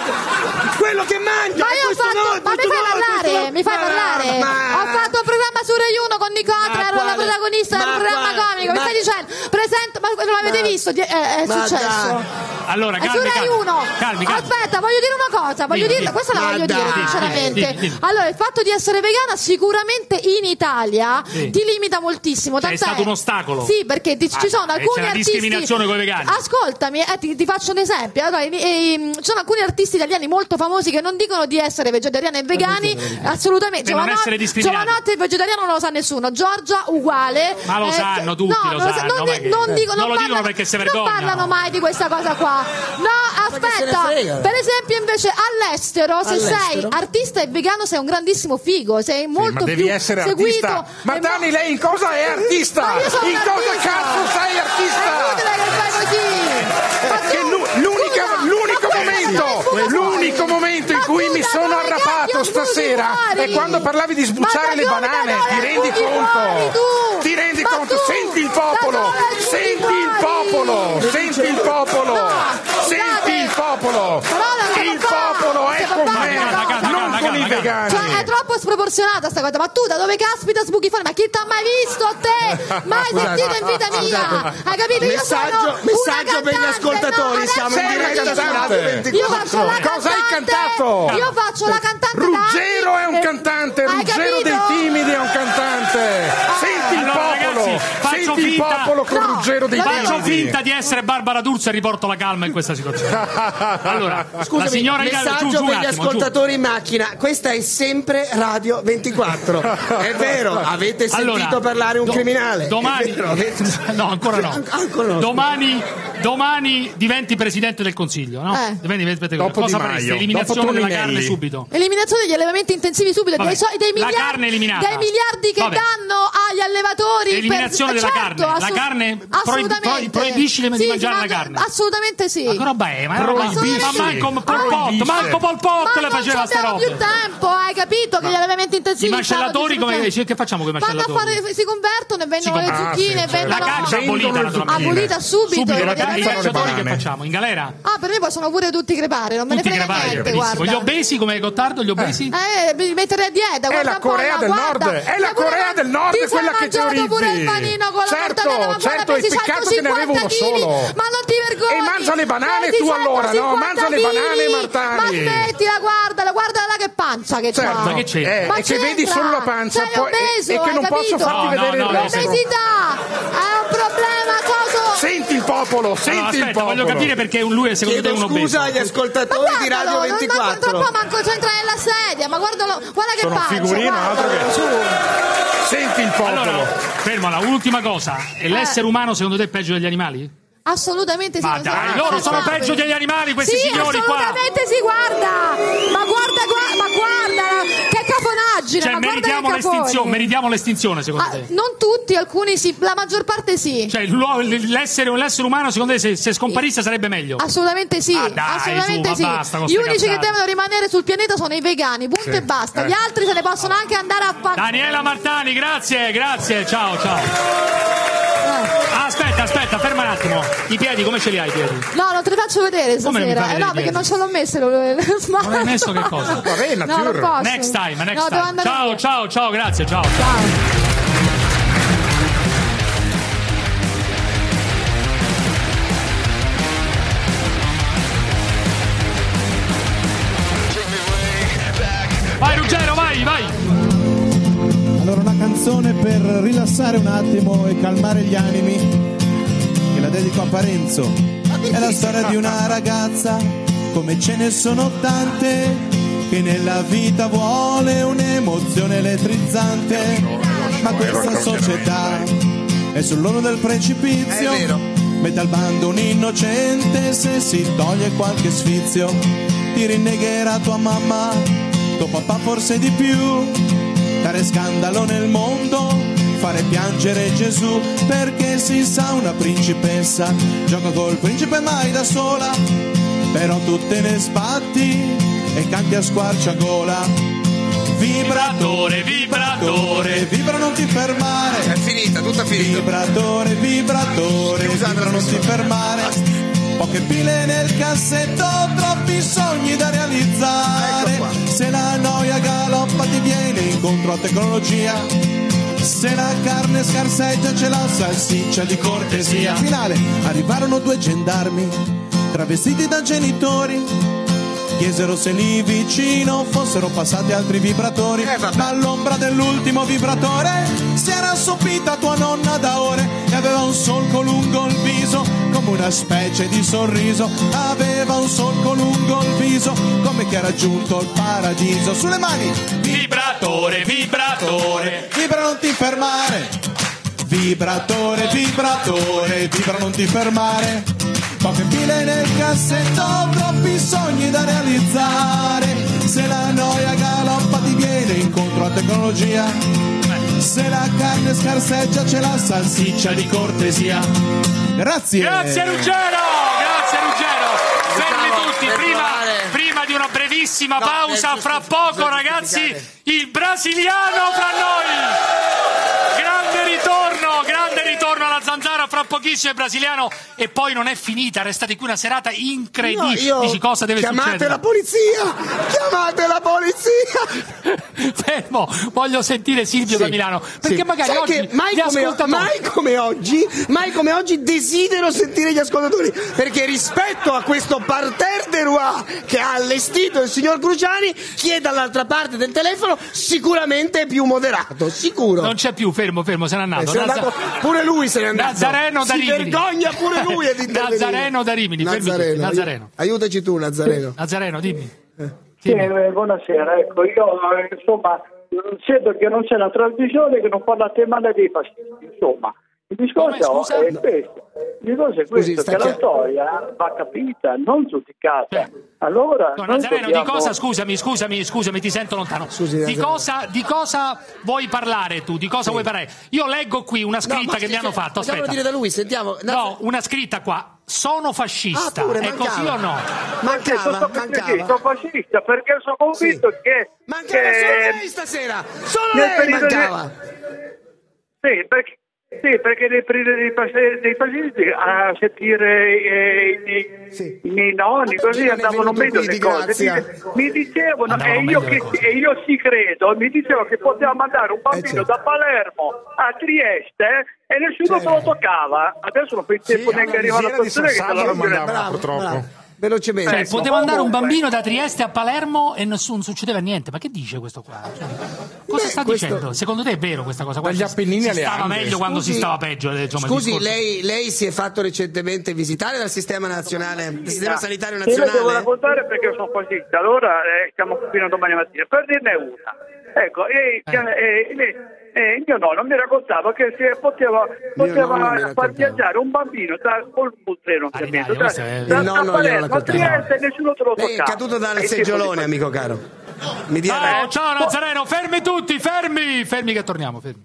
Speaker 13: quello che mangia.
Speaker 31: Ma
Speaker 13: e
Speaker 31: io ho
Speaker 13: questo
Speaker 31: fatto.
Speaker 13: no, e
Speaker 31: ma mi
Speaker 13: questo
Speaker 31: fai
Speaker 13: no, e
Speaker 31: parlare?
Speaker 13: questo no.
Speaker 31: Mi fai
Speaker 13: Ma-
Speaker 31: parlare?
Speaker 13: ma-
Speaker 31: Ho fatto un programma su Rai 1 con Nicotra,
Speaker 13: Ma
Speaker 31: ero la
Speaker 13: quale-
Speaker 31: protagonista, era un
Speaker 13: ma
Speaker 31: programma
Speaker 13: quale-
Speaker 31: comico. Mi
Speaker 13: ma-
Speaker 31: stai dicendo? Presento. Ma non l'avete
Speaker 13: ma-
Speaker 31: visto? Die- eh, è
Speaker 13: ma
Speaker 31: successo.
Speaker 13: dai.
Speaker 8: Allora,
Speaker 31: È su
Speaker 8: calmi,
Speaker 31: Rai
Speaker 8: calmi.
Speaker 31: Ah, Eh, uno. Ah,
Speaker 8: Calmi, calmi.
Speaker 31: Aspetta, voglio dire una cosa, voglio
Speaker 8: Dimmi,
Speaker 31: dirla-
Speaker 8: dimmi.
Speaker 31: questa la
Speaker 8: Ma
Speaker 31: voglio dire
Speaker 8: dai.
Speaker 31: sinceramente.
Speaker 8: Dimmi, dimmi.
Speaker 31: Allora, il fatto di essere vegana sicuramente in Italia
Speaker 8: Sì.
Speaker 31: ti limita moltissimo,
Speaker 8: Cioè, è
Speaker 31: tant'è.
Speaker 8: stato un ostacolo.
Speaker 31: Sì, perché ti-
Speaker 8: Ah,
Speaker 31: ci sono
Speaker 8: e
Speaker 31: alcuni
Speaker 8: c'è la
Speaker 31: artisti
Speaker 8: discriminazione coi vegani.
Speaker 31: Ascoltami, eh, ti, ti faccio un esempio. Allora, i- i- ci sono alcuni artisti italiani molto famosi che non dicono di essere vegetariani e vegani, assolutamente.
Speaker 8: E Cioè, non
Speaker 31: Giovanotti-
Speaker 8: essere discriminati.
Speaker 31: Giovanotti è vegetariano non lo sa nessuno, Giorgia uguale.
Speaker 8: Ma lo
Speaker 31: Eh,
Speaker 8: sanno tutti,
Speaker 31: no,
Speaker 8: lo
Speaker 31: non
Speaker 8: sanno,
Speaker 31: non,
Speaker 8: ma
Speaker 31: di-
Speaker 8: che-
Speaker 31: non
Speaker 8: eh.
Speaker 31: dico-
Speaker 8: Non lo dicono
Speaker 31: parlano-
Speaker 8: perché si
Speaker 31: Non
Speaker 8: vergognano.
Speaker 31: parlano mai di questa cosa qua. No,
Speaker 13: se ne frega?
Speaker 31: aspetta. Per esempio, invece, all'estero, se sei
Speaker 2: All'estero?
Speaker 31: artista e vegano, sei un grandissimo figo. Sei molto
Speaker 2: ma devi
Speaker 31: più
Speaker 2: essere
Speaker 31: seguito.
Speaker 2: artista. Ma
Speaker 31: e
Speaker 2: Dani,
Speaker 31: mo-
Speaker 2: lei in cosa è artista?
Speaker 31: Ma io sono
Speaker 2: in
Speaker 31: un
Speaker 2: cosa
Speaker 31: artista.
Speaker 2: cazzo sei
Speaker 31: È inutile
Speaker 2: artista?
Speaker 31: che fai così. Ma
Speaker 2: Che
Speaker 31: tu-
Speaker 2: lu- l'unica-
Speaker 31: scusa,
Speaker 2: l'unico
Speaker 31: ma come
Speaker 2: momento,
Speaker 31: fai? Scusa,
Speaker 2: l'unico
Speaker 31: scusa.
Speaker 2: momento in
Speaker 31: Ma
Speaker 2: cui mi
Speaker 31: scusa,
Speaker 2: sono
Speaker 31: dove
Speaker 2: arrappato
Speaker 31: cacchio sbuchi
Speaker 2: stasera
Speaker 31: fuori?
Speaker 2: è quando parlavi di
Speaker 31: Ma
Speaker 2: sbucciare
Speaker 31: da
Speaker 2: le
Speaker 31: dove-
Speaker 2: banane.
Speaker 31: da dove
Speaker 2: Ti rendi
Speaker 31: sbuchi fuori
Speaker 2: conto?
Speaker 31: tu?
Speaker 2: Ti rendi
Speaker 31: Ma
Speaker 2: conto?
Speaker 31: tu,
Speaker 2: Senti il
Speaker 31: da
Speaker 2: popolo!
Speaker 31: dove sbuchi
Speaker 2: Senti il
Speaker 31: fuori?
Speaker 2: popolo! Senti il popolo!
Speaker 31: No,
Speaker 2: Senti il popolo! Il popolo ecco, è con me! Non con i vegani!
Speaker 31: Cioè, è troppo sproporzionata sta cosa. Ma tu da dove caspita sbuchi fuori? Ma chi t'ha mai visto a te? Mai
Speaker 13: Scusate,
Speaker 31: sentito in vita mia?
Speaker 13: scusate.
Speaker 31: Hai capito?
Speaker 13: Messaggio-
Speaker 31: Io sono
Speaker 13: messaggio
Speaker 31: una
Speaker 13: per gli
Speaker 31: cantante,
Speaker 13: ascoltatori,
Speaker 31: no,
Speaker 13: siamo in
Speaker 31: adesso
Speaker 13: diretta
Speaker 31: voglio
Speaker 13: su
Speaker 31: dire-
Speaker 13: Radio 24.
Speaker 31: Io faccio la cantante.
Speaker 2: Cosa hai cantato?
Speaker 31: Io faccio la cantante da
Speaker 2: Ruggero
Speaker 31: anni
Speaker 2: è un
Speaker 31: e-
Speaker 2: cantante,
Speaker 31: Hai
Speaker 2: Ruggero dei
Speaker 31: capito? Ah.
Speaker 2: Timidi è un cantante. Senti il
Speaker 8: Allora,
Speaker 2: popolo,
Speaker 8: ragazzi, faccio
Speaker 2: senti il
Speaker 8: finta-
Speaker 2: popolo con
Speaker 8: No,
Speaker 2: Ruggero dei Timidi.
Speaker 8: Faccio finta di essere Barbara D'Urso e riporto la calma in questa situazione. Allora, la
Speaker 13: Scusami,
Speaker 8: signora in casa-
Speaker 13: messaggio
Speaker 8: giù, giù un
Speaker 13: per gli
Speaker 8: attimo, giù.
Speaker 13: ascoltatori in macchina. Questa è sempre Radio 24. È vero, avete sentito
Speaker 8: Allora,
Speaker 13: parlare un
Speaker 8: do-
Speaker 13: criminale. È
Speaker 8: Domani,
Speaker 13: vero, avete-
Speaker 8: no, ancora no.
Speaker 13: An- ancora no.
Speaker 8: Domani, domani diventi presidente del consiglio, no?
Speaker 31: Eh.
Speaker 8: Diventi presidente del
Speaker 2: Dopo
Speaker 8: Consiglio.
Speaker 2: Di
Speaker 8: Cosa faresti?
Speaker 2: Maio,
Speaker 8: Eliminazione
Speaker 2: dopo
Speaker 8: della
Speaker 2: Toninelli.
Speaker 8: carne subito.
Speaker 31: Eliminazione degli allevamenti intensivi subito,
Speaker 8: Vabbè,
Speaker 31: dei, so- dei
Speaker 8: la
Speaker 31: miliardi,
Speaker 8: carne eliminata.
Speaker 31: dei miliardi che
Speaker 8: Vabbè.
Speaker 31: danno agli allevatori. per-
Speaker 8: Eliminazione della
Speaker 31: certo,
Speaker 8: carne. La
Speaker 31: assu-
Speaker 8: carne pro-
Speaker 31: assolutamente.
Speaker 8: pro- proibisci di
Speaker 31: Sì,
Speaker 8: mangiare
Speaker 31: si
Speaker 8: la
Speaker 31: mangia-
Speaker 8: carne.
Speaker 31: Assolutamente sì.
Speaker 8: Ma che roba è? Ma, è una roba-
Speaker 31: Proibisce.
Speaker 8: ma manco Pol Pot,
Speaker 2: Proibisce.
Speaker 8: manco Pol Pot
Speaker 31: Ma
Speaker 8: le
Speaker 31: non ci
Speaker 8: faceva sta
Speaker 31: abbiamo
Speaker 8: roba.
Speaker 31: più tempo, hai capito che gli allevamenti intensivi
Speaker 8: I
Speaker 31: stanno
Speaker 8: macellatori come
Speaker 31: distruggendo-
Speaker 8: che facciamo con i
Speaker 31: Vanno a
Speaker 8: macellatori?
Speaker 31: fare, si convertono e vendono le
Speaker 8: Ah,
Speaker 31: zucchine,
Speaker 8: sì, certo. La
Speaker 31: vendono
Speaker 8: caccia abolita,
Speaker 2: Vendono le
Speaker 8: naturalmente.
Speaker 31: zucchine. Abolita subito,
Speaker 8: la
Speaker 31: perché
Speaker 8: caccia- I
Speaker 31: non fanno le
Speaker 8: cacciatori che
Speaker 2: banane.
Speaker 8: facciamo? In galera?
Speaker 31: Ah, per me possono pure tutti crepare, non me ne
Speaker 8: Tutti
Speaker 31: frega
Speaker 8: crepare,
Speaker 31: niente,
Speaker 8: benissimo. Gli
Speaker 31: guarda.
Speaker 8: obesi come Gottardo, gli obesi?
Speaker 31: Eh, mi metterei a
Speaker 2: È
Speaker 31: dieta, guarda
Speaker 2: la
Speaker 31: un po',
Speaker 2: Corea
Speaker 31: no,
Speaker 2: del
Speaker 31: guarda.
Speaker 2: Nord, è la
Speaker 31: Ti pure
Speaker 2: Corea
Speaker 31: man-
Speaker 2: del Nord
Speaker 31: ti sei
Speaker 2: quella che
Speaker 31: mangiato
Speaker 2: teorizzi.
Speaker 31: pure il panino con la
Speaker 2: Certo,
Speaker 31: mortadella, ma guarda,
Speaker 2: certo, e
Speaker 31: pesi
Speaker 2: peccato che ne avevo uno
Speaker 31: 150
Speaker 2: solo.
Speaker 31: chili, Ma non ti vergogni.
Speaker 2: E mangia le banane
Speaker 31: Pesi
Speaker 2: tu allora, no?
Speaker 31: 150
Speaker 2: Mangia le banane,
Speaker 31: chili. Ma
Speaker 2: Martani.
Speaker 31: smettila, guardala, guardala là che pancia che
Speaker 2: Certo,
Speaker 31: c'ha.
Speaker 8: Ma che c'entra?
Speaker 2: eh,
Speaker 31: Ma
Speaker 2: e che vedi
Speaker 31: c'entra?
Speaker 2: solo la pancia
Speaker 31: Sei
Speaker 2: poi-
Speaker 31: obeso,
Speaker 2: e, e che
Speaker 31: hai
Speaker 2: non posso
Speaker 31: capito?
Speaker 8: No,
Speaker 2: farti
Speaker 8: no,
Speaker 2: vedere
Speaker 8: no, no,
Speaker 2: il resto.
Speaker 31: L'obesità è un problema, coso.
Speaker 2: Senti il popolo, senti
Speaker 8: Allora,
Speaker 2: il
Speaker 8: aspetta,
Speaker 2: popolo.
Speaker 8: voglio capire perché lui è secondo te
Speaker 13: Chiedo
Speaker 8: un obeso.
Speaker 13: scusa agli
Speaker 31: Ma
Speaker 13: ascoltatori di
Speaker 31: guardalo,
Speaker 13: Radio
Speaker 31: non manco tra un
Speaker 13: 24.
Speaker 31: po' manco c'entra nella sedia, ma guardalo, guarda che
Speaker 2: Sono un
Speaker 31: pancia.
Speaker 2: figurino,
Speaker 31: guarda.
Speaker 2: altro che- Senti il popolo.
Speaker 8: Allora, fermala, un'ultima cosa. E l'essere umano secondo te è peggio degli animali?
Speaker 31: Assolutamente sì.
Speaker 8: Ma
Speaker 31: non
Speaker 8: dai,
Speaker 31: siamo
Speaker 8: loro sono
Speaker 31: responsabili.
Speaker 8: peggio degli animali, questi
Speaker 31: sì,
Speaker 8: signori qua.
Speaker 31: assolutamente sì, guarda. Ma guarda, gua- ma guarda, che cafonaggine,
Speaker 8: Cioè,
Speaker 31: Ah, ma guarda
Speaker 8: meritiamo
Speaker 31: che cafoni.
Speaker 8: l'estinzione, meritiamo l'estinzione secondo
Speaker 31: Ah,
Speaker 8: te.
Speaker 31: non tutti, alcuni sì, la maggior parte sì.
Speaker 8: Cioè, l'uo- l'essere, l'essere umano secondo te se, se scomparisse sarebbe meglio?
Speaker 31: Assolutamente sì,
Speaker 8: Ah, dai,
Speaker 31: assolutamente
Speaker 8: su, ma
Speaker 31: sì.
Speaker 8: basta con
Speaker 31: Gli
Speaker 8: ste
Speaker 31: unici che
Speaker 8: cazzate.
Speaker 31: devono rimanere sul pianeta sono i vegani, punto
Speaker 2: Sì,
Speaker 31: e basta.
Speaker 2: eh.
Speaker 31: Gli altri se ne possono anche andare a fare.
Speaker 8: Daniela Martani, grazie, grazie, ciao, ciao. Ah, aspetta, aspetta, ferma un attimo. I piedi, come ce li hai i piedi?
Speaker 31: No, non te le faccio vedere
Speaker 8: Come non mi
Speaker 31: stasera.
Speaker 8: fai
Speaker 31: Eh, no,
Speaker 8: vedere
Speaker 31: perché
Speaker 8: i
Speaker 31: non ce l'ho messo. Lo, lo,
Speaker 8: Non hai messo che cosa? eh,
Speaker 2: Vabbè,
Speaker 31: No, non
Speaker 2: natura.
Speaker 31: posso.
Speaker 8: Next time, next
Speaker 31: No, devo
Speaker 8: time.
Speaker 31: andare
Speaker 8: Ciao,
Speaker 31: via.
Speaker 8: ciao, ciao, grazie, ciao.
Speaker 31: Ciao.
Speaker 8: Vai Ruggero, vai, vai.
Speaker 12: Allora una canzone per rilassare un attimo e calmare gli animi che la dedico a Parenzo. È la storia di una ragazza, come ce ne sono tante, che nella vita vuole un'emozione elettrizzante. Ma questa società è sull'orlo del precipizio. Mette al bando un innocente se si toglie qualche sfizio. Ti rinnegherà tua mamma, tuo papà forse di più dare scandalo nel mondo, fare piangere Gesù, perché si sa una principessa gioca col principe mai da sola, però tu te ne spatti e canti a squarciagola. Vibratore, vibratore, vibra non ti fermare. È finita, tutta finita. Vibratore, vibratore, vibra non ti fermare. Poche pile nel cassetto, troppi sogni da realizzare. Se la noia galoppa ti viene incontro a tecnologia. Se la carne scarseggia c'è la salsiccia di cortesia. Finale, arrivarono due gendarmi travestiti da genitori chiesero se lì vicino fossero passati altri vibratori ma all'ombra dell'ultimo vibratore si era assopita tua nonna da ore e aveva un solco lungo il viso come una specie di sorriso aveva un solco lungo il viso come che ha raggiunto il paradiso sulle mani
Speaker 8: Vibratore, vibratore.
Speaker 12: vibra non ti fermare Vibratore, vibratore, vibra non ti fermare. Poche pile nel cassetto, troppi sogni da realizzare. Se la noia galoppa ti viene incontro a tecnologia. Se la carne scarseggia c'è la salsiccia di cortesia. Grazie.
Speaker 8: Grazie Ruggero! Grazie Ruggero! Fermi
Speaker 13: stavo
Speaker 8: tutti,
Speaker 13: per
Speaker 8: prima,
Speaker 13: provare.
Speaker 8: prima di una brevissima
Speaker 13: No, eh,
Speaker 8: pausa,
Speaker 13: per
Speaker 8: fra
Speaker 13: giustificare.
Speaker 8: poco ragazzi, il brasiliano fra noi! Grande ritorno, grande ritorno alla zanzara, fra pochissimo il brasiliano e poi non è finita, restate qui una serata incredibile.
Speaker 13: No, io-
Speaker 8: Dici cosa deve
Speaker 13: chiamate
Speaker 8: succedere?
Speaker 13: la polizia! Chiamate la polizia!
Speaker 8: Fermo, voglio sentire Silvio da Milano, perché
Speaker 13: Sì.
Speaker 8: magari
Speaker 13: Sai
Speaker 8: oggi
Speaker 13: che mai
Speaker 8: gli
Speaker 13: come,
Speaker 8: ascoltatori-
Speaker 13: mai come oggi, mai come oggi desidero sentire gli ascoltatori, perché rispetto a questo parterre de roi che ha allestito il signor Cruciani, chi è dall'altra parte del telefono sicuramente è più moderato, sicuro.
Speaker 8: Non c'è più, fermo, fermo, se n'è andato.
Speaker 13: Eh, se n'è
Speaker 8: Nazza-
Speaker 13: andato- pure lui se n'è andato.
Speaker 8: Nazareno da
Speaker 13: Si
Speaker 8: Rimini.
Speaker 13: vergogna pure lui ad intervenire.
Speaker 8: Nazareno da Rimini, fermi tutti,
Speaker 13: Nazareno,
Speaker 8: Nazareno.
Speaker 13: ai- aiutaci tu Nazareno.
Speaker 8: Nazareno, dimmi.
Speaker 25: Sì, eh, buonasera, ecco, io eh, insomma sento che non c'è una trasmissione che non parla a tema dei fascisti, insomma. Il discorso è questo, il discorso è questo, sta che la chiaro. storia va capita, non giudicata. Allora,
Speaker 8: No,
Speaker 25: noi
Speaker 8: Nazareno, di
Speaker 25: dobbiamo-
Speaker 8: cosa, scusami, scusami, scusami, ti sento lontano. di,
Speaker 25: Nazareno.
Speaker 8: cosa, di cosa vuoi parlare tu? Di cosa vuoi parlare? Io leggo qui una scritta che mi hanno fatto.
Speaker 13: Facciamolo
Speaker 8: Aspetta.
Speaker 13: dire da lui, sentiamo.
Speaker 8: No, una scritta qua. Sono fascista.
Speaker 25: Ah, pure,
Speaker 8: è
Speaker 25: mancava.
Speaker 8: così o no?
Speaker 25: Perché sono
Speaker 13: mancava.
Speaker 25: sono fascista, perché sono convinto che...
Speaker 13: Mancava
Speaker 25: che-
Speaker 13: solo lei stasera! Solo
Speaker 25: nel
Speaker 13: lei
Speaker 25: periodo di-
Speaker 13: mancava!
Speaker 25: Sì, perché, sì, perché nel periodo dei, pas- dei fascisti a sentire eh, i, i miei nonni così non è andavano venuto meglio qui, le di cose. grazia. Mi, mi dicevano, e io, che, e io ci credo, mi dicevano che poteva mandare un bambino da Palermo a Trieste eh, e nessuno se lo toccava. Adesso non pensiamo neanche arrivare alla stazione che te la romperebbe.
Speaker 13: Ah, Velocemente.
Speaker 8: Cioè,
Speaker 25: Ecco,
Speaker 8: poteva andare un
Speaker 25: comunque.
Speaker 8: bambino da Trieste a Palermo e nessuno non succedeva niente. Ma che dice questo qua? Cioè, cosa
Speaker 13: Beh,
Speaker 8: sta
Speaker 13: questo-
Speaker 8: dicendo? Secondo te è vero questa cosa? qua?
Speaker 13: Dagli
Speaker 8: Si-
Speaker 13: Appennini
Speaker 8: si
Speaker 13: alle
Speaker 8: stava
Speaker 13: Ande.
Speaker 8: meglio quando
Speaker 13: Scusi-
Speaker 8: si stava peggio. eh, insomma, il
Speaker 13: Scusi,
Speaker 8: discorso.
Speaker 13: lei, lei si è fatto recentemente visitare dal sistema nazionale, dal sistema sanitario
Speaker 25: Io la devo
Speaker 13: nazionale?
Speaker 25: raccontare perché sono fascista, allora eh, siamo qui fino a domani mattina. Per dirne una, ecco,
Speaker 13: Eh.
Speaker 25: e- e- e- e mio nonno mi raccontava che se poteva, poteva
Speaker 13: nonno mi
Speaker 25: far
Speaker 13: raccontava.
Speaker 25: viaggiare un bambino da, col col treno, ovviamente, da,
Speaker 13: questo è-
Speaker 25: da-
Speaker 13: Il nonno
Speaker 25: da
Speaker 13: glielo
Speaker 25: Palermo a
Speaker 13: raccontava. Eh.
Speaker 25: Trieste nessuno te lo toccava.
Speaker 13: Lei è caduto dal
Speaker 25: E
Speaker 13: seggiolone,
Speaker 25: tipo-
Speaker 13: amico caro. Mi dia
Speaker 8: Ciao, ciao Nazareno, fermi tutti, fermi, fermi che torniamo. Fermi.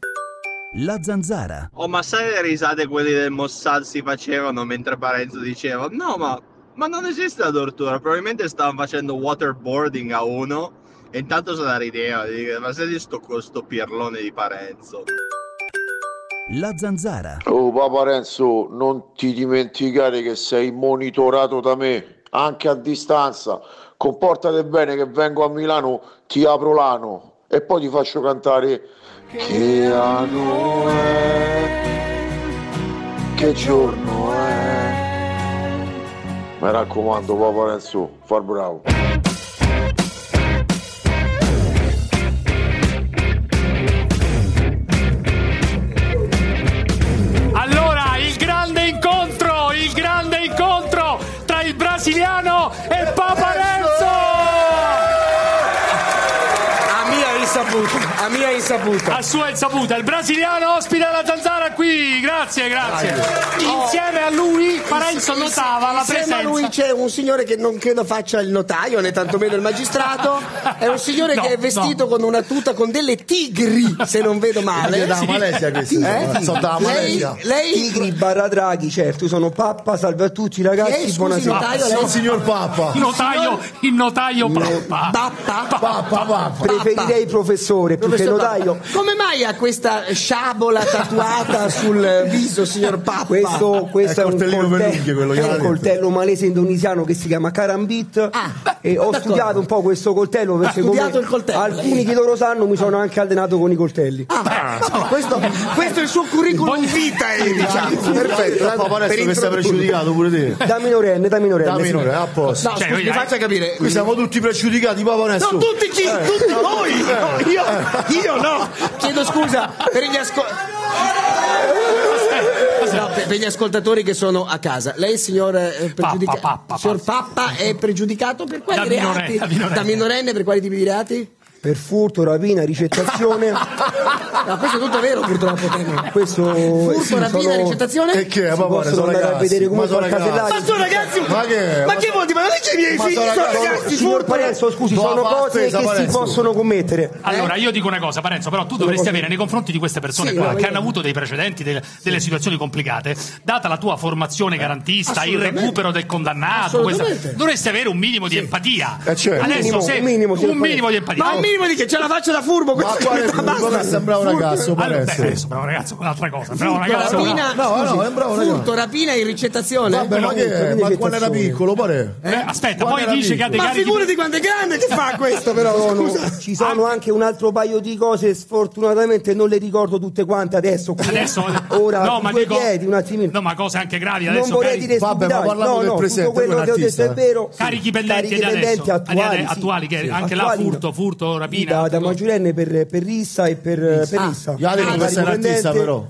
Speaker 3: La zanzara.
Speaker 40: Oh, ma sai le risate quelli del Mossad si facevano mentre Parenzo diceva no, ma, ma non esiste la tortura, probabilmente stavano facendo waterboarding a uno e intanto se la rideva, dice, ma sei sto, sto pirlone di Parenzo.
Speaker 3: La zanzara.
Speaker 4: Oh Papa Renzo, non ti dimenticare che sei monitorato da me, anche a distanza. Comportate bene che vengo a Milano, ti apro l'ano e poi ti faccio cantare Che anno è? Che giorno è? Mi raccomando Papa Renzo, far bravo.
Speaker 8: Allora, il grande incontro, il grande incontro tra il brasiliano e Papa
Speaker 13: A mia insaputa, a mia insaputa.
Speaker 8: A sua insaputa, il brasiliano ospita la zanzara qui, grazie, grazie. Insieme a lui Parenzo
Speaker 13: Ins- ins-
Speaker 8: notava la
Speaker 13: Insieme a lui
Speaker 8: presenza.
Speaker 13: c'è un signore che non credo faccia il notaio né tantomeno il magistrato. È un signore
Speaker 8: No,
Speaker 13: che è vestito con una tuta con delle tigri, se non vedo male.
Speaker 23: Sì, da Malesia questi sono, eh, sono da Malesia.
Speaker 13: Lei, lei
Speaker 23: Tigri barra Draghi, certo, sono Pappa, salve a
Speaker 13: Chi
Speaker 23: tutti
Speaker 13: è,
Speaker 23: ragazzi,
Speaker 13: Eh, scusi,
Speaker 23: buonasera.
Speaker 13: notaio, lei?
Speaker 23: Sono il signor Pappa.
Speaker 8: Il notaio, il notaio
Speaker 23: No,
Speaker 8: Pappa.
Speaker 23: Pappa, Preferirei professore, più che
Speaker 13: Professor
Speaker 23: notaio.
Speaker 13: Pappa, Come mai ha questa sciabola tatuata sul viso,
Speaker 8: Eh,
Speaker 13: signor Pappa?
Speaker 23: Questo, questo è, un coltello, è un
Speaker 13: grande.
Speaker 23: coltello malese indonesiano che si chiama Karambit. e ho
Speaker 13: Ah, d'accordo.
Speaker 23: studiato un po' questo coltello perché
Speaker 13: studiato
Speaker 23: come
Speaker 13: il coltello, Ah,
Speaker 23: alcuni
Speaker 13: lei.
Speaker 23: che loro sanno mi sono anche allenato con i coltelli.
Speaker 13: Insomma, questo, questo è il suo curriculum vitae, diciamo. Perfetto.
Speaker 4: Papà, adesso che sei pregiudicato pure te.
Speaker 23: Da minorenne, da minorenne.
Speaker 4: Da
Speaker 23: sì.
Speaker 4: minore, a posto.
Speaker 13: No, scusi, mi faccia capire.
Speaker 4: Cioè, Qui siamo tutti pregiudicati, papà Onesto.
Speaker 13: No, tutti chi?
Speaker 4: Eh,
Speaker 13: Tutti
Speaker 4: no,
Speaker 13: noi!
Speaker 4: tutti- eh.
Speaker 13: No, io, io no! Chiedo scusa per gli ascoltatori. per, per gli ascoltatori che sono a casa, lei signor eh, pregiudica- signor Pappa è pregiudicato per quali
Speaker 23: Da
Speaker 13: reati?
Speaker 23: minorenne, da minorenne.
Speaker 13: Da minorenne per quali tipi di reati?
Speaker 23: Per furto, rapina, ricettazione.
Speaker 13: No, questo è tutto vero purtroppo. Temo.
Speaker 23: Questo eh, Furto,
Speaker 13: rapina, ricettazione? E che è,
Speaker 23: si
Speaker 13: papà,
Speaker 23: possono
Speaker 13: sono
Speaker 23: andare a
Speaker 13: ragazzi,
Speaker 23: vedere come
Speaker 13: ma sono
Speaker 23: sono casellario.
Speaker 13: ragazzi. Ma sono ragazzi, ma che- ma che vuol dire? Ma non è che i miei figli sono ragazzi,
Speaker 23: Signor
Speaker 13: furto?
Speaker 23: Parenzo, scusi,
Speaker 13: Dopo
Speaker 23: sono
Speaker 13: la
Speaker 23: cose
Speaker 13: spesa,
Speaker 23: che si
Speaker 13: Parenzo.
Speaker 23: possono commettere. Eh?
Speaker 8: Allora, io dico una cosa, Parenzo, però tu dovresti avere nei confronti di queste persone
Speaker 23: Sì,
Speaker 8: qua
Speaker 23: no,
Speaker 8: che
Speaker 23: io-
Speaker 8: hanno avuto dei precedenti, delle, delle situazioni complicate, data la tua formazione garantista, il
Speaker 23: Eh, assolutamente.
Speaker 8: recupero del condannato,
Speaker 23: Assolutamente.
Speaker 8: questa- dovresti avere un minimo di empatia.
Speaker 4: Eh, certo.
Speaker 8: Adesso,
Speaker 4: Un minimo,
Speaker 8: se-
Speaker 4: un minimo, signor
Speaker 8: un minimo di
Speaker 4: Parenzo.
Speaker 8: empatia.
Speaker 4: Ma un minimo
Speaker 13: di che ce la faccio da furbo,
Speaker 4: Ma quale furbo? Che sembra un ragazzo,
Speaker 8: Allora, beh,
Speaker 4: Parenzo.
Speaker 8: adesso, bravo ragazzo, un'altra cosa. Bravo
Speaker 4: Furto,
Speaker 8: ragazzo.
Speaker 4: rapina-
Speaker 8: no, no,
Speaker 4: scusi,
Speaker 8: no, è un bravo ragazzo.
Speaker 13: Furto, rapina e ricettazione.
Speaker 4: Vabbè, ma che è? Ma quando era piccolo, pare.
Speaker 8: Eh, aspetta,
Speaker 4: Quando
Speaker 8: poi
Speaker 4: era
Speaker 8: dice che ha dei
Speaker 4: piccolo.
Speaker 8: carichi.
Speaker 13: Figurati quando è grande che fa questo, però.
Speaker 23: Sono-
Speaker 13: Scusa. Ah.
Speaker 23: ci sono anche un altro paio di cose, sfortunatamente non le ricordo tutte quante adesso. qui.
Speaker 8: Adesso,
Speaker 23: ora
Speaker 8: no, ma
Speaker 23: due
Speaker 8: dico-
Speaker 23: piedi, un attimino.
Speaker 8: No, ma cose anche gravi
Speaker 23: Non
Speaker 8: adesso.
Speaker 23: vorrei
Speaker 8: carichi-
Speaker 23: dire stupidaggini, no, no, tutto quello che ho detto è vero.
Speaker 8: Carichi pendenti
Speaker 23: Carichi
Speaker 8: di adesso.
Speaker 23: pendenti attuali,
Speaker 8: Adi-
Speaker 23: sì.
Speaker 8: attuali, che
Speaker 23: Sì,
Speaker 8: anche là
Speaker 23: attuali, no.
Speaker 8: furto, furto, rapina.
Speaker 23: da, da maggiorenne per, per rissa e per, per
Speaker 4: Ah,
Speaker 23: rissa.
Speaker 4: Io adesso sono
Speaker 23: Carico
Speaker 4: un artista,
Speaker 23: pendente.
Speaker 4: però.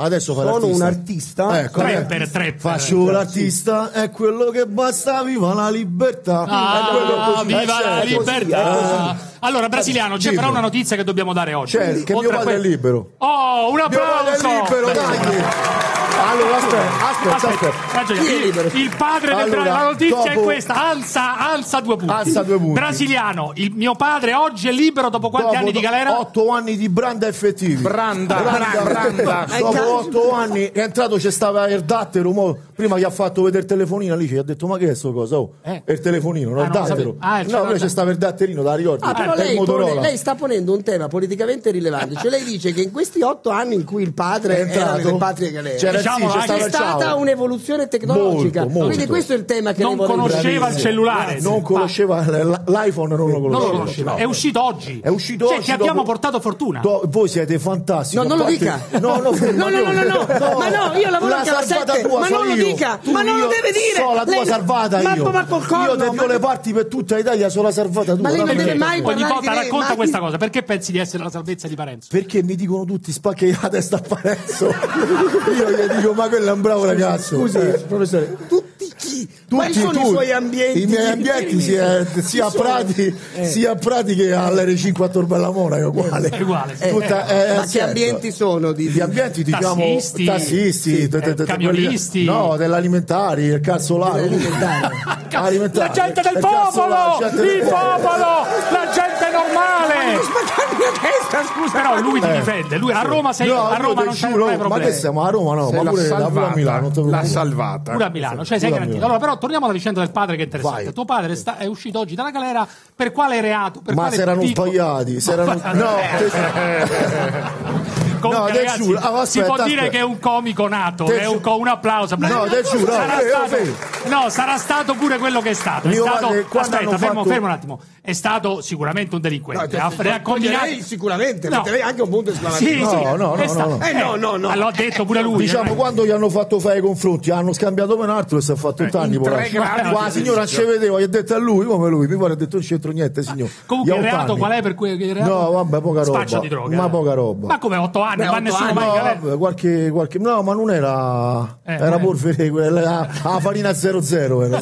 Speaker 4: Adesso fa
Speaker 23: Sono
Speaker 4: l'artista.
Speaker 23: un artista.
Speaker 4: Ecco,
Speaker 23: Tre
Speaker 4: eh.
Speaker 23: per tre per-
Speaker 8: Eh,
Speaker 4: Faccio l'artista, è quello che basta, viva la libertà.
Speaker 8: Ah,
Speaker 4: È quello così.
Speaker 8: viva
Speaker 4: Eh, certo,
Speaker 8: la
Speaker 4: è così,
Speaker 8: libertà!
Speaker 4: è così. Eh,
Speaker 8: Allora, brasiliano, c'è
Speaker 4: Libero.
Speaker 8: però una notizia che dobbiamo dare oggi.
Speaker 4: C'è, Certo, che mio
Speaker 8: Oltre a
Speaker 4: padre è
Speaker 8: que-
Speaker 4: libero.
Speaker 8: Oh, un
Speaker 4: Mio padre
Speaker 8: applauso!
Speaker 4: è libero, dai! Allora, Cioè, aspetta, aspetta, aspetta.
Speaker 8: Ragazzi,
Speaker 4: Chi è libero?
Speaker 8: il, il padre del
Speaker 4: Allora,
Speaker 8: Bra- la notizia
Speaker 4: dopo-
Speaker 8: è questa, alza, alza due punti.
Speaker 4: Alza due punti.
Speaker 8: Brasiliano, il mio padre oggi è libero dopo quanti
Speaker 4: Dopo
Speaker 8: anni di galera?
Speaker 4: 8 anni di branda effettivi.
Speaker 8: Branda,
Speaker 6: branda.
Speaker 4: Dopo 8 anni è entrato, c'è stava il dattero. mo, prima gli ha fatto vedere il telefonino lì, ci ha detto: Ma che è sto cosa? Oh,
Speaker 13: Eh.
Speaker 4: È il telefonino, non
Speaker 13: Ah,
Speaker 4: il
Speaker 13: non lo
Speaker 4: dattero.
Speaker 13: sapevo. Ah,
Speaker 4: no,
Speaker 13: il cellulare.
Speaker 4: poi c'è stava il datterino, da ricordi?
Speaker 13: Ah, però
Speaker 4: È il
Speaker 13: lei,
Speaker 4: Motorola.
Speaker 13: pone- lei sta ponendo un tema politicamente rilevante. Cioè, lei dice che in questi otto anni in cui il padre
Speaker 4: È
Speaker 13: era
Speaker 4: entrato,
Speaker 13: nelle patrie galere,
Speaker 4: c'era-
Speaker 13: diciamo,
Speaker 4: sì, c'è
Speaker 13: c'è,
Speaker 4: stato il
Speaker 13: stata
Speaker 4: ciao.
Speaker 13: un'evoluzione tecnologica.
Speaker 4: Molto, molto.
Speaker 13: Quindi questo è il tema che
Speaker 8: Non
Speaker 13: lei vuole
Speaker 8: conosceva
Speaker 13: riprendere.
Speaker 8: il cellulare.
Speaker 4: Eh, non
Speaker 13: Ah.
Speaker 4: conosceva l- l'iPhone, non lo
Speaker 8: Non
Speaker 4: conosceva.
Speaker 8: lo conosceva, è uscito oggi.
Speaker 4: È uscito
Speaker 8: cioè,
Speaker 4: oggi
Speaker 8: ti abbiamo
Speaker 4: dopo-
Speaker 8: portato fortuna.
Speaker 4: Do- voi siete fantastici.
Speaker 13: No, non lo
Speaker 4: A parte-
Speaker 13: dica.
Speaker 4: No, no, ferma,
Speaker 13: No, no, no, no, no.
Speaker 4: Diego.
Speaker 13: Ma no, io lavoro
Speaker 4: La
Speaker 13: anche alla
Speaker 4: salvata
Speaker 13: sette.
Speaker 4: tua
Speaker 13: Ma
Speaker 4: so
Speaker 13: non lo
Speaker 4: io.
Speaker 13: dica.
Speaker 4: Tu,
Speaker 13: Ma non lo
Speaker 4: io
Speaker 13: deve dire.
Speaker 4: So la tua
Speaker 13: Lei-
Speaker 4: salvata
Speaker 13: Marco,
Speaker 4: io.
Speaker 13: Marco, col
Speaker 4: Io
Speaker 13: corno,
Speaker 4: devo
Speaker 13: ma-
Speaker 4: le parti per tutta Italia, sono la salvata tua.
Speaker 13: Ma lei non
Speaker 4: Davvero.
Speaker 13: deve mai
Speaker 8: Ogni
Speaker 13: parlare
Speaker 8: volta
Speaker 13: di lei,
Speaker 8: racconta
Speaker 13: ma-
Speaker 8: questa cosa, perché pensi di essere la salvezza di Parenzo?
Speaker 4: Perché mi dicono tutti spacchi la testa a Parenzo. io gli dico ma quello è un bravo ragazzo.
Speaker 13: scusi,
Speaker 4: Eh, professore.
Speaker 13: Tutti chi? Quali
Speaker 4: Tutti,
Speaker 13: sono i
Speaker 4: tutti.
Speaker 13: suoi ambienti?
Speaker 4: I miei ambienti sia, sia a Prati, sia a Prati che all'R5 a Torbella Monaco, è uguale.
Speaker 8: È uguale, sì.
Speaker 4: Tutta-
Speaker 8: Eh,
Speaker 4: eh,
Speaker 13: ma che
Speaker 4: certo.
Speaker 13: ambienti sono? Di,
Speaker 4: Gli ambienti diciamo
Speaker 8: Tassisti.
Speaker 4: tassisti,
Speaker 8: Sì.
Speaker 4: t- t-
Speaker 8: Eh,
Speaker 4: t-
Speaker 8: camionisti.
Speaker 4: quelli- no, dell'alimentari, il calzolare, alimentari.
Speaker 8: La gente del
Speaker 4: Il calzolare,
Speaker 8: popolo!
Speaker 4: la gente del
Speaker 8: Il popolo! La gente normale! Però lui ti
Speaker 4: Eh.
Speaker 8: difende, lui a
Speaker 4: Sì.
Speaker 8: Roma sei
Speaker 4: No,
Speaker 8: a
Speaker 4: io
Speaker 8: Roma
Speaker 4: te
Speaker 8: non c'è
Speaker 4: giuro,
Speaker 8: mai
Speaker 4: Ma che
Speaker 8: problemi.
Speaker 4: siamo a Roma no,
Speaker 6: Sei
Speaker 4: ma
Speaker 6: la
Speaker 4: pure la pure a
Speaker 6: salvata,
Speaker 4: Milano, non te lo
Speaker 6: la
Speaker 4: preoccupare.
Speaker 6: salvata.
Speaker 8: Pure a Milano, cioè sei
Speaker 4: Pure a
Speaker 8: garantito.
Speaker 4: Milano.
Speaker 8: Allora, però torniamo alla vicenda del padre che è interessante.
Speaker 4: Vai.
Speaker 8: Tuo padre sta- è uscito oggi dalla galera per quale reato? Per
Speaker 4: Ma
Speaker 8: quale
Speaker 4: si erano
Speaker 8: picco-
Speaker 4: sbagliati, si erano
Speaker 8: Ma-
Speaker 4: No,
Speaker 8: Comunque,
Speaker 4: No, te
Speaker 8: ragazzi,
Speaker 4: giuro. Ah,
Speaker 8: si può
Speaker 4: aspetta,
Speaker 8: dire
Speaker 4: aspetta.
Speaker 8: che è un comico nato,
Speaker 4: Te
Speaker 8: è un,
Speaker 4: giuro.
Speaker 8: co- un applauso.
Speaker 4: No, te giuro,
Speaker 8: sarà
Speaker 4: eh, eh,
Speaker 8: stato,
Speaker 4: eh.
Speaker 8: no, sarà stato pure quello che è stato. È
Speaker 4: Mio
Speaker 8: stato
Speaker 4: padre, quando hanno
Speaker 8: aspetta, fermo,
Speaker 4: fatto-
Speaker 8: fermo un attimo. È stato sicuramente un delinquette. ha, ne ha combinato...
Speaker 13: Lei sicuramente,
Speaker 8: No.
Speaker 13: metterei anche un punto esclamativo.
Speaker 8: Sì,
Speaker 4: No,
Speaker 8: sì.
Speaker 4: no, no,
Speaker 8: è
Speaker 4: no,
Speaker 8: stato-
Speaker 4: no.
Speaker 13: Eh, no, no, no.
Speaker 8: eh, L'ho detto pure lui.
Speaker 4: diciamo
Speaker 8: eh.
Speaker 4: quando gli hanno fatto fare i confronti hanno scambiato per un altro e si è fatto 80 anni
Speaker 8: Eh, in tre
Speaker 4: poraccio.
Speaker 8: gradi
Speaker 4: Ma la
Speaker 8: di
Speaker 4: signora non
Speaker 8: giudizio.
Speaker 4: ci vedeva gli ha detto a lui come lui mi pare ha detto non c'entro niente signore
Speaker 8: Comunque
Speaker 4: Gli
Speaker 8: il
Speaker 4: 80
Speaker 8: reato
Speaker 4: anni.
Speaker 8: qual è per cui il reato?
Speaker 4: no vabbè poca roba
Speaker 8: Spaccio di droga.
Speaker 4: ma poca roba
Speaker 8: Ma come 8 anni?
Speaker 13: Beh,
Speaker 8: ma
Speaker 13: otto
Speaker 8: nessuno
Speaker 13: anni,
Speaker 8: mai in
Speaker 4: No,
Speaker 8: galera.
Speaker 4: vabbè, qualche, qualche- no, ma non era.
Speaker 8: Eh,
Speaker 4: era
Speaker 8: eh.
Speaker 4: polvere quella. La, la farina 00 era.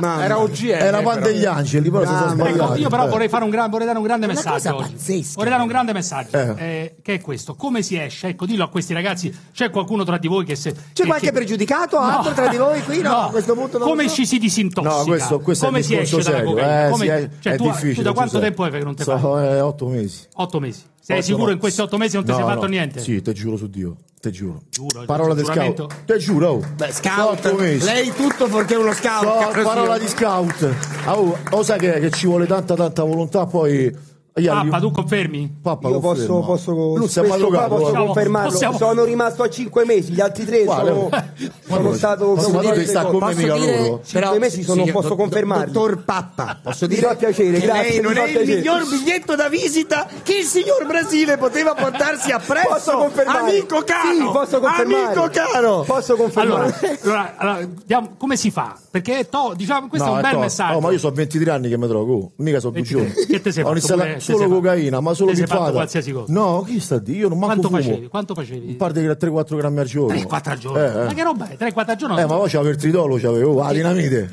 Speaker 6: Era OGM.
Speaker 4: Era pan degli angeli, però si sono
Speaker 8: Ecco,
Speaker 4: sbagliati.
Speaker 8: io però
Speaker 4: eh.
Speaker 8: vorrei, fare un gran- vorrei dare un grande
Speaker 13: Una
Speaker 8: messaggio.
Speaker 13: cosa
Speaker 8: oggi.
Speaker 13: pazzesca.
Speaker 8: Vorrei dare un grande messaggio,
Speaker 4: Eh.
Speaker 8: eh, che è questo: come si esce? Ecco, dillo a questi ragazzi. C'è qualcuno tra di voi che se.
Speaker 13: C'è
Speaker 8: che-
Speaker 13: qualche
Speaker 8: che-
Speaker 13: pregiudicato? Altro tra di voi qui? No,
Speaker 8: No.
Speaker 13: a questo punto non
Speaker 8: come
Speaker 13: lo so.
Speaker 8: ci si disintossica?
Speaker 4: No, questo, questo
Speaker 8: come
Speaker 4: è il
Speaker 8: si esce
Speaker 4: discorso
Speaker 8: dalla
Speaker 4: serio.
Speaker 8: cocaina?
Speaker 4: eh,
Speaker 8: Come-
Speaker 4: sì, è,
Speaker 8: cioè,
Speaker 4: è
Speaker 8: tu, tu
Speaker 4: difficile.
Speaker 8: da quanto
Speaker 4: Giuseppe.
Speaker 8: tempo è che non te
Speaker 4: So,
Speaker 8: fai?
Speaker 4: eh, otto mesi.
Speaker 8: Otto mesi. Sei
Speaker 4: Otto
Speaker 8: sicuro
Speaker 4: no.
Speaker 8: in questi otto mesi non ti
Speaker 4: No,
Speaker 8: sei
Speaker 4: no.
Speaker 8: fatto niente?
Speaker 4: Sì, te giuro su Dio. Te giuro.
Speaker 8: Giuro,
Speaker 4: Parola del
Speaker 8: giuramento.
Speaker 4: scout. Te giuro. oh.
Speaker 13: Beh, scout,
Speaker 4: Otto mesi.
Speaker 13: lei tutto perché uno scout.
Speaker 4: No,
Speaker 13: caro
Speaker 4: parola
Speaker 13: signore.
Speaker 4: di scout. Ah, oh, lo sai che, che ci vuole tanta tanta volontà, poi
Speaker 8: Pappa, tu confermi?
Speaker 4: Pappa,
Speaker 23: Io posso,
Speaker 4: conferma.
Speaker 23: posso,
Speaker 4: Lui si è
Speaker 23: questo qua
Speaker 4: madrugato,
Speaker 23: posso
Speaker 4: guarda.
Speaker 23: confermarlo.
Speaker 4: Possiamo-
Speaker 23: Sono rimasto a 5 mesi, gli altri 3
Speaker 4: Guarda,
Speaker 23: sono,
Speaker 4: guarda.
Speaker 23: sono stato
Speaker 4: Posso dire che sta con me mica loro?
Speaker 23: 5 mesi sono,
Speaker 13: signor-
Speaker 23: posso
Speaker 13: do-
Speaker 23: confermarlo.
Speaker 13: Dottor Pappa, posso
Speaker 23: Mi
Speaker 13: dire
Speaker 23: fa piacere,
Speaker 13: che
Speaker 23: grazie,
Speaker 13: lei non
Speaker 23: mi fa
Speaker 13: è il
Speaker 23: piacere.
Speaker 13: miglior biglietto da visita che il signor Brasile poteva portarsi appresso.
Speaker 23: Posso confermare?
Speaker 13: Amico caro!
Speaker 23: Sì, posso confermare.
Speaker 13: Amico caro!
Speaker 23: Posso confermare?
Speaker 8: Allora, allora, allora, vediamo come si fa? Perché è to- diciamo, questo
Speaker 4: No,
Speaker 8: è un
Speaker 4: è
Speaker 8: bel
Speaker 4: tosto.
Speaker 8: messaggio.
Speaker 4: Oh, ma io sono 23 anni che mi drogo, oh, mica sono due giorni.
Speaker 8: Che te sei
Speaker 4: Ho
Speaker 8: fatto?
Speaker 4: iniziato
Speaker 8: Pure- te sei
Speaker 4: solo
Speaker 8: fatto-
Speaker 4: cocaina, ma solo
Speaker 8: te sei fatto
Speaker 4: pippata.
Speaker 8: qualsiasi cosa.
Speaker 4: No, chi sta di? Io non manco
Speaker 8: Quanto
Speaker 4: fumo.
Speaker 8: facevi? Quanto facevi?
Speaker 4: Un par di 3-4 grammi al giorno.
Speaker 8: 3-4 al giorno.
Speaker 4: Eh, eh.
Speaker 8: Ma che roba è? 3-4 al giorno?
Speaker 4: Eh, ma poi c'avevo il tritolo, c'avevo oh, la dinamite.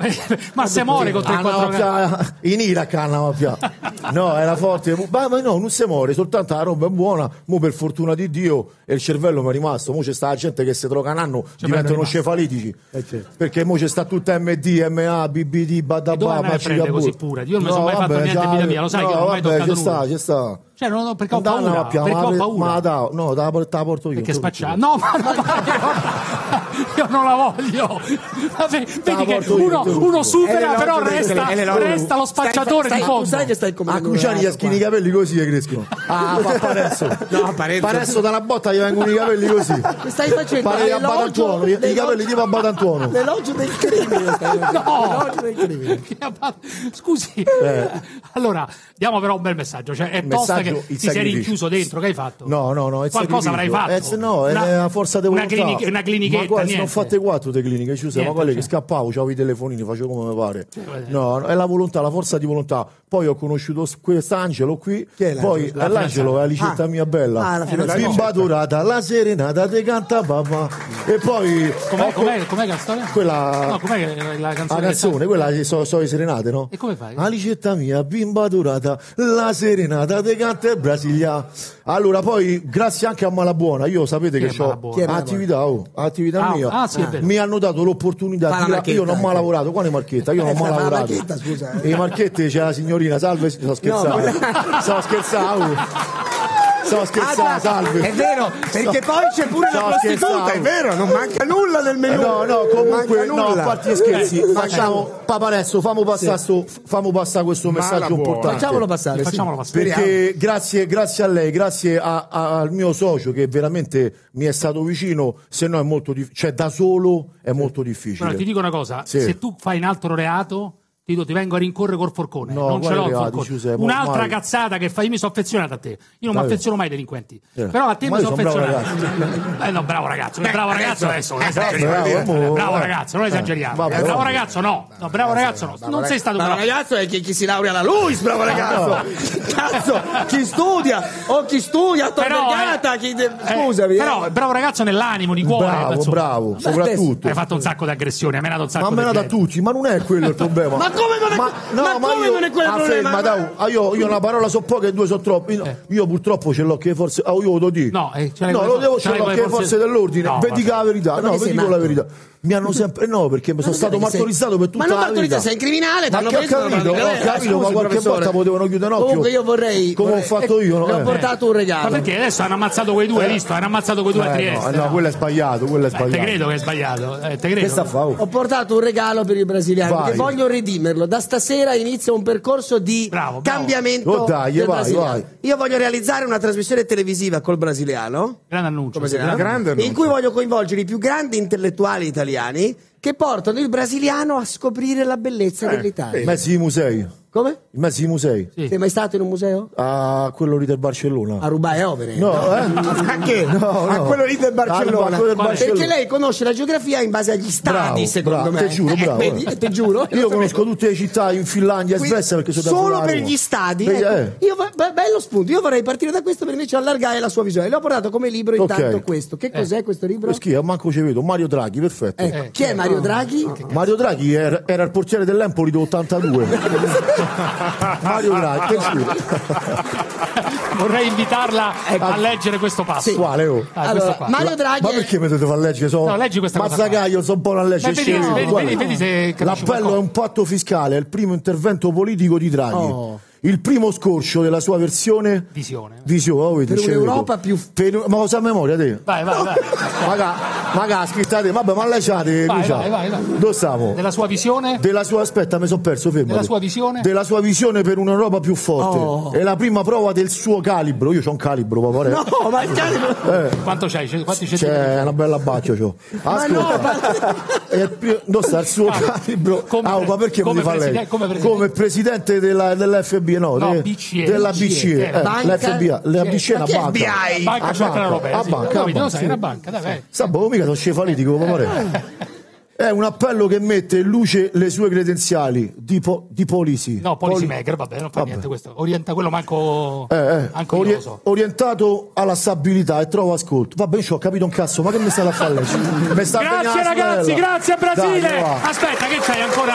Speaker 8: Ma se muore con 3-4
Speaker 4: Andava
Speaker 8: grammi?
Speaker 4: via- in Iraq andava via. No, era forte. Ma, ma no, non si muore, soltanto la roba è buona. Mo per fortuna di Dio e il cervello mi è rimasto. Mo c'è sta la gente che se droga un anno diventano cefalitici. Perché mo c'è sta tutta MD, MA, BBD,
Speaker 8: dove
Speaker 4: badabà,
Speaker 8: andavi a prendere
Speaker 4: macigabù.
Speaker 8: così pura? Io non mi sono mai fatto niente in vita mia, lo sai che non ho mai toccato
Speaker 4: c'è sta,
Speaker 8: nulla.
Speaker 4: c'è sta.
Speaker 8: Cioè, no, no, perché ho
Speaker 4: Andava
Speaker 8: paura.
Speaker 4: a piano,
Speaker 8: Perché
Speaker 4: ma
Speaker 8: ho
Speaker 4: la- Ma
Speaker 8: paura.
Speaker 4: la davo- no, te la por- te la porto io.
Speaker 8: Perché
Speaker 4: te la porto
Speaker 8: spacciata.
Speaker 4: io.
Speaker 8: No, ma io non la voglio. Vabbè, vedi che
Speaker 4: porto io,
Speaker 8: uno,
Speaker 4: te lo
Speaker 8: uno
Speaker 4: dico.
Speaker 8: supera,
Speaker 4: Eh,
Speaker 8: però
Speaker 4: no,
Speaker 8: resta,
Speaker 4: eh, no,
Speaker 8: resta lo spacciatore di fondo.
Speaker 4: A Cruciani gli schini i capelli così e crescono. Ah, fa Parenzo.
Speaker 13: No, Parenzo.
Speaker 4: Parenzo dalla botta gli vengono i capelli così.
Speaker 13: Mi stai facendo
Speaker 4: Pare a
Speaker 13: l'elogio
Speaker 4: Badantuono, i- i
Speaker 13: dell'oggi-
Speaker 4: capelli tipo a Badantuono.
Speaker 13: L'elogio del crimine. stai facendo.
Speaker 8: No.
Speaker 13: L'elogio del crimine.
Speaker 8: Scusi, allora diamo però un bel messaggio. Cioè, è tosta
Speaker 4: Messaggio,
Speaker 8: che
Speaker 4: Eh. il
Speaker 8: ti sei
Speaker 4: sacrificio.
Speaker 8: rinchiuso dentro. Che hai fatto?
Speaker 4: No, no, no, è
Speaker 8: Qualcosa avrai
Speaker 4: sacrificio.
Speaker 8: fatto.
Speaker 4: Eh, se no, è
Speaker 8: Una-
Speaker 4: la forza di
Speaker 8: una
Speaker 4: volontà.
Speaker 8: cliniche- una clinichetta,
Speaker 4: Ma guarda, se ne ho
Speaker 8: niente.
Speaker 4: fatte quattro di cliniche, Giuseppe,
Speaker 8: Niente,
Speaker 4: ma quelle
Speaker 8: cioè.
Speaker 4: che scappavo, c'avevo i telefonini, facevo come mi pare. No, no, è la volontà, la forza di volontà. Poi ho conosciuto s- quest'angelo qui,
Speaker 13: è l'angelo?
Speaker 4: poi
Speaker 13: La
Speaker 4: è l'angelo, è la licetta
Speaker 13: Ah.
Speaker 4: mia bella.
Speaker 13: Ah, la fidanzata.
Speaker 4: Bimba dorata, la serenata te canta papà.
Speaker 13: Eh,
Speaker 4: E poi...
Speaker 8: Com'è,
Speaker 4: ho co-
Speaker 8: com'è, com'è la storia?
Speaker 4: Quella...
Speaker 8: No, com'è che-
Speaker 4: La
Speaker 8: la canzone? che
Speaker 4: Ah, canzone,
Speaker 8: sa-
Speaker 4: quella che so, so le serenate, no?
Speaker 8: E come fai?
Speaker 4: Alicetta mia, bimba durata, la serenata de canta e Brasilia. Allora, poi, grazie anche a Malabuona, io sapete
Speaker 8: Chi
Speaker 4: che
Speaker 8: è
Speaker 4: ho
Speaker 8: Malabuona?
Speaker 13: Chi è Malabuona?
Speaker 4: attività, oh, attività
Speaker 8: Ah,
Speaker 4: mia.
Speaker 8: ah, sì, è vero.
Speaker 4: Mi hanno dato
Speaker 13: Fa
Speaker 4: l'opportunità
Speaker 13: la
Speaker 4: di
Speaker 13: marchetta,
Speaker 4: Io non ho mai
Speaker 13: anche.
Speaker 4: lavorato, quale marchetta? Io non ho mai
Speaker 13: Fa la
Speaker 4: lavorato.
Speaker 13: marchetta, scusa. eh.
Speaker 4: E i marchetti c'è la signorina, salve, sto scherzando. Sto scherzando. Sto scherzando,
Speaker 13: Ah, già,
Speaker 4: salve.
Speaker 13: È vero, perché poi c'è pure la
Speaker 4: No,
Speaker 13: prostituta,
Speaker 4: scherzavo.
Speaker 13: è vero, non manca nulla nel menù.
Speaker 4: No, no,
Speaker 13: Manca
Speaker 4: comunque, no, a
Speaker 13: nulla.
Speaker 4: parte gli scherzi,
Speaker 13: Eh,
Speaker 4: facciamo, Papa Alessio, famo passare sto- famo passare questo messaggio
Speaker 13: buona.
Speaker 4: importante. Eh
Speaker 13: Facciamolo passare, sì.
Speaker 8: Facciamolo passare.
Speaker 4: Perché grazie, grazie a lei, grazie a- a- al mio socio che veramente mi è stato vicino, se no è molto difficile, cioè da solo è molto difficile.
Speaker 8: Allora, ti dico una cosa:
Speaker 4: Sì.
Speaker 8: se tu fai un altro reato. Ti, dico, ti vengo a rincorrere col forcone,
Speaker 4: No,
Speaker 8: non ce
Speaker 4: quale
Speaker 8: l'ho il
Speaker 4: reati,
Speaker 8: forcone.
Speaker 4: Giuseppe,
Speaker 8: Un'altra
Speaker 4: ormai.
Speaker 8: cazzata che fai, io mi sono affezionato a te. Io non mi
Speaker 4: Dai.
Speaker 8: affeziono mai ai delinquenti,
Speaker 4: Eh.
Speaker 8: però a te mi
Speaker 4: Ormai
Speaker 8: sono
Speaker 4: sono bravo eh,
Speaker 8: affezionato. Eh no, bravo ragazzo,
Speaker 13: Beh,
Speaker 8: bravo
Speaker 13: adesso-
Speaker 8: ragazzo adesso, non
Speaker 13: adesso-
Speaker 8: esageriamo. Eh,
Speaker 13: bravo,
Speaker 4: amore.
Speaker 8: Bravo ragazzo, non
Speaker 4: Eh,
Speaker 8: esageriamo.
Speaker 4: vabbè,
Speaker 8: bravo
Speaker 4: vabbè. Eh,
Speaker 8: ragazzo no, No, bravo ragazzo no, non sei stato
Speaker 13: Bravo
Speaker 8: bravo.
Speaker 13: ragazzo è chi, chi si laurea la lui, bravo ragazzo. Cazzo, chi studia o chi studia a Tor
Speaker 8: Però,
Speaker 13: Vergata, chi de-
Speaker 8: Eh,
Speaker 13: scusami.
Speaker 8: però
Speaker 13: eh.
Speaker 8: bravo ragazzo nell'animo di cuore
Speaker 4: Bravo,
Speaker 8: insomma.
Speaker 4: bravo, soprattutto.
Speaker 8: hai fatto un sacco di aggressioni hai menato un
Speaker 4: Ma
Speaker 8: sacco
Speaker 4: me la
Speaker 8: di
Speaker 4: da
Speaker 8: gente.
Speaker 4: tutti, ma non è quello il problema.
Speaker 13: Ma come non è- ma come non è quello
Speaker 4: ah,
Speaker 13: il problema?
Speaker 4: ferma, dai, ah, io, io una parola so poche e due so troppe. Io,
Speaker 13: Eh.
Speaker 4: io purtroppo ce l'ho che forse. Ah, io lo devo dire.
Speaker 8: No, eh, ce l'hai
Speaker 4: No,
Speaker 8: con
Speaker 4: lo
Speaker 8: le for-
Speaker 4: devo,
Speaker 8: ce
Speaker 4: ce
Speaker 8: l'hai
Speaker 4: l'ho
Speaker 8: con le
Speaker 4: che
Speaker 8: forze-
Speaker 4: forze dell'ordine.
Speaker 8: No,
Speaker 4: Vedi
Speaker 8: vabbè.
Speaker 4: la verità.
Speaker 13: Ma
Speaker 4: No,
Speaker 13: perché
Speaker 4: vi
Speaker 13: sei
Speaker 4: dico la
Speaker 13: matto?
Speaker 4: verità. Mi hanno sempre. eh, No, perché mi sono stato
Speaker 13: perché sei-
Speaker 4: martorizzato per
Speaker 13: Ma
Speaker 4: tutta
Speaker 13: non
Speaker 4: la vita.
Speaker 13: martorizzato, sei criminale,
Speaker 4: Ma
Speaker 13: t'hanno
Speaker 4: che ho
Speaker 13: preso,
Speaker 4: capito,
Speaker 13: t'hanno
Speaker 4: ho
Speaker 13: preso.
Speaker 4: capito, ma
Speaker 13: eh, Scusi,
Speaker 4: qualche
Speaker 13: professore.
Speaker 4: volta potevano chiudere un occhio.
Speaker 13: Comunque io vorrei
Speaker 4: Come ho
Speaker 13: vorrei-
Speaker 4: fatto io,
Speaker 13: Le
Speaker 4: eh.
Speaker 13: ho portato un
Speaker 8: ma
Speaker 13: regalo.
Speaker 8: perché adesso hanno ammazzato quei due hai visto hanno ammazzato quei due a
Speaker 4: Eh, no,
Speaker 8: Trieste
Speaker 4: eh, no, quello è sbagliato, quello è
Speaker 8: Eh, te
Speaker 4: sbagliato.
Speaker 8: credo che è sbagliato eh, te credo
Speaker 4: Questa fa. oh.
Speaker 13: Ho portato un regalo per i brasiliani
Speaker 4: Vai.
Speaker 13: che voglio redimerlo. Da stasera inizia un percorso di
Speaker 8: Bravo, bravo.
Speaker 13: cambiamento.
Speaker 4: Oh, dai,
Speaker 13: del
Speaker 4: vai,
Speaker 13: brasiliano.
Speaker 4: vai.
Speaker 13: Io voglio realizzare una trasmissione televisiva col brasiliano.
Speaker 8: grande annuncio
Speaker 13: Come si chiama?
Speaker 8: grande
Speaker 13: in cui voglio coinvolgere i più grandi intellettuali italiani che portano il brasiliano a scoprire la
Speaker 4: Eh.
Speaker 13: bellezza
Speaker 8: Eh,
Speaker 13: dell'Italia.
Speaker 4: I mezzi di musei. I
Speaker 13: Come?
Speaker 4: mezzi di musei.
Speaker 8: Sì.
Speaker 13: Sei mai stato in un museo?
Speaker 4: A quello lì del Barcellona.
Speaker 13: A rubare opere?
Speaker 4: No, eh?
Speaker 13: Perché?
Speaker 4: No,
Speaker 13: A
Speaker 4: no.
Speaker 13: quello lì del
Speaker 4: Ah,
Speaker 13: Barcellona.
Speaker 4: quello del
Speaker 13: Qual è?
Speaker 4: Barcellona.
Speaker 13: Perché lei conosce la geografia in base agli stati,
Speaker 4: Bravo,
Speaker 13: secondo
Speaker 4: bravo,
Speaker 13: me.
Speaker 4: te giuro,
Speaker 13: Eh,
Speaker 4: bravo,
Speaker 13: vedi,
Speaker 4: eh.
Speaker 13: te giuro.
Speaker 4: Io conosco tutte le città in Finlandia, in
Speaker 13: Quindi,
Speaker 4: Svezia perché sono da eh,
Speaker 13: solo
Speaker 4: Bologna.
Speaker 13: per gli stadi
Speaker 4: Perché,
Speaker 13: ecco, io va- be- bello spunto io vorrei partire da questo per invece allargare la sua visione le ho portato come libro
Speaker 4: Ok.
Speaker 13: intanto questo che cos'è questo libro?
Speaker 4: eh, schifo, manco ci vedo. Mario Draghi, perfetto.
Speaker 13: Ecco,
Speaker 8: Eh,
Speaker 13: chi è Mario Draghi?
Speaker 4: Mario Draghi era, era il portiere dell'Empoli dell'82. Mario Draghi, che schifo.
Speaker 8: vorrei invitarla
Speaker 13: Ecco.
Speaker 8: a leggere questo passo
Speaker 4: Quale, oh?
Speaker 8: Ah,
Speaker 13: Allora,
Speaker 8: questo qua.
Speaker 13: Mario Draghi
Speaker 4: Ma
Speaker 13: è-
Speaker 4: perché mi dovete far leggere? So,
Speaker 8: No, leggi questa cosa qua.
Speaker 4: Mazzacaio, sono buono a leggere.
Speaker 8: Beh, vedi,
Speaker 4: scemo,
Speaker 8: vedi,
Speaker 4: guarda.
Speaker 8: vedi, vedi se capisci
Speaker 4: L'appello
Speaker 8: qualcosa.
Speaker 13: Oh.
Speaker 4: è un patto fiscale, è il primo intervento politico di Draghi. il primo scorcio della sua versione
Speaker 8: Visione.
Speaker 4: Visione, oh, vedi,
Speaker 8: Per
Speaker 4: ce ne
Speaker 8: un'Europa
Speaker 4: vedo. Per- ma cosa a memoria te?
Speaker 8: Vai, vai, vai.
Speaker 4: Maga, maga scritta te, vabbè, ma lasciate.
Speaker 8: Vai,
Speaker 4: Lucia.
Speaker 8: vai, vai, vai.
Speaker 4: Dove stiamo?
Speaker 8: Della sua visione?
Speaker 4: Della sua, aspetta, mi sono perso, fermo.
Speaker 8: Della sua visione?
Speaker 4: Della sua visione per un'Europa più forte.
Speaker 8: Oh.
Speaker 4: È la prima prova del suo calibro. Io ho un calibro, papà.
Speaker 8: No, ma il
Speaker 4: calibro.
Speaker 8: Quanto c'hai? C'è- Quanti centimetri?
Speaker 4: C'è una bella bacchia, c'ho.
Speaker 8: Ma no,
Speaker 4: Ascolta, è pri- non sta il suo calibro. Ah, ma perché come,
Speaker 8: come
Speaker 4: fa
Speaker 8: preside-
Speaker 4: lei?
Speaker 8: come
Speaker 4: Come
Speaker 8: presidente-
Speaker 4: presidente, della, dell'FBI, no,
Speaker 8: No,
Speaker 4: de-
Speaker 8: BCE.
Speaker 4: della
Speaker 8: BCE,
Speaker 4: BCE.
Speaker 8: era.
Speaker 4: eh,
Speaker 8: Banca-
Speaker 4: L'FBI, la BCE è una
Speaker 8: Ma che
Speaker 4: banca.
Speaker 8: FBI? Banca
Speaker 4: A
Speaker 8: Centrale Europea,
Speaker 4: a
Speaker 8: sì.
Speaker 4: banca,
Speaker 8: Lo
Speaker 4: a
Speaker 8: vedi, lo sai,
Speaker 4: sì.
Speaker 8: è una banca, dai, vai. Eh,
Speaker 4: Sa, boh, mica sono cefalitico, papà. È un appello che mette in luce le sue credenziali di, po- di polisi.
Speaker 8: No, policy
Speaker 4: Poli-
Speaker 8: maker, vabbè, non fa
Speaker 4: Vabbè.
Speaker 8: niente questo. Orienta quello manco...
Speaker 4: Eh, eh,
Speaker 8: Anche
Speaker 4: ori-
Speaker 8: io lo so.
Speaker 4: orientato alla stabilità e trovo ascolto. Vabbè, io ho capito un cazzo, ma che mi state a fare? lei? Mi sta bene la
Speaker 8: Grazie ragazzi,
Speaker 4: sorella.
Speaker 8: grazie Brasile!
Speaker 4: Dai, va.
Speaker 8: Aspetta, che c'hai ancora?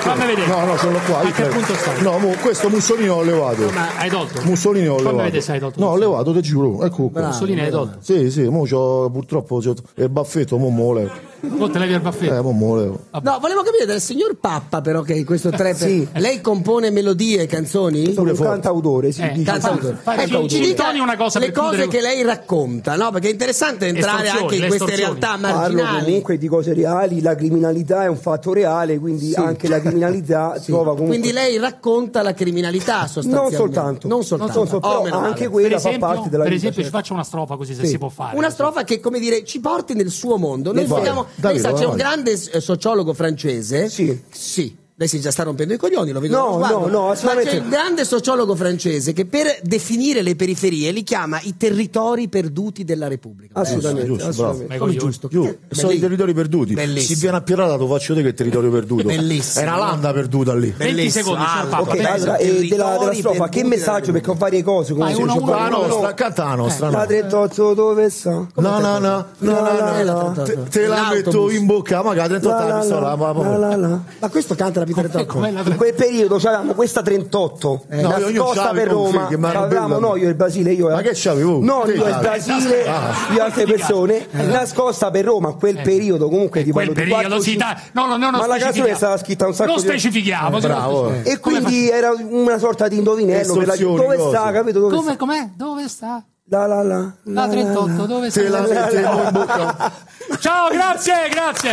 Speaker 8: Fammi vedere.
Speaker 4: No, no, ce l'ho qua.
Speaker 8: A che
Speaker 4: io-
Speaker 8: punto stai?
Speaker 4: No, mo, questo Mussolini l'ho levato.
Speaker 8: Ma hai tolto?
Speaker 4: Mussolini ho
Speaker 8: Fammi
Speaker 4: levato.
Speaker 8: vedere se hai tolto
Speaker 4: No, ho levato, te giuro. Ecco qua.
Speaker 8: Mussolini hai tolto?
Speaker 4: Sì, sì, mo c'ho, purtroppo c'ho il baffetto, mo mo levo.
Speaker 8: Oh, te levi il baffetto.
Speaker 4: Eh, mo mo levo.
Speaker 13: No, volevo capire dal signor Pappa però che in questo trap
Speaker 4: Sì.
Speaker 13: lei compone melodie, canzoni?
Speaker 4: Pure
Speaker 23: un forte. cantautore, sì, dice.
Speaker 13: cantautore.
Speaker 8: Fai- fai-
Speaker 13: Ecco,
Speaker 8: ci-
Speaker 13: ci
Speaker 8: ci
Speaker 13: dica
Speaker 8: toni una cosa
Speaker 13: le
Speaker 8: per
Speaker 13: cose
Speaker 8: chiudere-
Speaker 13: che lei racconta, no? Perché è interessante entrare
Speaker 8: Estorsioni,
Speaker 13: anche in
Speaker 8: le
Speaker 13: queste
Speaker 8: estorsioni.
Speaker 13: realtà
Speaker 23: Parlo
Speaker 13: marginali.
Speaker 23: comunque di cose reali, la criminalità è un fatto reale, quindi
Speaker 13: Sì.
Speaker 23: anche la criminalità
Speaker 13: Sì.
Speaker 23: trova comunque...
Speaker 13: Quindi lei racconta la criminalità
Speaker 23: non
Speaker 13: sostanzialmente.
Speaker 23: soltanto,
Speaker 13: Non soltanto.
Speaker 23: non soltanto,
Speaker 13: Oh,
Speaker 23: però
Speaker 13: meno male.
Speaker 23: anche quella
Speaker 13: Per
Speaker 8: esempio-
Speaker 23: fa parte della
Speaker 8: per
Speaker 23: vita,
Speaker 8: esempio, ci
Speaker 23: certo.
Speaker 8: faccio una strofa così se
Speaker 23: Sì.
Speaker 8: si può fare.
Speaker 13: Una strofa che, come dire, ci porti nel suo mondo. Noi
Speaker 4: Vai.
Speaker 13: vogliamo.
Speaker 4: Davide,
Speaker 13: lei sa,
Speaker 4: vai,
Speaker 13: c'è un
Speaker 4: vai.
Speaker 13: grande eh, sociologo francese. Sì. Lei si già sta rompendo i coglioni, lo vedo.
Speaker 23: No,
Speaker 13: dallo sguardo.
Speaker 23: no, no,
Speaker 13: Ma
Speaker 23: assolutamente.
Speaker 13: c'è un grande sociologo francese che per definire le periferie li chiama i territori perduti della Repubblica.
Speaker 23: Assolutamente,
Speaker 4: Eh, Giusto, giusto, bravo.
Speaker 13: assolutamente.
Speaker 4: Come
Speaker 13: Come
Speaker 4: giusto.
Speaker 13: giusto.
Speaker 4: Giù, sono i
Speaker 13: Bellissimo.
Speaker 4: territori perduti. Si
Speaker 13: Bellissimo.
Speaker 4: viene a Pirata, lo faccio vedere che è territorio perduto.
Speaker 13: Bellissimo.
Speaker 4: È una landa perduta lì.
Speaker 13: 20 secondi, signor Paolo,
Speaker 23: Ah, Ok,
Speaker 13: 20
Speaker 23: allora, e
Speaker 13: territori
Speaker 23: della, della strofa,
Speaker 13: perduti
Speaker 23: che messaggio?
Speaker 13: della
Speaker 23: Perché ho varie cose. Come
Speaker 13: Vai,
Speaker 23: se
Speaker 13: uno,
Speaker 23: ci Eh.
Speaker 13: uno,
Speaker 23: può-
Speaker 4: La
Speaker 8: Ah,
Speaker 13: uno,
Speaker 23: no,
Speaker 4: nostra,
Speaker 23: no.
Speaker 4: canta la nostra.
Speaker 23: La
Speaker 4: no.
Speaker 23: 38 dove sta?
Speaker 4: Na na na, na na na,
Speaker 13: La-
Speaker 4: te- te la
Speaker 13: l'autobus.
Speaker 4: metto in bocca, magari
Speaker 23: La, la,
Speaker 4: 38 anni,
Speaker 23: la,
Speaker 4: sto là, ma-
Speaker 23: la, la, la.
Speaker 13: Ma questo canta la Pietra
Speaker 8: Com'è
Speaker 13: Tocco.
Speaker 8: la
Speaker 23: In quel periodo c'avevamo questa 38,
Speaker 4: Eh, no,
Speaker 23: la
Speaker 4: io- io
Speaker 23: scossa
Speaker 4: c'avevo
Speaker 23: per
Speaker 4: il
Speaker 23: Roma,
Speaker 4: config, ma era
Speaker 23: c'avevamo
Speaker 4: bella.
Speaker 23: no, io e il Basile, io
Speaker 4: Ma che c'avevo?
Speaker 23: No,
Speaker 4: Te
Speaker 23: io e il
Speaker 4: c'avevi.
Speaker 23: Basile,
Speaker 4: Ah. eh.
Speaker 23: io e altre persone, la scossa per Roma, quel periodo comunque di
Speaker 8: Quel
Speaker 23: parlo di
Speaker 8: periodo
Speaker 23: quattro,
Speaker 8: si
Speaker 23: cinque-
Speaker 8: dà. No, no, no, non
Speaker 23: Ma la canzone
Speaker 8: specifichiamo.
Speaker 23: è stata scritta un sacco
Speaker 8: Non
Speaker 23: di
Speaker 8: specifichiamo.
Speaker 4: Eh,
Speaker 8: sì, non
Speaker 4: bravo,
Speaker 8: specifichiamo.
Speaker 23: E quindi era una sorta di indovinello per la-
Speaker 4: Estorsioni,
Speaker 23: dove
Speaker 4: cose.
Speaker 23: sta, capito? Dove
Speaker 8: Come,
Speaker 23: sta?
Speaker 8: com'è? Dove sta?
Speaker 23: La la la.
Speaker 8: La 38, dove
Speaker 4: Te la
Speaker 8: sta?
Speaker 4: metto in bocca.
Speaker 8: Ciao, grazie, grazie.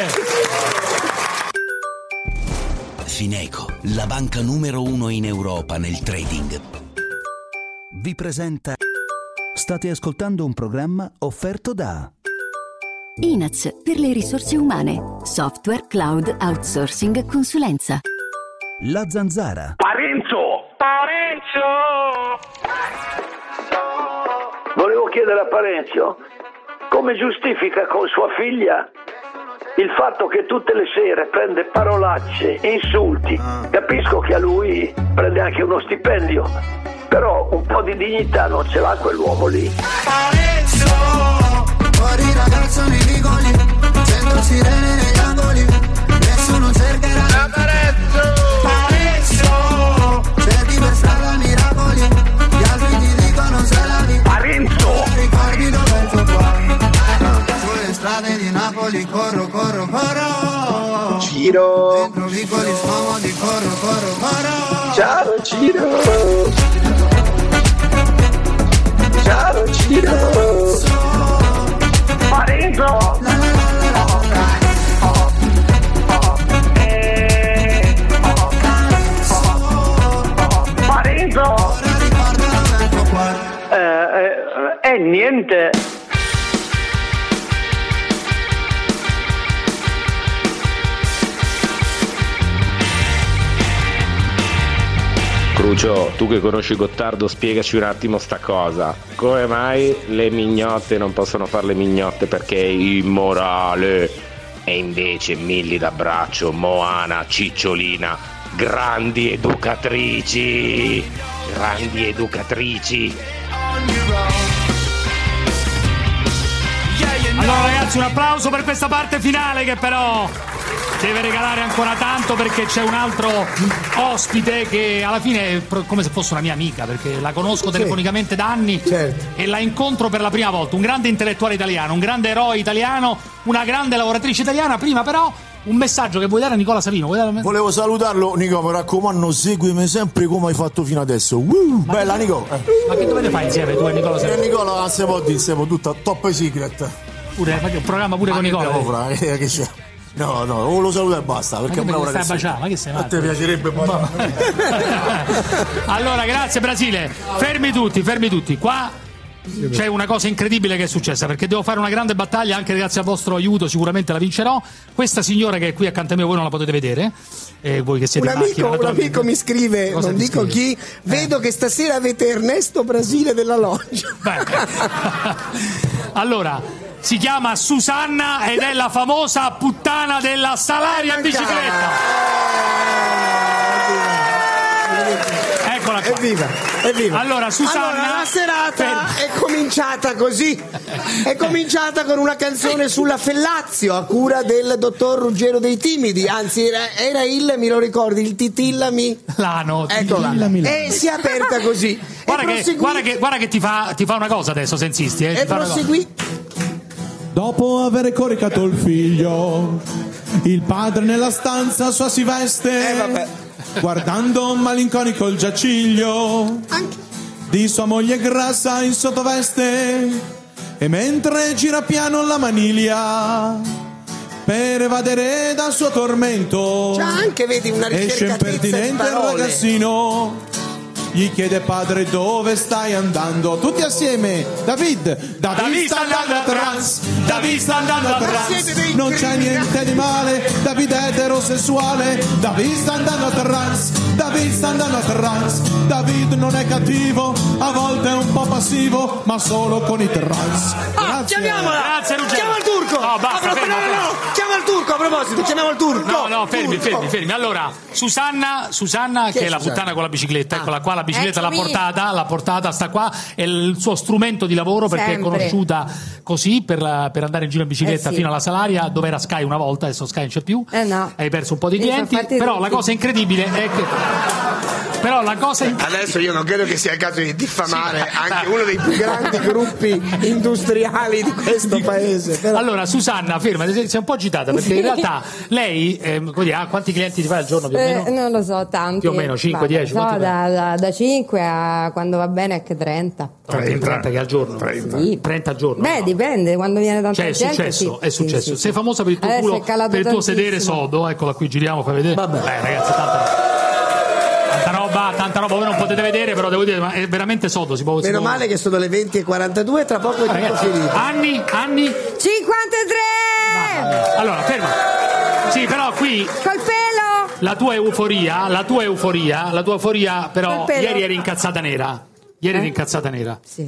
Speaker 41: Fineco, la banca numero uno in Europa nel trading.
Speaker 3: Vi presenta. State ascoltando un programma offerto da.
Speaker 42: INAZ per le risorse umane, software, cloud, outsourcing, consulenza.
Speaker 3: La Zanzara.
Speaker 25: Parenzo! Volevo chiedere a Parenzo come giustifica con sua figlia il fatto che tutte le sere prende parolacce, insulti. Capisco che a lui prende anche uno stipendio, però un po' di dignità non ce l'ha quell'uomo lì.
Speaker 2: Parenzo Fuori ragazzo nei vicoli Sento sirene negli angoli Nessuno cercherà La Parenzo Parenzo Cerchi per strada miracoli Gli altri ti dicono salami Parenzo Ricordi dove il tuo cuore Sulle strade di Napoli corro, corro, corro Ciro Dentro vicoli scomodi corro, corro, corro Ciao Ciro Ciao Ciro Parenzo
Speaker 25: Parenzo! Eh, eh, eh, niente.
Speaker 1: Crucio, tu che conosci Gottardo, spiegaci un attimo sta cosa. Come mai le mignotte non possono fare le mignotte perché è immorale? E invece Milli d'abbraccio, Moana, Cicciolina, grandi educatrici! Grandi educatrici!
Speaker 8: Allora ragazzi un applauso per questa parte finale che però deve regalare ancora tanto perché c'è un altro ospite che alla fine è pro- come se fosse una mia amica perché la conosco telefonicamente da anni
Speaker 4: Certo.
Speaker 8: e la incontro per la prima volta, un grande intellettuale italiano, un grande eroe italiano, una grande lavoratrice italiana, prima però un messaggio che vuoi dare a Nicola Savino? Vuoi dare un messaggio?
Speaker 4: Volevo salutarlo, Nico, mi raccomando, seguimi sempre come hai fatto fino adesso. Uh, bella, Nico.
Speaker 8: Ma che dovete fare insieme tu e Nicola
Speaker 4: Eh,
Speaker 8: Savino?
Speaker 4: Nicola, non si può dire, si può tutta top secret.
Speaker 8: Pure, ma che- un programma pure
Speaker 4: Ma
Speaker 8: con
Speaker 4: che
Speaker 8: Nicola.
Speaker 4: devo fare? Eh, che c'è? No, no, o lo saluto e basta, perché
Speaker 8: Ma
Speaker 4: è una
Speaker 8: che perché
Speaker 4: ora
Speaker 8: stai
Speaker 4: che
Speaker 8: a baciare? Ma che
Speaker 4: A
Speaker 8: sei matto?
Speaker 4: te piacerebbe poi.
Speaker 8: Allora, grazie Brasile. Fermi tutti, fermi tutti. Qua c'è una cosa incredibile che è successa perché devo fare una grande battaglia anche grazie al vostro aiuto, sicuramente la vincerò. Questa signora che è qui accanto a me, voi non la potete vedere, eh, voi che siete
Speaker 13: Un
Speaker 8: in macchina,
Speaker 13: amico, un
Speaker 8: naturalmente.
Speaker 13: amico mi scrive,
Speaker 8: Cosa
Speaker 13: non
Speaker 8: ti
Speaker 13: dico
Speaker 8: scrive? Eh.
Speaker 13: chi, vedo che stasera avete Ernesto Brasile della Loggia.
Speaker 8: Allora, si chiama Susanna ed è la famosa puttana della salaria in bicicletta. Eccola qua.
Speaker 13: Evviva, evviva.
Speaker 8: Allora, Susanna.
Speaker 13: Allora, la serata
Speaker 8: Fermi.
Speaker 13: è cominciata così. È cominciata con una canzone sulla Fellazio a cura del dottor Ruggero dei Timidi. Anzi, era, era il, mi lo ricordi, il Titillami.
Speaker 8: Lano,
Speaker 13: Eccola. E si è aperta così.
Speaker 8: Guarda
Speaker 13: e
Speaker 8: che,
Speaker 13: prosegui-
Speaker 8: guarda che- guarda che ti, fa, ti fa una cosa adesso se insisti. Eh,
Speaker 13: e
Speaker 8: ti fa una cosa.
Speaker 13: prosegui-
Speaker 12: Dopo aver coricato il figlio, il padre nella stanza sua si
Speaker 13: Eh,
Speaker 12: veste, guardando malinconico il giaciglio di sua moglie grassa in sottoveste. E mentre gira piano la maniglia per evadere dal suo tormento,
Speaker 13: C'ha anche, vedi, una
Speaker 12: esce
Speaker 13: ricercatezza di
Speaker 12: impertinente il
Speaker 13: parole.
Speaker 12: ragazzino. Gli chiede padre dove stai andando? Tutti assieme, David, David sta andando a trans, David sta andando a trans, non c'è niente di male, David è eterosessuale, David sta andando a trans, David sta andando a trans, David non è cattivo, a volte è un po' passivo, ma solo con i trans.
Speaker 13: Ah, chiamiamola!
Speaker 8: Grazie, Ruggero.
Speaker 13: Chiama il turco!
Speaker 8: No, basta,
Speaker 13: A pro-
Speaker 8: fermo,
Speaker 13: no, no, no, Chiama il turco a proposito, chiamiamo il turco!
Speaker 8: No, no, fermi,
Speaker 13: Turco.
Speaker 8: fermi, fermi. Allora, Susanna, Susanna che
Speaker 13: è Ah.
Speaker 8: è la
Speaker 13: Susanna?
Speaker 8: puttana con la bicicletta, eccola qua, la bicicletta l'ha
Speaker 43: Eccomi.
Speaker 8: portata, l'ha portata, sta qua, è il suo strumento di lavoro perché
Speaker 43: Sempre.
Speaker 8: è conosciuta così per, la- per andare in giro in bicicletta
Speaker 43: Eh sì.
Speaker 8: fino alla Salaria, dove era Sky una volta, adesso Sky non c'è più.
Speaker 43: Eh no.
Speaker 8: Hai perso un po' di
Speaker 43: Sì,
Speaker 8: clienti,
Speaker 43: sono fatti
Speaker 8: però
Speaker 43: tutti.
Speaker 8: la cosa incredibile è che però la cosa in-
Speaker 2: Adesso io non credo che sia il caso di diffamare anche uno dei più
Speaker 13: grandi gruppi industriali di questo paese. però-
Speaker 8: Allora, Susanna, ferma, sei sei un po' agitata perché in realtà lei eh, come dire, ha quanti clienti ti fa al giorno più o meno?
Speaker 43: Eh, non lo so, tanti.
Speaker 8: Più o meno, 5,
Speaker 43: Ma
Speaker 8: 10,
Speaker 43: so,
Speaker 8: quanti
Speaker 43: da, da- da 5 a quando va bene anche 30.
Speaker 8: 30, che al giorno 30, al giorno
Speaker 43: Beh, dipende, quando viene tanta
Speaker 8: cioè è
Speaker 43: gente.
Speaker 8: successo
Speaker 43: sì.
Speaker 8: è successo
Speaker 43: Sì, sì,
Speaker 8: sei
Speaker 43: sì.
Speaker 8: famosa per il tuo
Speaker 43: Adesso
Speaker 8: culo
Speaker 43: è calato
Speaker 8: per il tuo
Speaker 43: tantissimo.
Speaker 8: sedere sodo eccola qui giriamo fai vedere Beh, ragazzi tanta tanta roba tanta roba voi non potete vedere però devo dire ma è veramente sodo si può si
Speaker 13: Meno
Speaker 8: può-
Speaker 13: male che sono le 20 e 42, tra poco è tutto
Speaker 8: Ragazzi,
Speaker 13: finito.
Speaker 8: anni anni
Speaker 43: 53!
Speaker 8: allora ferma sì però qui
Speaker 43: Col pelo!
Speaker 8: la tua euforia la tua euforia la tua euforia però
Speaker 43: Col pelo. Eh?
Speaker 8: ieri eri incazzata nera ieri eri incazzata nera
Speaker 43: Sì.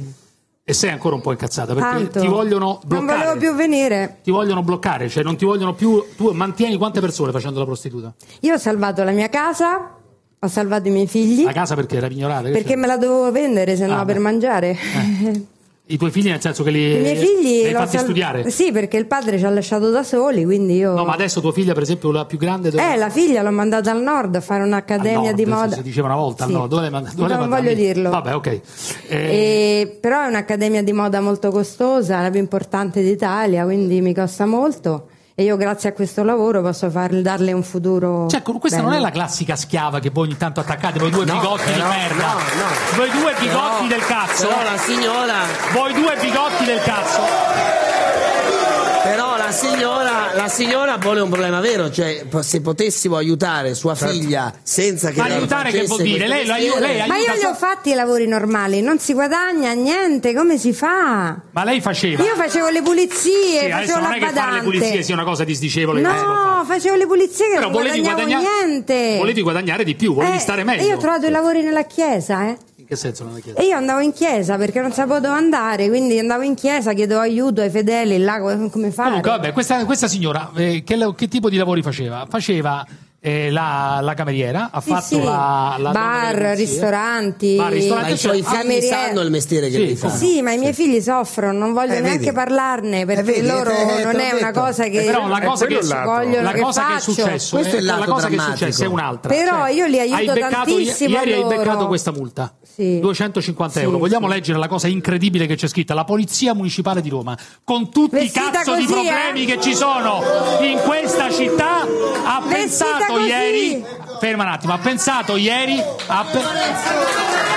Speaker 8: e sei ancora un po' incazzata perché
Speaker 43: Tanto.
Speaker 8: ti vogliono
Speaker 43: Non volevo
Speaker 8: bloccare
Speaker 43: più venire.
Speaker 8: ti vogliono bloccare, cioè non ti vogliono più. Tu mantieni quante persone facendo la prostituta?
Speaker 43: Io ho salvato la mia casa, ho salvato i miei figli.
Speaker 8: La casa perché era ignorare?
Speaker 43: Perché me la dovevo vendere, se no
Speaker 8: Ah, Eh.
Speaker 43: per mangiare.
Speaker 8: I tuoi figli, nel senso che li,
Speaker 43: I miei figli
Speaker 8: li hai
Speaker 43: l'ho
Speaker 8: fatti
Speaker 43: sal-
Speaker 8: studiare?
Speaker 43: Sì, perché il padre ci ha lasciato da soli, quindi io.
Speaker 8: No, ma adesso tua figlia, per esempio, la più grande. Dove...
Speaker 43: Eh, la figlia l'ho mandata al nord a fare
Speaker 8: Al
Speaker 43: un'accademia
Speaker 8: nord,
Speaker 43: di
Speaker 8: si-
Speaker 43: moda.
Speaker 8: Si diceva una volta,
Speaker 43: Sì.
Speaker 8: no, dove l'hai mand- dove l'hai
Speaker 43: Non
Speaker 8: mandata?
Speaker 43: voglio
Speaker 8: Lì.
Speaker 43: dirlo.
Speaker 8: Vabbè, ok. Eh,
Speaker 43: E- però è un'accademia di moda molto costosa, la più importante d'Italia, quindi mi costa molto. E io, grazie a questo lavoro, posso far- darle un futuro.
Speaker 8: Cioè, con- questa non è
Speaker 43: bello.
Speaker 8: la classica schiava che voi ogni tanto attaccate, voi due
Speaker 43: No,
Speaker 8: bigotti di
Speaker 43: no,
Speaker 8: merda.
Speaker 43: no, no.
Speaker 8: Voi due bigotti
Speaker 43: No,
Speaker 8: del cazzo.
Speaker 13: però la signora-
Speaker 8: Voi due bigotti del cazzo.
Speaker 13: Però la signora, la signora pone un problema vero, cioè po- se potessimo aiutare sua figlia senza che...
Speaker 8: Ma
Speaker 13: lei
Speaker 8: aiutare che
Speaker 13: facesse
Speaker 8: vuol dire?
Speaker 13: questo
Speaker 8: Lei lo aiu-
Speaker 13: mestiere-
Speaker 8: lei
Speaker 43: Ma io li ho fatti i lavori normali, non si guadagna niente, come si fa?
Speaker 8: Ma lei faceva.
Speaker 43: Io facevo le
Speaker 8: Sì,
Speaker 43: pulizie,
Speaker 8: adesso
Speaker 43: facevo
Speaker 8: non
Speaker 43: la
Speaker 8: è che fare le pulizie sia
Speaker 43: badante.
Speaker 8: una cosa disdicevole. che si può fare.
Speaker 43: No, facevo le pulizie che
Speaker 8: Però
Speaker 43: non
Speaker 8: volevi
Speaker 43: guadagnavo
Speaker 8: guadagnare-
Speaker 43: niente.
Speaker 8: eh. Volevi guadagnare di più, volevi
Speaker 43: Eh,
Speaker 8: stare meglio.
Speaker 43: E io ho trovato i lavori nella chiesa, eh.
Speaker 8: In che senso non è chiesto?
Speaker 43: E io andavo in chiesa perché non sapevo dove andare, quindi andavo in chiesa, chiedevo aiuto ai fedeli, là co- come fare.
Speaker 8: Comunque, vabbè, questa, questa signora eh, che, lo- che tipo di lavori faceva? Faceva eh, la, la cameriera, ha
Speaker 43: Sì,
Speaker 8: fatto
Speaker 43: sì.
Speaker 8: la, la donna
Speaker 43: bar,
Speaker 8: delle pulizie.
Speaker 43: ristoranti,
Speaker 8: Bar, ristoranti,
Speaker 43: Ma i
Speaker 8: cioè,
Speaker 43: suoi figli
Speaker 8: cameriera-
Speaker 43: sanno
Speaker 13: il mestiere che
Speaker 8: Sì,
Speaker 13: devi fare.
Speaker 43: Sì, ma i miei figli soffrono, non voglio
Speaker 13: Eh,
Speaker 43: neanche
Speaker 13: vedi?
Speaker 43: parlarne perché
Speaker 13: Eh, vedi?
Speaker 43: loro
Speaker 13: Eh, te l'ho
Speaker 43: non è una
Speaker 13: detto.
Speaker 43: cosa che
Speaker 13: Eh, però la
Speaker 43: eh,
Speaker 13: cosa che-
Speaker 43: quello è il lato. vogliono
Speaker 8: la
Speaker 43: che
Speaker 8: cosa che è
Speaker 43: faccio.
Speaker 8: successo, eh,
Speaker 13: Questo è il
Speaker 8: la
Speaker 13: lato
Speaker 8: cosa
Speaker 13: drammatico.
Speaker 8: che è successa è un'altra. cioè,
Speaker 43: Però io li aiuto
Speaker 8: hai beccato,
Speaker 43: tantissimo
Speaker 8: Ieri
Speaker 43: loro.
Speaker 8: hai beccato questa multa.
Speaker 43: Sì.
Speaker 8: 250
Speaker 43: Sì,
Speaker 8: euro. Vogliamo
Speaker 43: sì.
Speaker 8: leggere la cosa incredibile che c'è scritta? La Polizia Municipale di Roma, con tutti
Speaker 43: Vestita
Speaker 8: i cazzo di
Speaker 43: così,
Speaker 8: problemi
Speaker 43: eh?
Speaker 8: che ci sono in questa città, ha
Speaker 43: Vestita
Speaker 8: pensato
Speaker 43: così.
Speaker 8: ieri. Ferma un attimo, ha pensato ieri. Ha pe-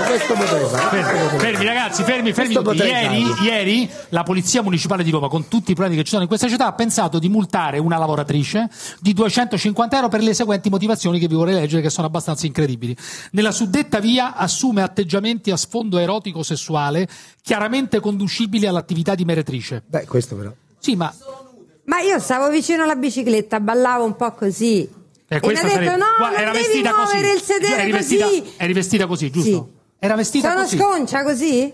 Speaker 8: Fermi, fermi, ragazzi, fermi, fermi.
Speaker 13: Questo potrei
Speaker 8: Ieri, ieri la Polizia Municipale di Roma, con tutti i problemi che ci sono in questa città, ha pensato di multare una lavoratrice di 250 euro per le seguenti motivazioni che vi vorrei leggere, che sono abbastanza incredibili. Nella suddetta via assume atteggiamenti a sfondo erotico-sessuale chiaramente conducibili all'attività di meretrice.
Speaker 23: Beh, questo però.
Speaker 8: Sì, ma
Speaker 43: Ma io stavo vicino alla bicicletta, ballavo un po' così.
Speaker 8: Eh,
Speaker 43: e mi ha
Speaker 8: questa
Speaker 43: detto
Speaker 8: sarebbe-
Speaker 43: no,
Speaker 8: Guarda,
Speaker 43: non
Speaker 8: era
Speaker 43: devi
Speaker 8: vestita così.
Speaker 43: muovere il
Speaker 8: Giù,
Speaker 43: sedere
Speaker 8: eri vestita,
Speaker 43: così.
Speaker 8: eri vestita così, giusto? Era vestita
Speaker 43: Sono
Speaker 8: così.
Speaker 43: sconcia così?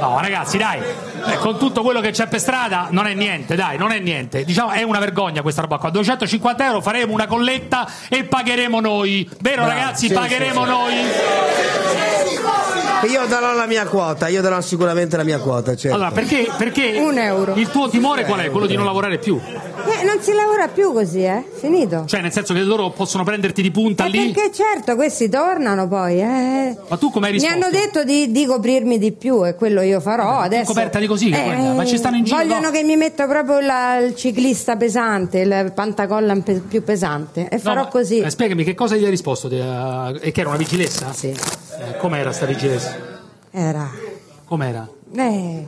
Speaker 8: No, ragazzi, dai, Eh, con tutto quello che c'è per strada non è niente, dai, non è niente. Diciamo, è una vergogna questa roba qua. 250 euro faremo una colletta e pagheremo noi. Vero,
Speaker 23: Bravo,
Speaker 8: ragazzi?
Speaker 23: sì,
Speaker 8: pagheremo
Speaker 23: sì, Certo. sì.
Speaker 8: noi.
Speaker 23: Io darò la mia quota, io darò sicuramente la mia quota. certo.
Speaker 8: Allora, perché, perché
Speaker 43: Un euro.
Speaker 8: il tuo timore qual è? Quello
Speaker 23: eh.
Speaker 8: di non lavorare più.
Speaker 43: Eh, non si lavora più così, eh? Finito.
Speaker 8: Cioè, nel senso che loro possono prenderti di punta lì.
Speaker 43: Perché certo, questi tornano poi, eh.
Speaker 8: Ma tu come hai
Speaker 43: Mi
Speaker 8: risposto?
Speaker 43: hanno detto di, di coprirmi di più e quello io farò adesso. Eh,
Speaker 8: coperta di così, che guarda, ma ci stanno in giro,
Speaker 43: Vogliono
Speaker 8: no?
Speaker 43: che mi metta proprio la- il ciclista pesante, il pantacolla pe- più pesante e
Speaker 8: No,
Speaker 43: farò
Speaker 8: ma-
Speaker 43: così.
Speaker 8: eh, spiegami che cosa gli hai risposto? te- a- e che era una vigilessa? Sì. com'era sta vigilessa?
Speaker 43: Era.
Speaker 8: Com'era?
Speaker 43: Eh.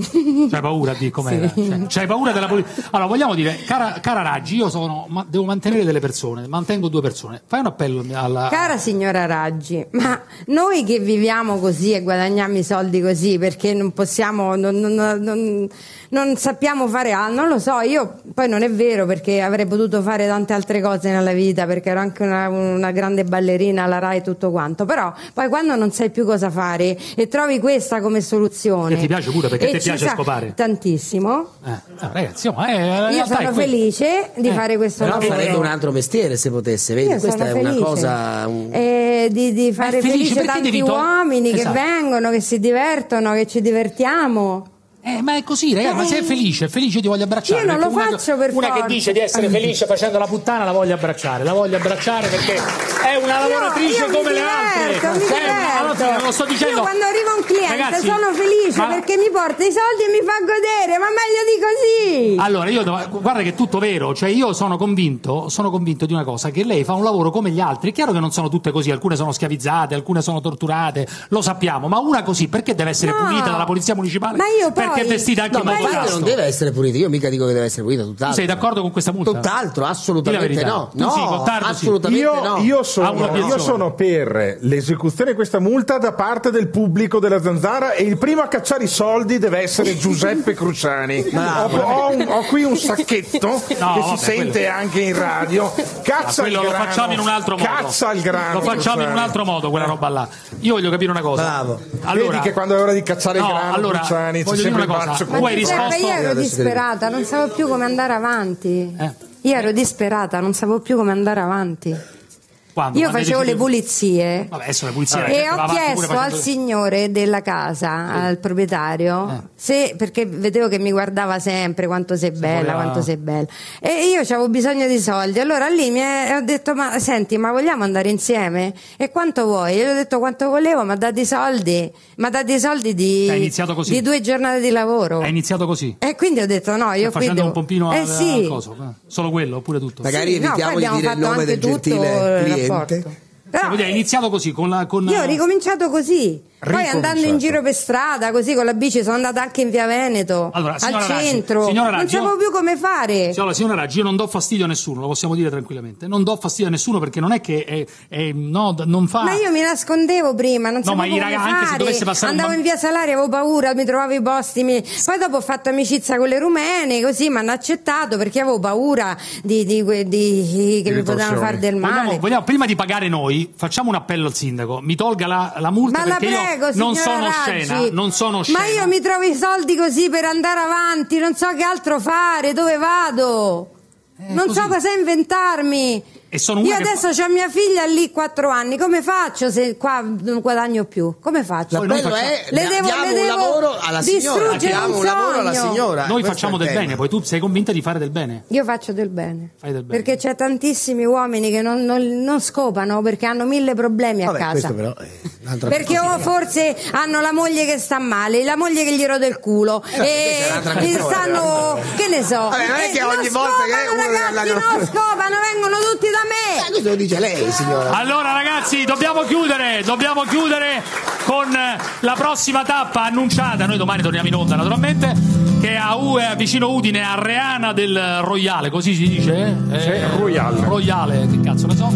Speaker 8: C'hai paura di com'era? Cioè, c'hai paura della polizia? Allora, vogliamo dire, cara, cara Raggi, io sono, ma devo mantenere delle persone, mantengo due persone. Fai un appello alla.
Speaker 43: Cara signora Raggi, ma noi che viviamo così e guadagniamo i soldi così perché non possiamo, non, non- non- non sappiamo fare altro, non lo so, io poi non è vero perché avrei potuto fare tante altre cose nella vita perché ero anche una, una grande ballerina alla RAI e tutto quanto, però poi quando non sai più cosa fare e trovi questa come soluzione...
Speaker 8: Che ti piace pure, perché
Speaker 43: e
Speaker 8: ti
Speaker 43: ci
Speaker 8: piace
Speaker 43: sa-
Speaker 8: scopare.
Speaker 43: Tantissimo,
Speaker 8: Eh, no, ragazzi, insomma, eh, la
Speaker 43: io
Speaker 8: realtà è
Speaker 43: sono
Speaker 8: quella.
Speaker 43: felice di
Speaker 8: Eh,
Speaker 43: fare questo
Speaker 13: Però
Speaker 43: lavoro.
Speaker 13: farebbe un altro mestiere se potesse, vedi?
Speaker 43: Io
Speaker 13: Questa è
Speaker 43: sono
Speaker 13: una
Speaker 43: felice.
Speaker 13: cosa. un-
Speaker 43: Eh, di, di fare
Speaker 8: felice,
Speaker 43: felice,
Speaker 8: perché
Speaker 43: tanti
Speaker 8: devi to-
Speaker 43: uomini
Speaker 8: Esatto.
Speaker 43: che vengono, che si divertono, che ci divertiamo.
Speaker 8: Eh, ma è così, ragazzi, ma se è felice, è felice ti voglio abbracciare.
Speaker 43: Io non
Speaker 8: perché
Speaker 43: lo
Speaker 8: una-
Speaker 43: faccio per
Speaker 8: Una
Speaker 43: forza.
Speaker 8: che dice di essere felice facendo la puttana, la voglio abbracciare, la voglio abbracciare perché è una
Speaker 43: No,
Speaker 8: lavoratrice
Speaker 43: io mi
Speaker 8: come le
Speaker 43: diverto,
Speaker 8: altre.
Speaker 43: mi
Speaker 8: Cioè,
Speaker 43: diverto.
Speaker 8: alla fine non lo sto dicendo.
Speaker 43: Io quando arriva un cliente
Speaker 8: Ragazzi,
Speaker 43: sono felice
Speaker 8: ma-
Speaker 43: perché mi porta i soldi e mi fa godere, ma meglio di così.
Speaker 8: Allora, io dov- guarda che è tutto vero, cioè io sono convinto, sono convinto di una cosa, che lei fa un lavoro come gli altri. È chiaro che non sono tutte così, alcune sono schiavizzate, alcune sono torturate, lo sappiamo, ma una così perché deve essere
Speaker 43: No.
Speaker 8: punita dalla polizia municipale?
Speaker 43: Ma io poi-
Speaker 8: Perché è vestita anche
Speaker 13: No,
Speaker 8: in
Speaker 13: ma
Speaker 8: modo
Speaker 13: guarda,
Speaker 8: vasto?
Speaker 13: non deve essere punita. Io mica dico che deve essere punita,
Speaker 8: Tu
Speaker 13: tutt'altro.
Speaker 8: sei d'accordo con questa multa?
Speaker 13: Tutt'altro,
Speaker 8: Di la
Speaker 13: assolutamente
Speaker 8: verità.
Speaker 13: no.
Speaker 8: Tu sì,
Speaker 13: No,
Speaker 8: Gottardo sì.
Speaker 13: assolutamente
Speaker 31: Io,
Speaker 13: no. Ah,
Speaker 31: io
Speaker 8: Ha
Speaker 31: sono,
Speaker 8: un'obiezione.
Speaker 31: io sono per l'esecuzione di questa multa da parte del pubblico della Zanzara e il primo a cacciare i soldi deve essere Giuseppe Cruciani. Ho,
Speaker 8: Bravo.
Speaker 31: ho un- ho qui un sacchetto che
Speaker 8: vabbè,
Speaker 31: si sente
Speaker 8: quello-
Speaker 31: anche in radio. Cazza
Speaker 8: Ma
Speaker 31: il
Speaker 8: Ah, quello
Speaker 31: grano.
Speaker 8: lo facciamo in un altro modo.
Speaker 31: Cazza il grano.
Speaker 8: Lo facciamo in un
Speaker 31: Cruciani.
Speaker 8: altro modo quella roba là. Io voglio capire una cosa. Bravo.
Speaker 31: Vedi che quando è ora di cacciare il grano,
Speaker 8: allora,
Speaker 31: Cruciani,
Speaker 8: voglio dire
Speaker 31: c'è sempre
Speaker 8: una
Speaker 31: il
Speaker 8: cosa.
Speaker 31: braccio
Speaker 8: Tu
Speaker 31: con-
Speaker 8: hai
Speaker 43: Guarda,
Speaker 8: risposto
Speaker 43: Ecco, io ero disperata, non sapevo più come andare avanti.
Speaker 8: Eh.
Speaker 43: Io ero disperata, non sapevo più come andare avanzi.
Speaker 8: Ah, Quando?
Speaker 43: Io
Speaker 8: Quando hai
Speaker 43: facevo le
Speaker 8: deciso-
Speaker 43: pulizie.
Speaker 8: Vabbè, adesso le pulizie. la gente
Speaker 43: Ah. E
Speaker 8: va
Speaker 43: ho
Speaker 8: avanti pure
Speaker 43: chiesto al
Speaker 8: facendo-
Speaker 43: signore della casa, al proprietario,
Speaker 8: Eh.
Speaker 43: se, perché vedevo che mi guardava sempre quanto sei bella,
Speaker 11: voleva-
Speaker 43: quanto sei bella. E io avevo bisogno di soldi. Allora lì mi è- ho detto: Ma senti, ma vogliamo andare insieme? E quanto vuoi? E gli ho detto quanto volevo, ma dati i soldi. Ma dati i soldi
Speaker 8: Hai
Speaker 43: di,
Speaker 8: Cioè, iniziato così.
Speaker 43: di due giornate di lavoro.
Speaker 8: È iniziato così.
Speaker 43: E quindi ho detto: no, io
Speaker 8: Sta
Speaker 43: qui
Speaker 8: facendo
Speaker 43: devo...
Speaker 8: un pompino
Speaker 43: eh,
Speaker 8: al-
Speaker 43: sì.
Speaker 8: al coso. Solo quello, oppure tutto.
Speaker 43: Magari Sì, no, evitiamo poi di abbiamo dire il fatto nome anche del tutto gentile il cliente. rapporto. eh,
Speaker 8: Sì, voglio dire, è iniziato così con la con
Speaker 43: Io ho ricominciato così. Poi
Speaker 8: Ricominciato.
Speaker 43: andando in giro per strada, così con la bici, sono andata anche in via Veneto,
Speaker 8: Allora,
Speaker 43: al
Speaker 8: signora Raggi,
Speaker 43: centro.
Speaker 8: signora
Speaker 43: non
Speaker 8: Raggi, io-
Speaker 43: sapevo più come fare.
Speaker 8: Signora, signora Raggi, io non do fastidio a nessuno, lo possiamo dire tranquillamente. Non do fastidio a nessuno perché non è che è- è- no, d- non fa
Speaker 43: Ma io mi nascondevo prima, non
Speaker 8: No, ma
Speaker 43: sapevo
Speaker 8: i
Speaker 43: come
Speaker 8: raga- anche se dovesse
Speaker 43: fare.
Speaker 8: passare un
Speaker 43: Andavo
Speaker 8: bam-
Speaker 43: in via Salaria, avevo paura, mi trovavo i posti. mi- Poi dopo ho fatto amicizia con le rumene, così mi hanno accettato perché avevo paura di, di que- di- che mi potevano fare del male.
Speaker 8: Vogliamo- vogliamo- prima di pagare noi, facciamo un appello al sindaco. Mi tolga la, la multa
Speaker 43: Ma la
Speaker 8: perché io ho
Speaker 43: prego,
Speaker 8: non
Speaker 43: signora
Speaker 8: sono
Speaker 43: Raggi.
Speaker 8: scena, non sono scena.
Speaker 43: Ma io mi trovo i soldi così per andare avanti, non so che altro fare, dove vado? non so cosa inventarmi.
Speaker 8: Eh, E sono
Speaker 43: Io
Speaker 8: una che
Speaker 43: adesso ho mia figlia lì 4 anni, come faccio se qua non guadagno più? Come faccio?
Speaker 13: La bello è,
Speaker 43: le devo,
Speaker 13: diamo
Speaker 43: le
Speaker 13: un
Speaker 43: devo
Speaker 13: lavoro alla signora,
Speaker 43: distruggere
Speaker 13: diamo un lavoro alla
Speaker 43: sogno.
Speaker 13: signora.
Speaker 8: Noi
Speaker 13: questo
Speaker 8: facciamo
Speaker 13: è il
Speaker 8: del
Speaker 13: tema.
Speaker 8: bene, poi tu sei convinta di fare del bene.
Speaker 43: Io faccio del bene.
Speaker 8: Fai del bene.
Speaker 43: Perché c'è tantissimi uomini che non, non- non scopano perché hanno mille problemi a casa. Perché o forse hanno la moglie che sta male, la moglie che gli rode il culo
Speaker 13: Eh, questa è
Speaker 43: e
Speaker 13: un'altra
Speaker 43: gli
Speaker 13: questione,
Speaker 43: stanno che ne so.
Speaker 13: Vabbè, non è
Speaker 43: E
Speaker 13: che ogni
Speaker 43: non
Speaker 13: volta che
Speaker 43: scopano,
Speaker 13: uno
Speaker 43: ragazzi,
Speaker 13: la-
Speaker 43: non scopano, vengono tutti da me.
Speaker 13: Questo lo dice lei, signora.
Speaker 8: Allora ragazzi, dobbiamo chiudere, dobbiamo chiudere con eh, la prossima tappa annunciata. Noi domani torniamo in onda naturalmente, che è a U- è vicino Udine, a Reana del Royale, così si dice? Eh, Royale. che cazzo ne so?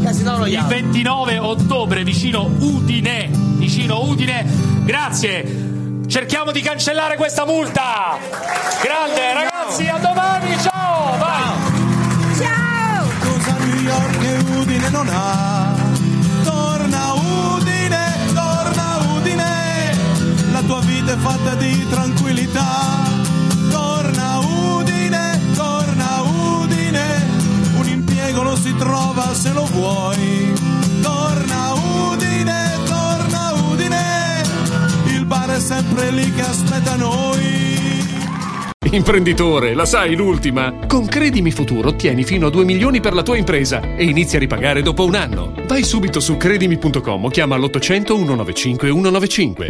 Speaker 8: Il 29 ottobre vicino Udine, vicino Udine. Grazie. Cerchiamo di cancellare questa multa. Grande ragazzi, a domani, ciao. Vai.
Speaker 43: Ciao!
Speaker 12: Cosa New York e Udine non ha? Torna Udine, torna Udine, la tua vita è fatta di tranquillità. Torna Udine, torna Udine, un impiego lo si trova se lo vuoi. Torna Udine, torna Udine, il bar è sempre lì che aspetta noi.
Speaker 1: Imprenditore, la sai l'ultima? Con Credimi Futuro ottieni fino a 2 milioni per la tua impresa e inizi a ripagare dopo un anno. Vai subito su credimi.com o chiama l'800 195 195.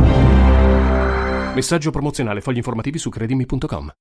Speaker 1: Messaggio promozionale, fogli informativi su credimi.com.